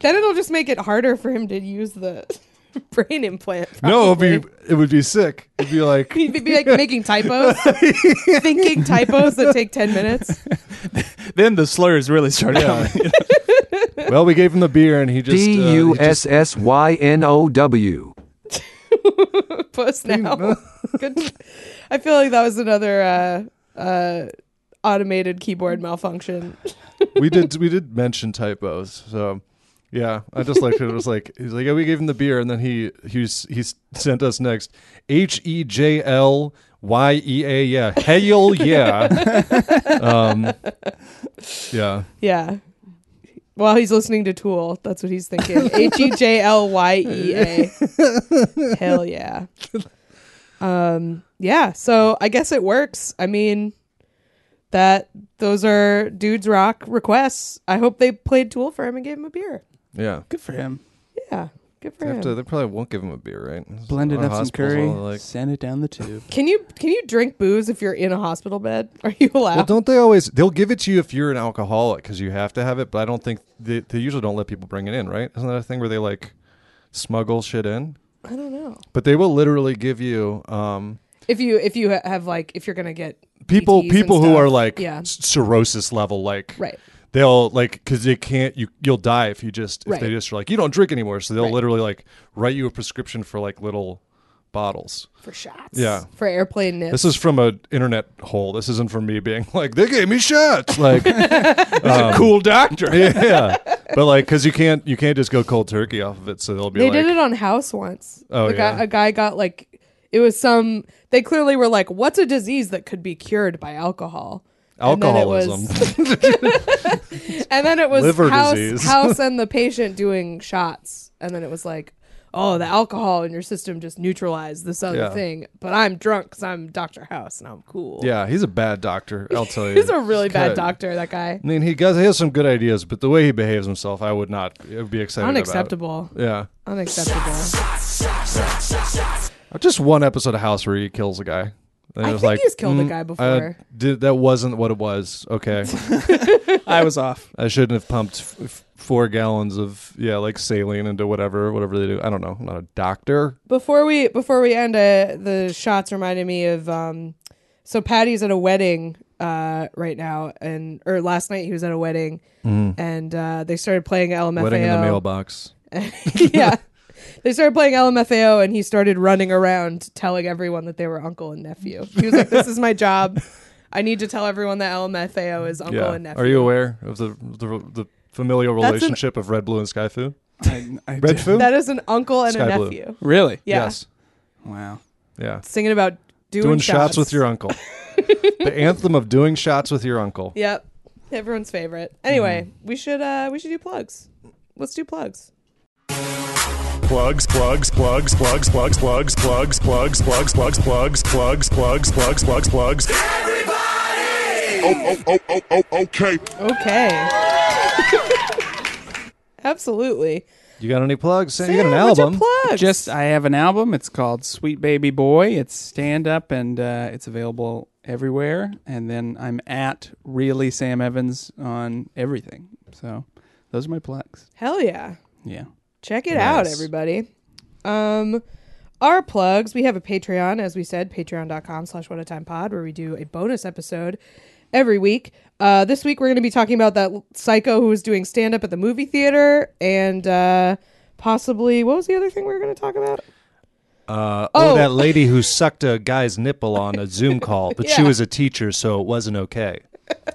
[SPEAKER 2] Then it'll just make it harder for him to use the [laughs] brain implant.
[SPEAKER 3] No,
[SPEAKER 2] probably.
[SPEAKER 3] it'd be it would be sick. It'd be
[SPEAKER 2] [laughs]
[SPEAKER 3] like
[SPEAKER 2] He'd be like making typos,
[SPEAKER 3] [laughs]
[SPEAKER 2] thinking typos that take ten minutes.
[SPEAKER 4] [laughs]
[SPEAKER 2] [laughs]
[SPEAKER 4] then the slurs really start
[SPEAKER 3] Yeah. well, we gave him the beer and he just uh,
[SPEAKER 6] D
[SPEAKER 3] he
[SPEAKER 6] U
[SPEAKER 3] just-
[SPEAKER 6] S S Y N O W.
[SPEAKER 2] Puss now. [laughs] Good. I feel like that was another uh, uh, automated keyboard malfunction.
[SPEAKER 3] we did we did mention typos. So yeah, I just liked it. It was like he's like, yeah, we gave him the beer, and then he he s- he s- sent us next H E J L Y E A yeah hail
[SPEAKER 4] [laughs]
[SPEAKER 3] yeah um yeah
[SPEAKER 2] Yeah. While he's listening to Tool, that's what he's thinking. H E J L Y E A. Hell yeah. Um yeah, so I guess it works. I mean that those are dudes rock requests. I hope they played Tool for him and gave him a beer.
[SPEAKER 3] yeah.
[SPEAKER 4] [laughs] Good for him.
[SPEAKER 2] Yeah. Good for
[SPEAKER 3] They,
[SPEAKER 2] him.
[SPEAKER 3] have to, they probably won't give him a beer, right?
[SPEAKER 4] Blended
[SPEAKER 3] A lot of
[SPEAKER 4] up some
[SPEAKER 3] hospitals
[SPEAKER 4] curry,
[SPEAKER 3] will, like-
[SPEAKER 4] send it down the tube.
[SPEAKER 2] can you can you drink booze if you're in a hospital bed? [laughs] Are you allowed?
[SPEAKER 3] Well, don't they always? They'll give it to you if you're an alcoholic because you have to have it. But I don't think they, they usually don't let people bring it in, right? Isn't that a thing where they like smuggle shit in?
[SPEAKER 2] I don't know.
[SPEAKER 3] But they will literally give you um,
[SPEAKER 2] If you if you ha- have like if you're gonna get
[SPEAKER 3] people
[SPEAKER 2] PTs E and
[SPEAKER 3] people who
[SPEAKER 2] stuff.
[SPEAKER 3] are like
[SPEAKER 2] yeah
[SPEAKER 3] s- cirrhosis level, like
[SPEAKER 2] right
[SPEAKER 3] They'll like because they can't. You you'll die if you just if
[SPEAKER 2] Right.
[SPEAKER 3] they just are like you don't drink anymore. So they'll
[SPEAKER 2] Right.
[SPEAKER 3] literally like write you a prescription for like little bottles.
[SPEAKER 2] for shots
[SPEAKER 3] Yeah.
[SPEAKER 2] for airplane nips.
[SPEAKER 3] This is from a internet hole. This isn't from me being [laughs] like they gave me
[SPEAKER 2] [laughs]
[SPEAKER 3] shots. Like um,
[SPEAKER 4] a cool doctor.
[SPEAKER 3] [laughs] yeah but like because you can't you can't just go cold turkey off of it so they'll be
[SPEAKER 2] They
[SPEAKER 3] like
[SPEAKER 2] did it on House once.
[SPEAKER 3] Oh,
[SPEAKER 2] a, guy,
[SPEAKER 3] yeah.
[SPEAKER 2] a guy got like it was some. They clearly were like, "What's a disease that could be cured by alcohol?" And then it was-
[SPEAKER 3] alcoholism [laughs]
[SPEAKER 2] And then it was
[SPEAKER 3] Liver
[SPEAKER 2] House,
[SPEAKER 3] disease. [laughs]
[SPEAKER 2] House and the patient doing shots, and then it was like, "Oh, the alcohol in your system just neutralized this other
[SPEAKER 3] Yeah.
[SPEAKER 2] thing." But I'm drunk because I'm Doctor House and I'm cool.
[SPEAKER 3] yeah he's a bad doctor i'll
[SPEAKER 2] [laughs]
[SPEAKER 3] tell you
[SPEAKER 2] he's a really bad
[SPEAKER 3] Good.
[SPEAKER 2] doctor. That guy,
[SPEAKER 3] i mean he does he has some good ideas but the way he behaves himself i would not I would be excited
[SPEAKER 2] unacceptable,
[SPEAKER 3] about it. yeah
[SPEAKER 2] unacceptable.
[SPEAKER 3] Uh, just one episode of house where he kills a guy And
[SPEAKER 2] I
[SPEAKER 3] it was mm,
[SPEAKER 2] think he's killed a guy before."
[SPEAKER 3] I did, that wasn't what it was okay
[SPEAKER 4] [laughs] I was off.
[SPEAKER 3] i shouldn't have pumped f- f- four gallons of yeah like saline into whatever whatever they do i don't know i'm not a doctor
[SPEAKER 2] Before we before we end, uh, the shots reminded me of um, so Patty's at a wedding uh, right now, and or last night he was at a wedding, and uh, they started playing LMFAO.
[SPEAKER 3] Mm-hmm. wedding in the [laughs] mailbox
[SPEAKER 2] [laughs] yeah, they started playing LMFAO, and he started running around telling everyone that they were uncle and nephew. He was like, "This is my job. I need to tell everyone that LMFAO is uncle and nephew."
[SPEAKER 3] Are you aware of the the, the familial
[SPEAKER 2] an-
[SPEAKER 3] relationship of Red, Blue, and Sky Fu?
[SPEAKER 4] I, I
[SPEAKER 3] Red
[SPEAKER 4] did-
[SPEAKER 3] Fu?
[SPEAKER 2] That is an uncle and
[SPEAKER 3] Sky
[SPEAKER 2] a
[SPEAKER 3] Blue.
[SPEAKER 2] nephew.
[SPEAKER 4] Really?
[SPEAKER 2] Yeah,
[SPEAKER 3] Yes.
[SPEAKER 4] Wow.
[SPEAKER 3] Yeah.
[SPEAKER 2] singing about doing,
[SPEAKER 3] Doing, shots. with
[SPEAKER 2] [laughs]
[SPEAKER 3] your uncle. the anthem of doing shots with your uncle.
[SPEAKER 2] Yep. Everyone's favorite. Anyway,
[SPEAKER 3] Mm-hmm.
[SPEAKER 2] we should uh we should do plugs. Let's do plugs.
[SPEAKER 1] Plugs, plugs, plugs, plugs, plugs, plugs, plugs, plugs, plugs, plugs, plugs, plugs, plugs, plugs, plugs, plugs.
[SPEAKER 5] Oh, oh, oh, oh, oh, okay.
[SPEAKER 2] Okay. [laughs] Absolutely.
[SPEAKER 3] You got any plugs? Sam, you got
[SPEAKER 2] Sam,
[SPEAKER 3] an
[SPEAKER 2] what's your
[SPEAKER 3] album.
[SPEAKER 2] plugs?
[SPEAKER 4] Just I have an album. It's called Sweet Baby Boy. It's stand up and uh, it's available everywhere. And then I'm at really Sam Evans on everything. So those are my plugs.
[SPEAKER 2] Hell yeah.
[SPEAKER 4] Yeah.
[SPEAKER 2] check it out everybody um our plugs we have a patreon as we said patreon.com slash one at time pod where we do a bonus episode every week uh this week we're going to be talking about that psycho who was doing stand-up at the movie theater and uh possibly what was the other thing we were going to talk about
[SPEAKER 3] Uh, oh,
[SPEAKER 2] Oh.
[SPEAKER 3] that lady who sucked a guy's nipple on a Zoom call, but she
[SPEAKER 2] Yeah.
[SPEAKER 3] was a teacher, so it wasn't okay.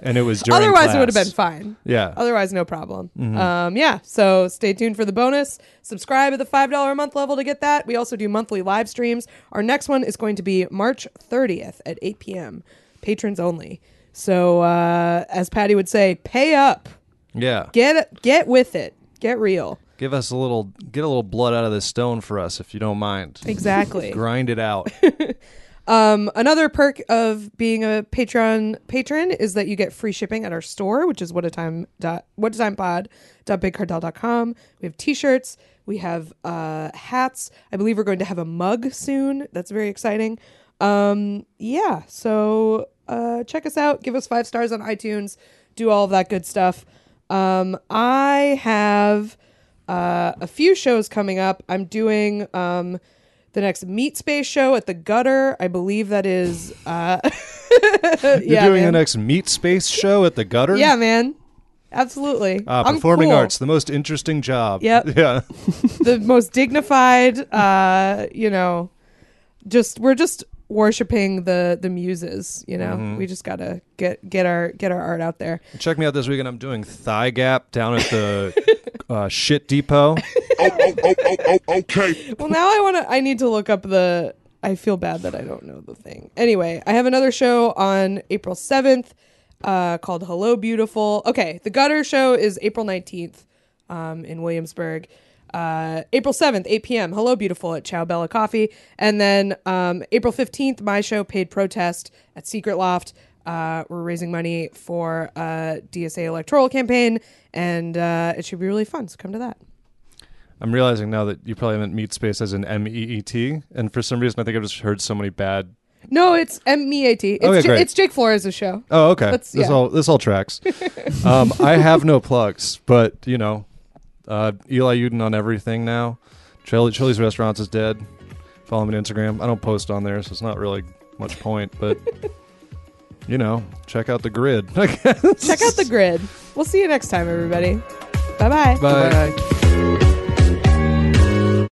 [SPEAKER 3] And it was during
[SPEAKER 2] otherwise
[SPEAKER 3] class.
[SPEAKER 2] it would have been fine
[SPEAKER 3] Yeah. Mm-hmm.
[SPEAKER 2] otherwise no problem um yeah so stay tuned for the bonus subscribe at the five dollar a month level to get that we also do monthly live streams our next one is going to be march 30th at 8 p.m patrons only so uh as patty would say pay up
[SPEAKER 3] Yeah.
[SPEAKER 2] get get with it get real
[SPEAKER 3] Give us a little, get a little blood out of this stone for us, if you don't mind.
[SPEAKER 2] exactly
[SPEAKER 3] Grind it out.
[SPEAKER 2] [laughs] another perk of being a Patreon patron is that you get free shipping at our store, which is what a time dot what a time pod dot bigcartel.com. We have t-shirts, we have uh, hats. I believe we're going to have a mug soon. That's very exciting. Um, yeah, so uh, check us out. Give us five stars on iTunes. Do all of that good stuff. Um, I have uh, a few shows coming up. I'm doing um, the next Meat Space show at the Gutter. I believe that is. Uh,
[SPEAKER 3] You're
[SPEAKER 2] yeah,
[SPEAKER 3] doing
[SPEAKER 2] man.
[SPEAKER 3] the next meat space show at the gutter.
[SPEAKER 2] Yeah, man. Absolutely.
[SPEAKER 3] Uh,
[SPEAKER 2] I'm
[SPEAKER 3] performing
[SPEAKER 2] cool.
[SPEAKER 3] arts, the most interesting job.
[SPEAKER 2] Yep.
[SPEAKER 3] [laughs] Yeah.
[SPEAKER 2] the most dignified. Uh, you know, just we're just worshiping the the muses. You know, we just gotta get get our get our art out there.
[SPEAKER 3] Check me out this weekend. I'm doing Thigh Gap down at the
[SPEAKER 2] [laughs]
[SPEAKER 3] uh, Shit Depot.
[SPEAKER 5] Oh, oh, oh, oh, oh, okay.
[SPEAKER 2] Well, now I want to. I need to look up the. I feel bad that I don't know the thing. Anyway, I have another show on April seventh, uh, called Hello Beautiful. Okay, the Gutter show is April nineteenth, um, in Williamsburg. Uh, April seventh, eight p.m. Hello Beautiful at Chow Bella Coffee, and then um, April fifteenth, my show Paid Protest at Secret Loft. Uh, we're raising money for a DSA electoral campaign, and uh, it should be really fun. So come to that.
[SPEAKER 3] I'm realizing now that you probably meant meat space as an M E E T, and for some reason I think I've just heard so many bad.
[SPEAKER 2] No, it's M E A T. It's,
[SPEAKER 3] Okay,
[SPEAKER 2] Ja-
[SPEAKER 3] great.
[SPEAKER 2] it's Jake Flores' show.
[SPEAKER 3] Oh, okay.
[SPEAKER 2] That's-
[SPEAKER 3] This
[SPEAKER 2] yeah.
[SPEAKER 3] all this all tracks. um, I have no plugs, but you know, uh, Eli Uden on everything now. Chili, Chili's Restaurants is dead. Follow me on Instagram. I don't post on there, so it's not really much point. But you know, check out the grid. I guess.
[SPEAKER 2] Check out the grid. We'll see you next time, everybody. Bye bye.
[SPEAKER 3] Bye.
[SPEAKER 4] Bye.